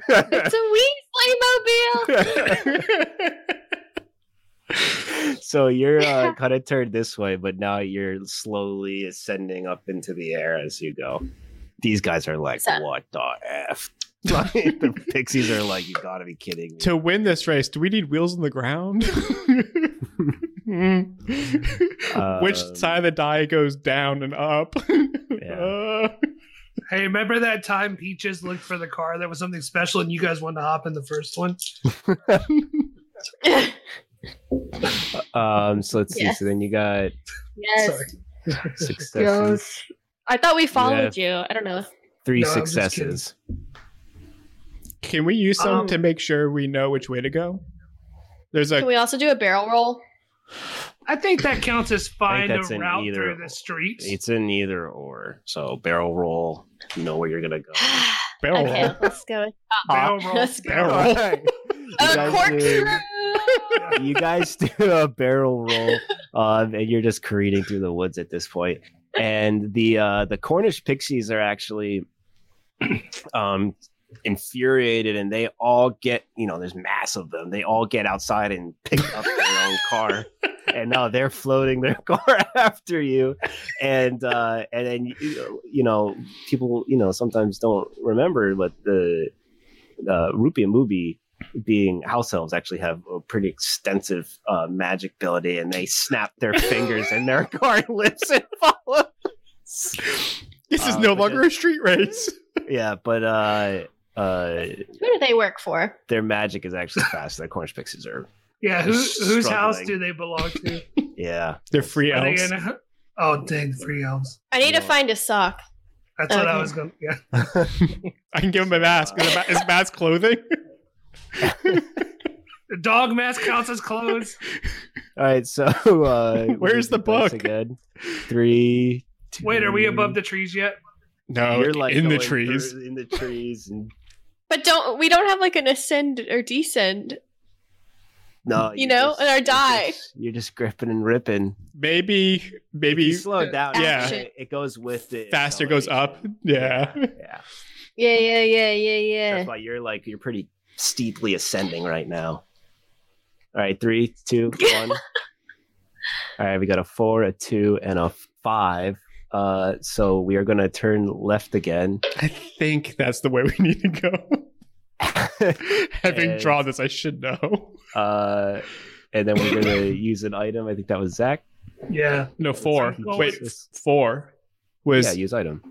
Speaker 4: It's a Weasley mobile.
Speaker 2: so you're uh,
Speaker 4: Yeah.
Speaker 2: kind of turned this way, but now you're slowly ascending up into the air as you go. These guys are like,
Speaker 4: So-
Speaker 2: what the f? Like, the pixies are like, you gotta be kidding me.
Speaker 1: to win this race, do we need wheels on the ground? Which
Speaker 2: Um,
Speaker 1: side of the die goes down and up? Uh,
Speaker 3: Hey, remember that time Peaches looked for the car that was something special and you guys wanted to hop in the first one?
Speaker 2: Um, so let's see.
Speaker 4: Yes.
Speaker 2: So then you got
Speaker 4: yes.
Speaker 3: Sorry.
Speaker 2: successes,
Speaker 4: I thought we followed you. I don't know.
Speaker 2: three
Speaker 3: No, I'm just kidding.
Speaker 2: successes.
Speaker 1: can we use some
Speaker 3: Um,
Speaker 1: to make sure we know which way to go? There's
Speaker 4: Can
Speaker 1: a
Speaker 4: we also do a barrel roll?
Speaker 3: I think that counts as find a
Speaker 2: that's an
Speaker 3: route
Speaker 2: either
Speaker 3: through
Speaker 2: or.
Speaker 3: the streets.
Speaker 2: It's in either or. So barrel roll, you know where you're gonna go.
Speaker 1: barrel
Speaker 4: okay,
Speaker 1: roll.
Speaker 4: let's go. With,
Speaker 3: Barrel roll.
Speaker 4: let's go.
Speaker 1: Barrel roll.
Speaker 2: You
Speaker 4: A
Speaker 2: guys
Speaker 4: corkscrew.
Speaker 2: do- you guys do a barrel roll, um, and you're just careening through the woods at this point. And the uh, the Cornish pixies are actually um, infuriated, and they all get you know there's mass of them. They all get outside and pick up their own car, and now they're floating their car after you. And uh, and then you you know people you know sometimes don't remember, but the uh, Rupi and Mubi being house elves actually have a pretty extensive uh, magic ability and they snap their fingers and their car lifts and follows.
Speaker 1: This is
Speaker 2: Uh,
Speaker 1: no
Speaker 2: but
Speaker 1: longer a street race.
Speaker 2: Yeah, but uh, uh,
Speaker 4: Who do they work for?
Speaker 2: their magic is actually fast. Their cornish pixies are,
Speaker 3: yeah, who, whose house
Speaker 2: Struggling.
Speaker 3: do they belong to?
Speaker 2: yeah.
Speaker 1: They're free
Speaker 3: Are they
Speaker 1: elves.
Speaker 3: in a- oh, dang, three elves.
Speaker 4: I need
Speaker 2: Yeah.
Speaker 4: to find a sock.
Speaker 3: That's what I
Speaker 4: Okay.
Speaker 3: was going to. Yeah.
Speaker 1: I can give him a mask. Is, a ma- is mask clothing?
Speaker 3: The dog mask counts as clothes.
Speaker 2: All right, so uh,
Speaker 1: Where's the
Speaker 2: place
Speaker 1: book?
Speaker 2: again? Three.
Speaker 3: Wait, are we above the trees yet?
Speaker 1: No,
Speaker 2: You're like
Speaker 1: in the
Speaker 2: going
Speaker 1: trees.
Speaker 2: through- in the trees, and
Speaker 4: But don't we don't have like an ascend or descend?
Speaker 2: no,
Speaker 4: You know, and our
Speaker 2: you're
Speaker 4: die.
Speaker 2: just- You're just gripping and ripping.
Speaker 1: Maybe,
Speaker 2: If you
Speaker 1: maybe
Speaker 2: slow it down.
Speaker 4: Yeah.
Speaker 2: it- it goes with it.
Speaker 1: faster goes up. Yeah.
Speaker 2: yeah.
Speaker 4: Yeah, yeah, yeah, yeah, yeah.
Speaker 2: That's why you're like you're pretty steeply ascending right now. All right, three, two, one. All right, we got a four, a two, and a five. Uh, so we are going to turn left again.
Speaker 1: I think that's the way we need to go. Having
Speaker 2: And-
Speaker 1: drawn this, I should know.
Speaker 2: Uh, and then we're going to use an item. I think that was Zach.
Speaker 3: Yeah.
Speaker 1: No, four.
Speaker 3: Well,
Speaker 1: Wait,
Speaker 2: it's-
Speaker 1: f- four was.
Speaker 2: yeah, use item.
Speaker 1: oh,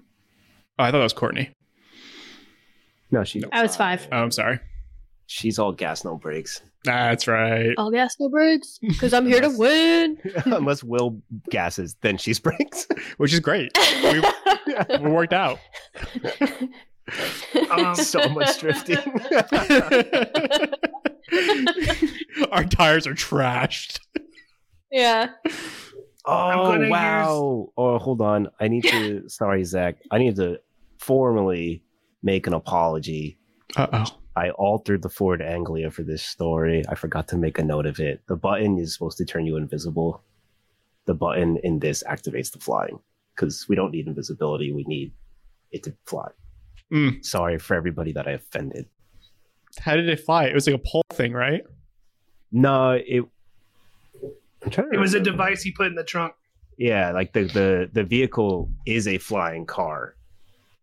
Speaker 1: I thought that was Courtney.
Speaker 2: No, she.
Speaker 4: I was five.
Speaker 1: Oh, I'm sorry.
Speaker 2: She's all gas, no brakes.
Speaker 1: That's right.
Speaker 4: All gas, no brakes, because I'm here to win.
Speaker 2: Unless Will gasses, then she's brakes.
Speaker 1: Which is great. We, we worked out.
Speaker 3: Um,
Speaker 2: so much drifting.
Speaker 1: Our tires are trashed.
Speaker 4: yeah.
Speaker 2: Oh
Speaker 3: gonna
Speaker 2: wow! Oh, hold on. I need to. sorry, Zach. I need to formally make an apology
Speaker 1: Uh oh.
Speaker 2: I altered the Ford Anglia for this story. I forgot to make a note of it. The button is supposed to turn you invisible. The button in this activates the flying because we don't need invisibility. We need it to fly.
Speaker 3: Hmm.
Speaker 1: Mm.
Speaker 2: Sorry for everybody that I offended.
Speaker 1: How did it fly? It was like a pole thing, right?
Speaker 2: No, it. I'm trying to
Speaker 3: It was a
Speaker 2: remember.
Speaker 3: device he put in the trunk.
Speaker 2: Yeah, like the the the vehicle is a flying car.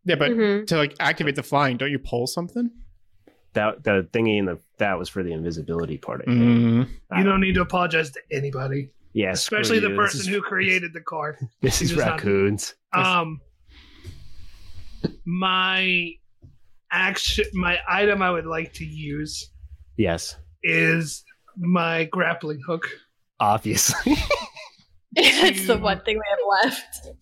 Speaker 1: Yeah, but
Speaker 4: Mhm.
Speaker 1: to like activate the flying, don't you pull something?
Speaker 2: That the thingy in the that was for the invisibility part. I think.
Speaker 1: Mm.
Speaker 2: Ah,
Speaker 3: You don't need to apologize to anybody,
Speaker 2: Yeah, screw
Speaker 3: especially the
Speaker 2: you. This
Speaker 3: person
Speaker 2: is-
Speaker 3: who created the car.
Speaker 2: This is
Speaker 3: He's not-
Speaker 2: raccoons.
Speaker 3: Um, my action, my item I would like to use
Speaker 2: Yes,
Speaker 3: is my grappling hook
Speaker 2: obviously.
Speaker 4: it's the
Speaker 3: You-
Speaker 4: one thing we have left.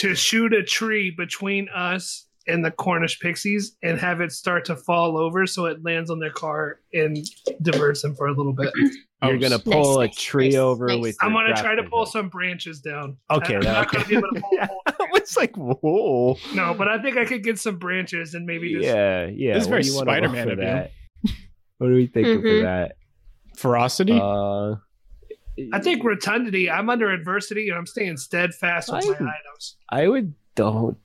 Speaker 3: to shoot a tree between us and the Cornish pixies and have it start to fall over so it lands on their car and diverts them for a little bit.
Speaker 1: Oh,
Speaker 2: You're gonna
Speaker 1: s-
Speaker 2: pull
Speaker 4: nice,
Speaker 2: a tree
Speaker 4: nice,
Speaker 2: over
Speaker 4: nice.
Speaker 2: with.
Speaker 3: I'm
Speaker 2: your
Speaker 3: gonna try to
Speaker 2: grappling
Speaker 3: pull
Speaker 2: hook.
Speaker 3: some branches down.
Speaker 2: Okay,
Speaker 3: I'm
Speaker 2: that-
Speaker 3: not gonna be able to pull.
Speaker 2: Yeah. I was like, whoa.
Speaker 3: No, but I think I could get some branches and maybe just
Speaker 2: Yeah, yeah.
Speaker 1: This is
Speaker 2: what
Speaker 1: very
Speaker 2: do you wanna roll
Speaker 1: Spider-Man
Speaker 2: for
Speaker 1: of you.
Speaker 2: that? What do we think of
Speaker 3: Mm-hmm.
Speaker 4: Mhm.
Speaker 2: that?
Speaker 1: ferocity.
Speaker 2: Uh,
Speaker 3: I think rotundity. I'm under adversity, and I'm staying steadfast with
Speaker 2: I-
Speaker 3: my items.
Speaker 2: I would don't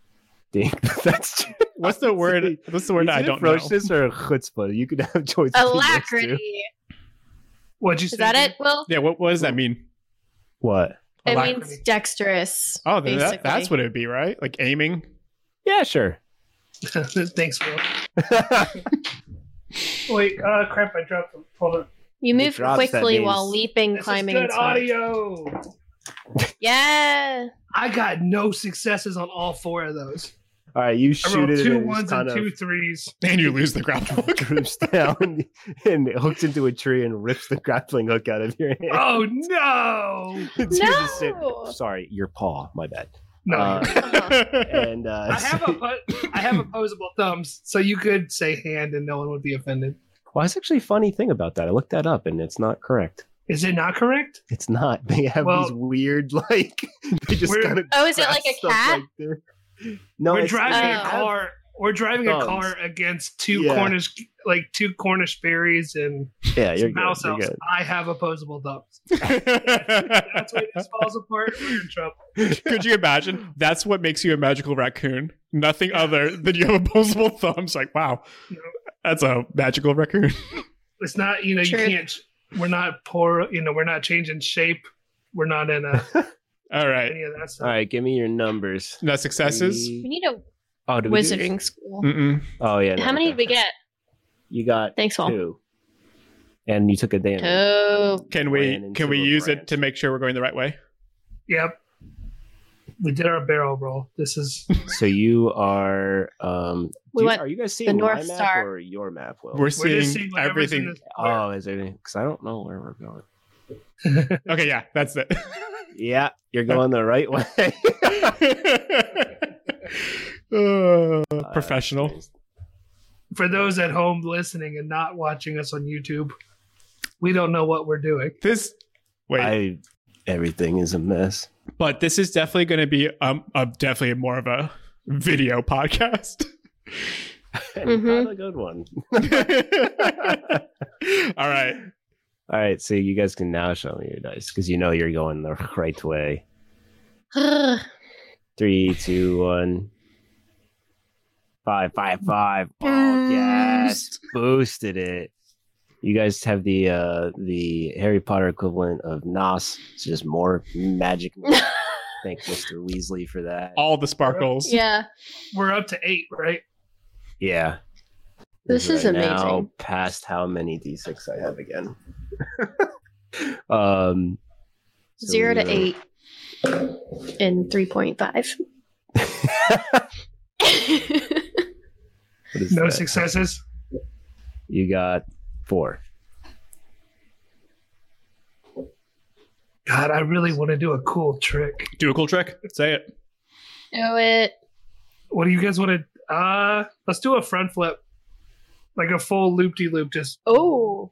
Speaker 2: think that that's true.
Speaker 1: what's the word? What's the word?
Speaker 2: You
Speaker 1: I
Speaker 2: can
Speaker 1: don't know.
Speaker 2: approach this or chutzpah. You could have choices. between those two.
Speaker 4: Alacrity.
Speaker 3: What'd you
Speaker 4: Is
Speaker 3: say?
Speaker 4: that
Speaker 3: dude?
Speaker 4: it? Well,
Speaker 1: Yeah, what, what does that mean?
Speaker 2: What?
Speaker 4: it
Speaker 1: Alacrity.
Speaker 4: means dexterous.
Speaker 1: Oh, then that,
Speaker 4: basically.
Speaker 1: that's what it'd be, right? Like aiming.
Speaker 2: Yeah, sure.
Speaker 3: Thanks, Will. Wait, uh, crap! I dropped them. Hold on.
Speaker 4: you move
Speaker 2: drops, that
Speaker 4: quickly
Speaker 2: means-
Speaker 4: while leaping,
Speaker 3: This is
Speaker 4: climbing,
Speaker 3: good
Speaker 4: and climbing.
Speaker 3: audio.
Speaker 4: Yeah.
Speaker 3: I got no successes on all four of those.
Speaker 2: All right, you
Speaker 3: I
Speaker 2: shoot
Speaker 3: rolled
Speaker 2: it
Speaker 3: two
Speaker 2: and it
Speaker 3: ones
Speaker 2: just kind
Speaker 3: and two
Speaker 2: of
Speaker 3: threes.
Speaker 1: And you lose the ground hook.
Speaker 2: droops down and it hooks into a tree and rips the grappling hook out of your hand.
Speaker 3: Oh no!
Speaker 2: It's here to sit-
Speaker 4: No!
Speaker 2: Sorry, your paw. My bad.
Speaker 3: No,
Speaker 2: Uh,
Speaker 4: Uh-huh.
Speaker 2: And uh,
Speaker 3: I have oppo- I have opposable thumbs, so you could say hand, and no one would be offended.
Speaker 2: well, that's actually a funny thing about that. I looked that up, and it's not correct.
Speaker 3: Is it not correct?
Speaker 2: It's not. They have
Speaker 3: Well-
Speaker 2: these weird like they just
Speaker 3: We're-
Speaker 2: kind of.
Speaker 4: Oh, is it like a cat?
Speaker 2: no,
Speaker 3: we're
Speaker 2: it's-
Speaker 3: driving
Speaker 2: they
Speaker 3: a
Speaker 4: Oh.
Speaker 2: have-
Speaker 3: car. We're driving
Speaker 2: thumbs.
Speaker 3: a car against two
Speaker 2: Yeah.
Speaker 3: Cornish, like two Cornish berries and
Speaker 2: Yeah, you're
Speaker 3: some
Speaker 2: good.
Speaker 3: mouse
Speaker 2: you're
Speaker 3: elves.
Speaker 2: good.
Speaker 3: I have opposable thumbs. That's where this falls apart. We're in trouble.
Speaker 1: Could you imagine? That's what makes you a magical raccoon. Nothing other than you have opposable thumbs. Like, wow,
Speaker 3: No.
Speaker 1: that's a magical raccoon.
Speaker 3: It's not you know
Speaker 4: True.
Speaker 3: you can't. We're not poor. You know we're not changing shape. We're not in a
Speaker 1: All right.
Speaker 3: any of that stuff.
Speaker 2: All right, give me your numbers.
Speaker 1: No successes.
Speaker 4: We need a
Speaker 2: Oh, did we do
Speaker 4: wizarding
Speaker 2: this?
Speaker 4: school.
Speaker 1: Mm-mm.
Speaker 2: Oh yeah. no,
Speaker 4: How many
Speaker 2: okay.
Speaker 4: did we get?
Speaker 2: You got
Speaker 4: Thanks, all.
Speaker 2: two, and you took a damage.
Speaker 4: Oh,
Speaker 1: Can
Speaker 2: Ran
Speaker 1: we
Speaker 2: into
Speaker 1: can we
Speaker 2: a
Speaker 1: use it
Speaker 2: branch.
Speaker 1: to make sure we're going the right way?
Speaker 3: Yep. We did our barrel roll. This is
Speaker 2: So you are. Um,
Speaker 4: We
Speaker 2: do you-
Speaker 4: want
Speaker 2: are you guys seeing my
Speaker 4: North
Speaker 2: map
Speaker 4: Star.
Speaker 2: or your map? Will?
Speaker 1: We're
Speaker 3: we're
Speaker 1: seeing,
Speaker 3: just seeing whatever's
Speaker 1: everything.
Speaker 3: In this
Speaker 2: oh, is there? Because I don't know where we're going.
Speaker 1: Okay, yeah, that's it.
Speaker 2: Yeah, you're going the right way.
Speaker 1: Uh, professional.
Speaker 3: for those at home listening and not watching us on YouTube, we don't know what we're doing.
Speaker 1: This wait,
Speaker 2: I everything is a mess.
Speaker 1: but this is definitely going to be um a, definitely more of a video podcast.
Speaker 2: And
Speaker 4: Mhm.
Speaker 2: Not a good one.
Speaker 1: All right.
Speaker 2: All right, so you guys can now show me your dice because you know you're going the right way. Three, two, one. Five, five, five. Oh, yes, boosted it. You guys have the uh the Harry Potter equivalent of Nos. It's just more magic. Thank Mr. Weasley for that.
Speaker 1: All the sparkles.
Speaker 4: yeah.
Speaker 3: We're up to eight, right?
Speaker 2: Yeah.
Speaker 4: This is
Speaker 2: right now
Speaker 4: amazing.
Speaker 2: Past how many d6 I have again? um, so
Speaker 4: Zero to
Speaker 2: we are-
Speaker 4: eight and 3.5.
Speaker 2: what is
Speaker 3: No
Speaker 2: that?
Speaker 3: successes.
Speaker 2: You got four.
Speaker 3: God, I really want to do a cool trick.
Speaker 1: Do a cool trick. Say it.
Speaker 4: Do it.
Speaker 3: What do you guys want to? Uh, let's do a front flip, like a full loop de loop. Just
Speaker 4: Oh,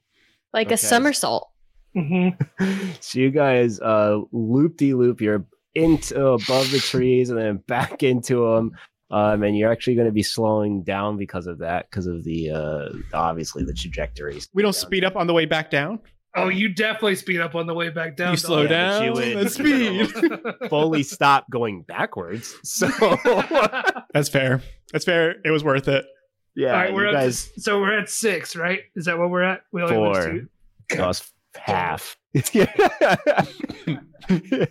Speaker 4: like
Speaker 2: Okay.
Speaker 4: a somersault.
Speaker 3: Mhm.
Speaker 2: So you guys uh loop de loop. You're into above the trees and then back into them. um, and you're actually going to be slowing down because of that, because of the uh, obviously the trajectories.
Speaker 1: We don't speed up on the way back down.
Speaker 3: Oh, you definitely speed up on the way back down.
Speaker 1: You
Speaker 3: dog.
Speaker 1: slow
Speaker 2: yeah, but
Speaker 1: down
Speaker 2: you would-
Speaker 1: the speed.
Speaker 2: fully stop going backwards. So
Speaker 1: That's fair. That's fair. It was worth it.
Speaker 2: yeah,
Speaker 3: All right,
Speaker 2: you
Speaker 3: we're up to-
Speaker 2: guys
Speaker 3: so we're at six, right? Is that what we're at? We only went
Speaker 2: Four.
Speaker 3: two.
Speaker 2: lost half.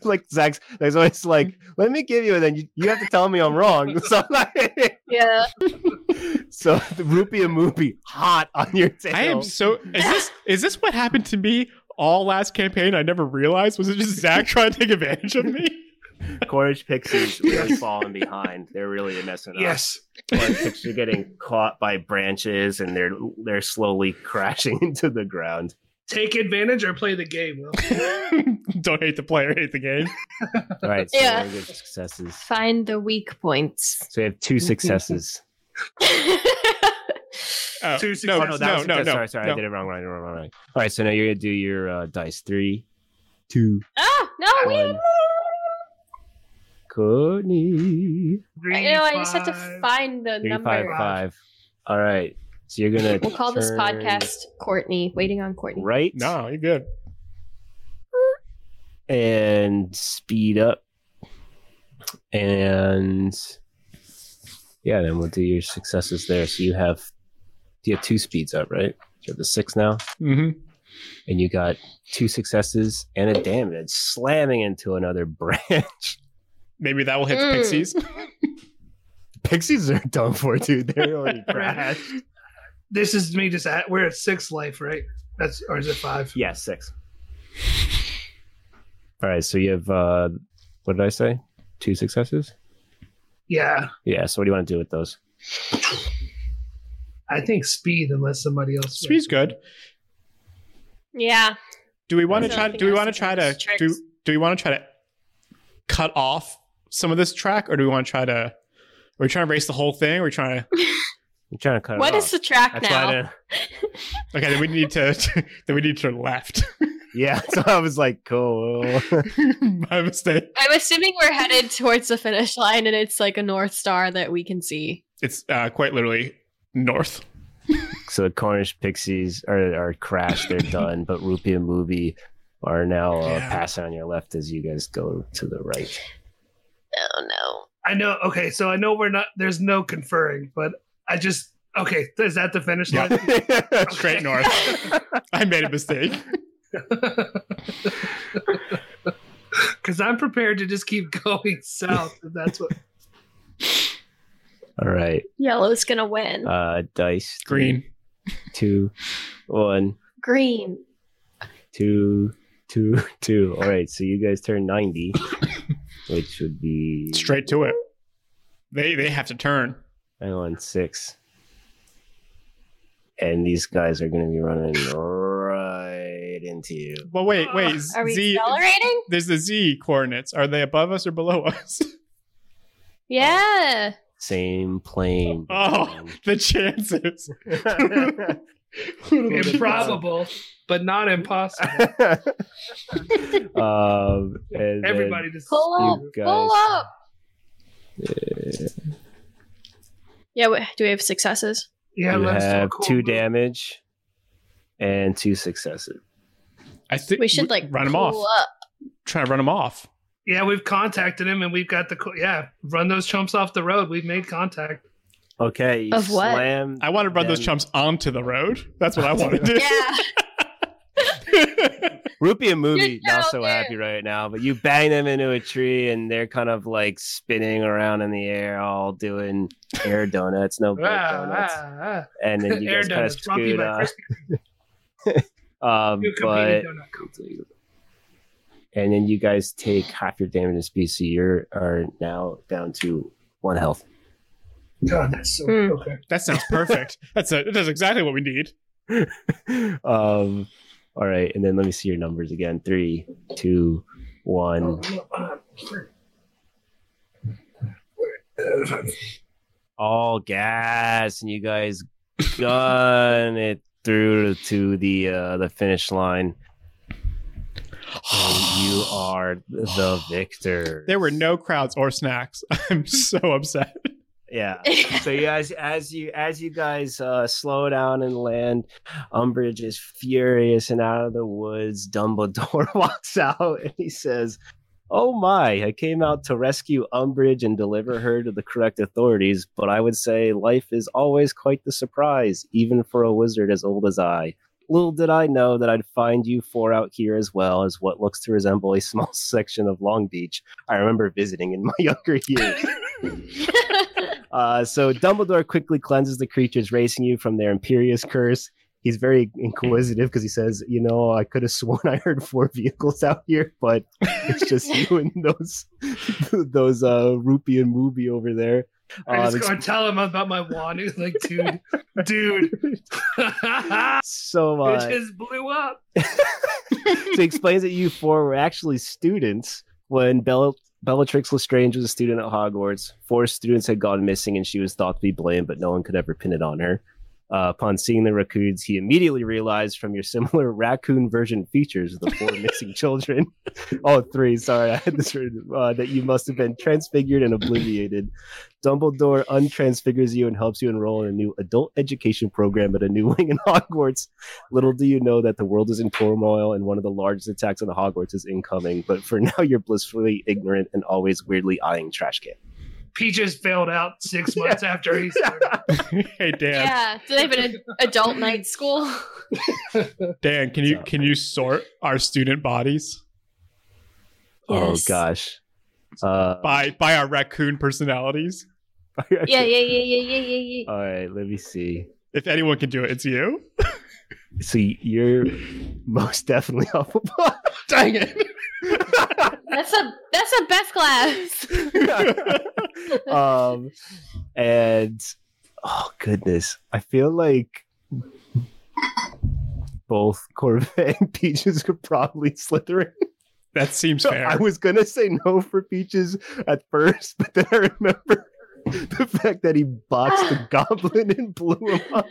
Speaker 2: like Zach's, Zach's always like, let me give you, and then you, you have to tell me I'm wrong. So, like,
Speaker 4: Yeah.
Speaker 2: so the rupee and movie hot on your tail.
Speaker 1: I am so. Is this is this what happened to me all last campaign? I never realized. Was it just Zach trying to take advantage of me?
Speaker 2: Cornish pixies really falling behind. They're really messing up.
Speaker 3: Yes.
Speaker 2: Cornish pixies are getting caught by branches, and they're they're slowly crashing into the ground.
Speaker 3: Take advantage or play the game. Will.
Speaker 1: Don't hate the player, hate the game.
Speaker 2: All right, so
Speaker 4: Yeah.
Speaker 2: we're gonna get successes.
Speaker 4: Find the weak points.
Speaker 2: So we have two successes.
Speaker 1: Oh,
Speaker 3: Two
Speaker 1: no,
Speaker 3: successes.
Speaker 1: no,
Speaker 3: Oh,
Speaker 2: that
Speaker 1: no,
Speaker 2: was
Speaker 1: no,
Speaker 2: success. Sorry, sorry,
Speaker 1: no.
Speaker 2: I did it wrong, wrong, wrong, wrong, wrong. All right, so now you're gonna do your uh, dice three, two,
Speaker 4: ah, no. we-
Speaker 2: one. Courtney,
Speaker 3: Three,
Speaker 4: you know, I just have to
Speaker 3: five.
Speaker 4: find the
Speaker 2: three,
Speaker 4: number.
Speaker 2: five, five. All right, so you're gonna.
Speaker 4: We'll call this
Speaker 2: turn
Speaker 4: podcast Courtney. Waiting on Courtney.
Speaker 2: right,
Speaker 1: No, you're good.
Speaker 2: and speed up, and yeah, then we'll do your successes there. So you have you have two speeds up, right? You have the six now.
Speaker 1: Mm-hmm.
Speaker 2: and you got two successes and a damage slamming into another branch.
Speaker 1: Maybe that will hit the
Speaker 4: Mm.
Speaker 1: pixies.
Speaker 2: Pixies are done for, dude. They're already
Speaker 3: crashed. This is me just at we're at six life, right? That's or is it five?
Speaker 2: yeah, six. All right, so you have uh what did I say? Two successes?
Speaker 3: Yeah.
Speaker 2: Yeah, so what do you want to do with those?
Speaker 3: I think speed unless somebody else
Speaker 1: Speed's good.
Speaker 4: Yeah.
Speaker 1: Do we want to
Speaker 4: So
Speaker 1: try?
Speaker 4: I think
Speaker 1: Do we
Speaker 4: I
Speaker 1: want to
Speaker 4: see
Speaker 1: try to
Speaker 4: those
Speaker 1: do?
Speaker 4: tricks.
Speaker 1: Do we want to try to cut off some of this track, or do we want to try to? Are we trying to race the whole thing? Are we trying to?
Speaker 2: I'm trying to cut
Speaker 4: What
Speaker 2: it
Speaker 4: is
Speaker 2: off.
Speaker 4: the track
Speaker 2: That's why I
Speaker 4: now?
Speaker 2: didn't-
Speaker 1: Okay, then we need to. then we need to left.
Speaker 2: Yeah, so I was like, cool.
Speaker 1: My mistake.
Speaker 4: I'm assuming we're headed towards the finish line and it's like a North Star that we can see.
Speaker 1: It's uh, quite literally north.
Speaker 2: so the Cornish Pixies are, are crashed, they're done, but Rupee and Movie are now uh,
Speaker 1: Yeah.
Speaker 2: passing on your left as you guys go to the right.
Speaker 4: Oh no.
Speaker 3: I know okay, so I know we're not there's no conferring, but I just okay, is that the finish
Speaker 1: Yeah.
Speaker 3: line?
Speaker 1: Straight north. I made a mistake.
Speaker 3: Because I'm prepared to just keep going south. If that's what
Speaker 2: All right.
Speaker 4: Yellow's gonna win.
Speaker 2: Uh, dice.
Speaker 1: Green.
Speaker 2: Three, Two, one,
Speaker 4: Green.
Speaker 2: two, two, two. All right. So you guys turn 90, which would be
Speaker 1: Straight to it. They they have to turn.
Speaker 2: I want six. And these guys are going to be running right into you.
Speaker 1: Well, wait, wait.
Speaker 4: Are we
Speaker 1: Z.
Speaker 4: accelerating?
Speaker 1: There's the Z coordinates. Are they above us or below us?
Speaker 4: Yeah.
Speaker 2: Same plane.
Speaker 1: Oh, the chances.
Speaker 3: improbable, but not impossible.
Speaker 2: um, and then-
Speaker 3: Everybody just
Speaker 4: Pull
Speaker 2: You
Speaker 4: up. Pull
Speaker 2: guys-
Speaker 4: up. Yeah, wait, do we have successes?
Speaker 3: yeah,
Speaker 2: you
Speaker 3: let's do a
Speaker 2: have
Speaker 3: cool
Speaker 2: two
Speaker 3: move.
Speaker 2: damage and two successes.
Speaker 1: I think
Speaker 4: We should like
Speaker 1: run them off.
Speaker 4: pull up.
Speaker 1: Try to run them off.
Speaker 3: Yeah, we've contacted him and we've got the co- yeah, run those chumps off the road. We've made contact.
Speaker 2: Okay. you
Speaker 4: Of what?
Speaker 2: slam-
Speaker 1: I want to run those
Speaker 2: Then-
Speaker 1: chumps onto the road. That's what I want to do.
Speaker 4: Yeah.
Speaker 2: Rupee and Movie
Speaker 4: Get
Speaker 2: not
Speaker 4: down
Speaker 2: so
Speaker 4: there.
Speaker 2: happy right now, but you bang them into a tree and they're kind of like spinning around in the air, all doing air donuts, no blood
Speaker 3: Ah,
Speaker 2: donuts,
Speaker 3: ah,
Speaker 2: Oh,
Speaker 3: ah.
Speaker 2: and then you
Speaker 3: Air
Speaker 2: guys kind of
Speaker 3: donuts brought to you
Speaker 2: scoot
Speaker 3: by
Speaker 2: up.
Speaker 3: Krispy
Speaker 2: Um,
Speaker 3: Kreme
Speaker 2: but
Speaker 3: Company donut company.
Speaker 2: and then you guys take half your damage to speed, so you are now down to one health.
Speaker 3: God, that's so
Speaker 4: Hmm.
Speaker 3: okay.
Speaker 1: that sounds perfect. That's a, that's exactly what we need.
Speaker 2: um, all right, and then let me see your numbers again: three, two, one. all gas and you guys gun it through to the uh, the finish line and you are the victor
Speaker 1: There were no crowds or snacks. I'm so upset.
Speaker 2: yeah. So you guys, as you as you guys uh, slow down and land, Umbridge is furious, and out of the woods, Dumbledore walks out, and he says, "Oh my! I came out to rescue Umbridge and deliver her to the correct authorities, but I would say life is always quite the surprise, even for a wizard as old as I." Little did I know that I'd find you four out here as well as what looks to resemble a small section of Long Beach I remember visiting in my younger years. Uh, so Dumbledore quickly cleanses the creatures racing you from their imperious curse. He's very inquisitive because he says, "You know, I could have sworn I heard four vehicles out here, but it's just you and those those uh, Rupee and Mooby over there."
Speaker 3: I
Speaker 2: Uh,
Speaker 3: just
Speaker 2: it's-
Speaker 3: go and tell him about my wand. He's like, dude, dude, it
Speaker 2: so uh,
Speaker 3: just blew up.
Speaker 2: so he explains that you four were actually students when Bella, Bellatrix Lestrange was a student at Hogwarts. Four students had gone missing, and she was thought to be blamed, but no one could ever pin it on her. Uh, upon seeing the raccoons, he immediately realized from your similar raccoon version features of the four missing children, all three, sorry, I had this written, uh, that you must have been transfigured and obliviated. Dumbledore untransfigures you and helps you enroll in a new adult education program at a new wing in Hogwarts. Little do you know that the world is in turmoil and one of the largest attacks on Hogwarts is incoming, but for now you're blissfully ignorant and always weirdly eyeing trash can.
Speaker 3: Peaches failed out six months after he started.
Speaker 1: hey Dan,
Speaker 4: yeah. Do they have an adult night school?
Speaker 1: Dan, can you can you sort our student bodies
Speaker 4: Yes.
Speaker 2: Oh gosh. Uh,
Speaker 1: by by our raccoon personalities?
Speaker 4: Yeah, yeah, yeah, yeah, yeah, yeah, yeah.
Speaker 2: All right, let me see.
Speaker 1: If anyone can do it, it's you.
Speaker 2: So you're most definitely Hufflepuff.
Speaker 1: Dang it!
Speaker 4: That's a that's a best class.
Speaker 2: um, and oh goodness, I feel like both Corvette and Peaches could probably Slytherin.
Speaker 1: That seems
Speaker 2: So
Speaker 1: fair.
Speaker 2: I was gonna say no for Peaches at first, but then I remember the fact that he boxed the goblin and blew him up.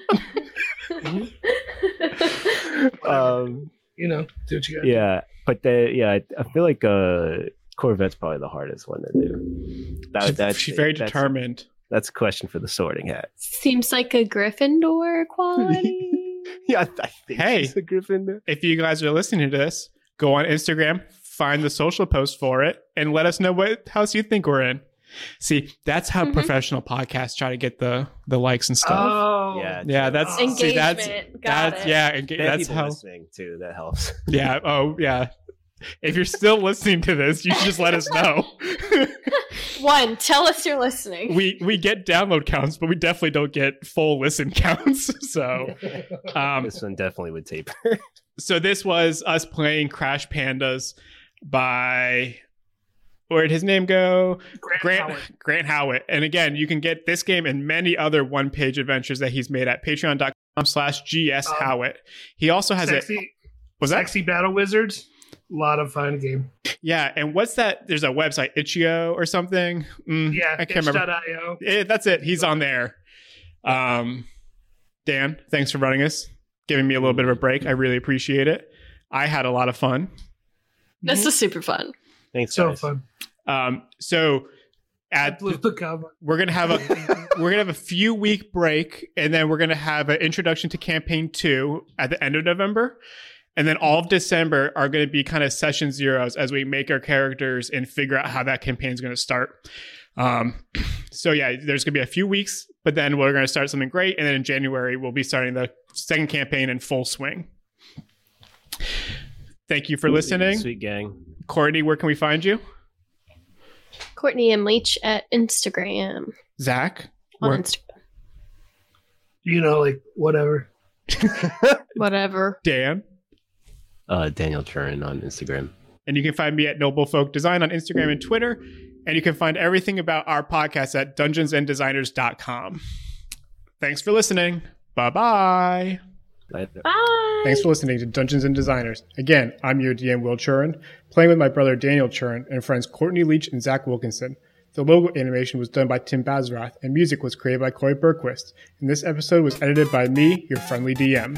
Speaker 2: Um,
Speaker 3: You know, do what you got.
Speaker 2: yeah, but then yeah, I, I feel like uh, Corvette's probably the hardest one to do. That,
Speaker 1: She-
Speaker 2: that's-
Speaker 1: she's very
Speaker 2: that's-
Speaker 1: determined.
Speaker 2: That's a question for the Sorting Hat.
Speaker 4: Seems like a Gryffindor quality.
Speaker 2: Yeah, I, th- I think
Speaker 1: Hey.
Speaker 2: she's a Gryffindor.
Speaker 1: If you guys are listening to this, go on Instagram, find the social post for it, and let us know what house you think we're in. See, that's how
Speaker 4: Mhm.
Speaker 1: professional podcasts try to get the the likes and stuff.
Speaker 3: Oh,
Speaker 2: Yeah.
Speaker 1: yeah, that's
Speaker 3: Oh.
Speaker 1: see,
Speaker 4: Engagement.
Speaker 1: that's
Speaker 4: Got
Speaker 1: that's
Speaker 4: it.
Speaker 1: yeah, enga-
Speaker 2: There are
Speaker 1: that's
Speaker 2: people
Speaker 1: how.
Speaker 2: listening too. That helps.
Speaker 1: Yeah. Oh, yeah. If you're still listening to this, you should just let us know.
Speaker 4: One, tell us you're listening.
Speaker 1: we we get download counts, but we definitely don't get full listen counts. So, um,
Speaker 2: This one definitely would tape.
Speaker 1: so this was us playing Crash Pandas by where'd his name go?
Speaker 3: Grant,
Speaker 1: Grant
Speaker 3: Howard.
Speaker 1: Grant Howitt. And again, you can get this game and many other one-page adventures that he's made at patreon.com slash gs
Speaker 3: Um,
Speaker 1: Howitt. He also has a
Speaker 3: sexy,
Speaker 1: was that
Speaker 3: sexy battle wizards. A lot of fun game.
Speaker 1: yeah, and what's that? There's a website, Itch.io or something. Mm,
Speaker 3: Yeah,
Speaker 1: I can't remember.
Speaker 3: itch.io.
Speaker 1: Eh, that's it. He's on there. Um, Dan, thanks for running us, giving me a little bit of a break. I really appreciate it. I had a lot of fun.
Speaker 4: This was super fun.
Speaker 2: Thanks,
Speaker 3: So
Speaker 2: guys.
Speaker 3: fun.
Speaker 1: Um, so
Speaker 3: I
Speaker 1: at
Speaker 3: blew the cover.
Speaker 1: we're gonna have a we're gonna have a few week break, and then we're gonna have an introduction to campaign two at the end of November. And then all of December are going to be kind of session zeros as we make our characters and figure out how that campaign is going to start. Um, so yeah, there's going to be a few weeks, but then we're going to start something great, and then in January we'll be starting the second campaign in full swing. Thank you for listening,
Speaker 2: Sweet gang.
Speaker 1: Courtney. Where can we find you,
Speaker 4: Courtney M. Leach at Instagram.
Speaker 1: Zach?
Speaker 4: On
Speaker 1: Where-
Speaker 4: Instagram.
Speaker 3: You know, like whatever.
Speaker 4: Whatever.
Speaker 1: Dan?
Speaker 2: Uh, Daniel Turin on Instagram.
Speaker 1: And you can find me at Noble Folk Design on Instagram and Twitter. And you can find everything about our podcast at dungeonsanddesigners.com. Thanks for listening. Bye bye.
Speaker 2: Later.
Speaker 4: Bye.
Speaker 1: Thanks for listening to Dungeons and Designers. Again, I'm your DM, Will Churin, playing with my brother Daniel Churin and friends Courtney Leach and Zach Wilkinson. The logo animation was done by Tim Bazrath, and music was created by Corey Berquist. And this episode was edited by me, your friendly DM.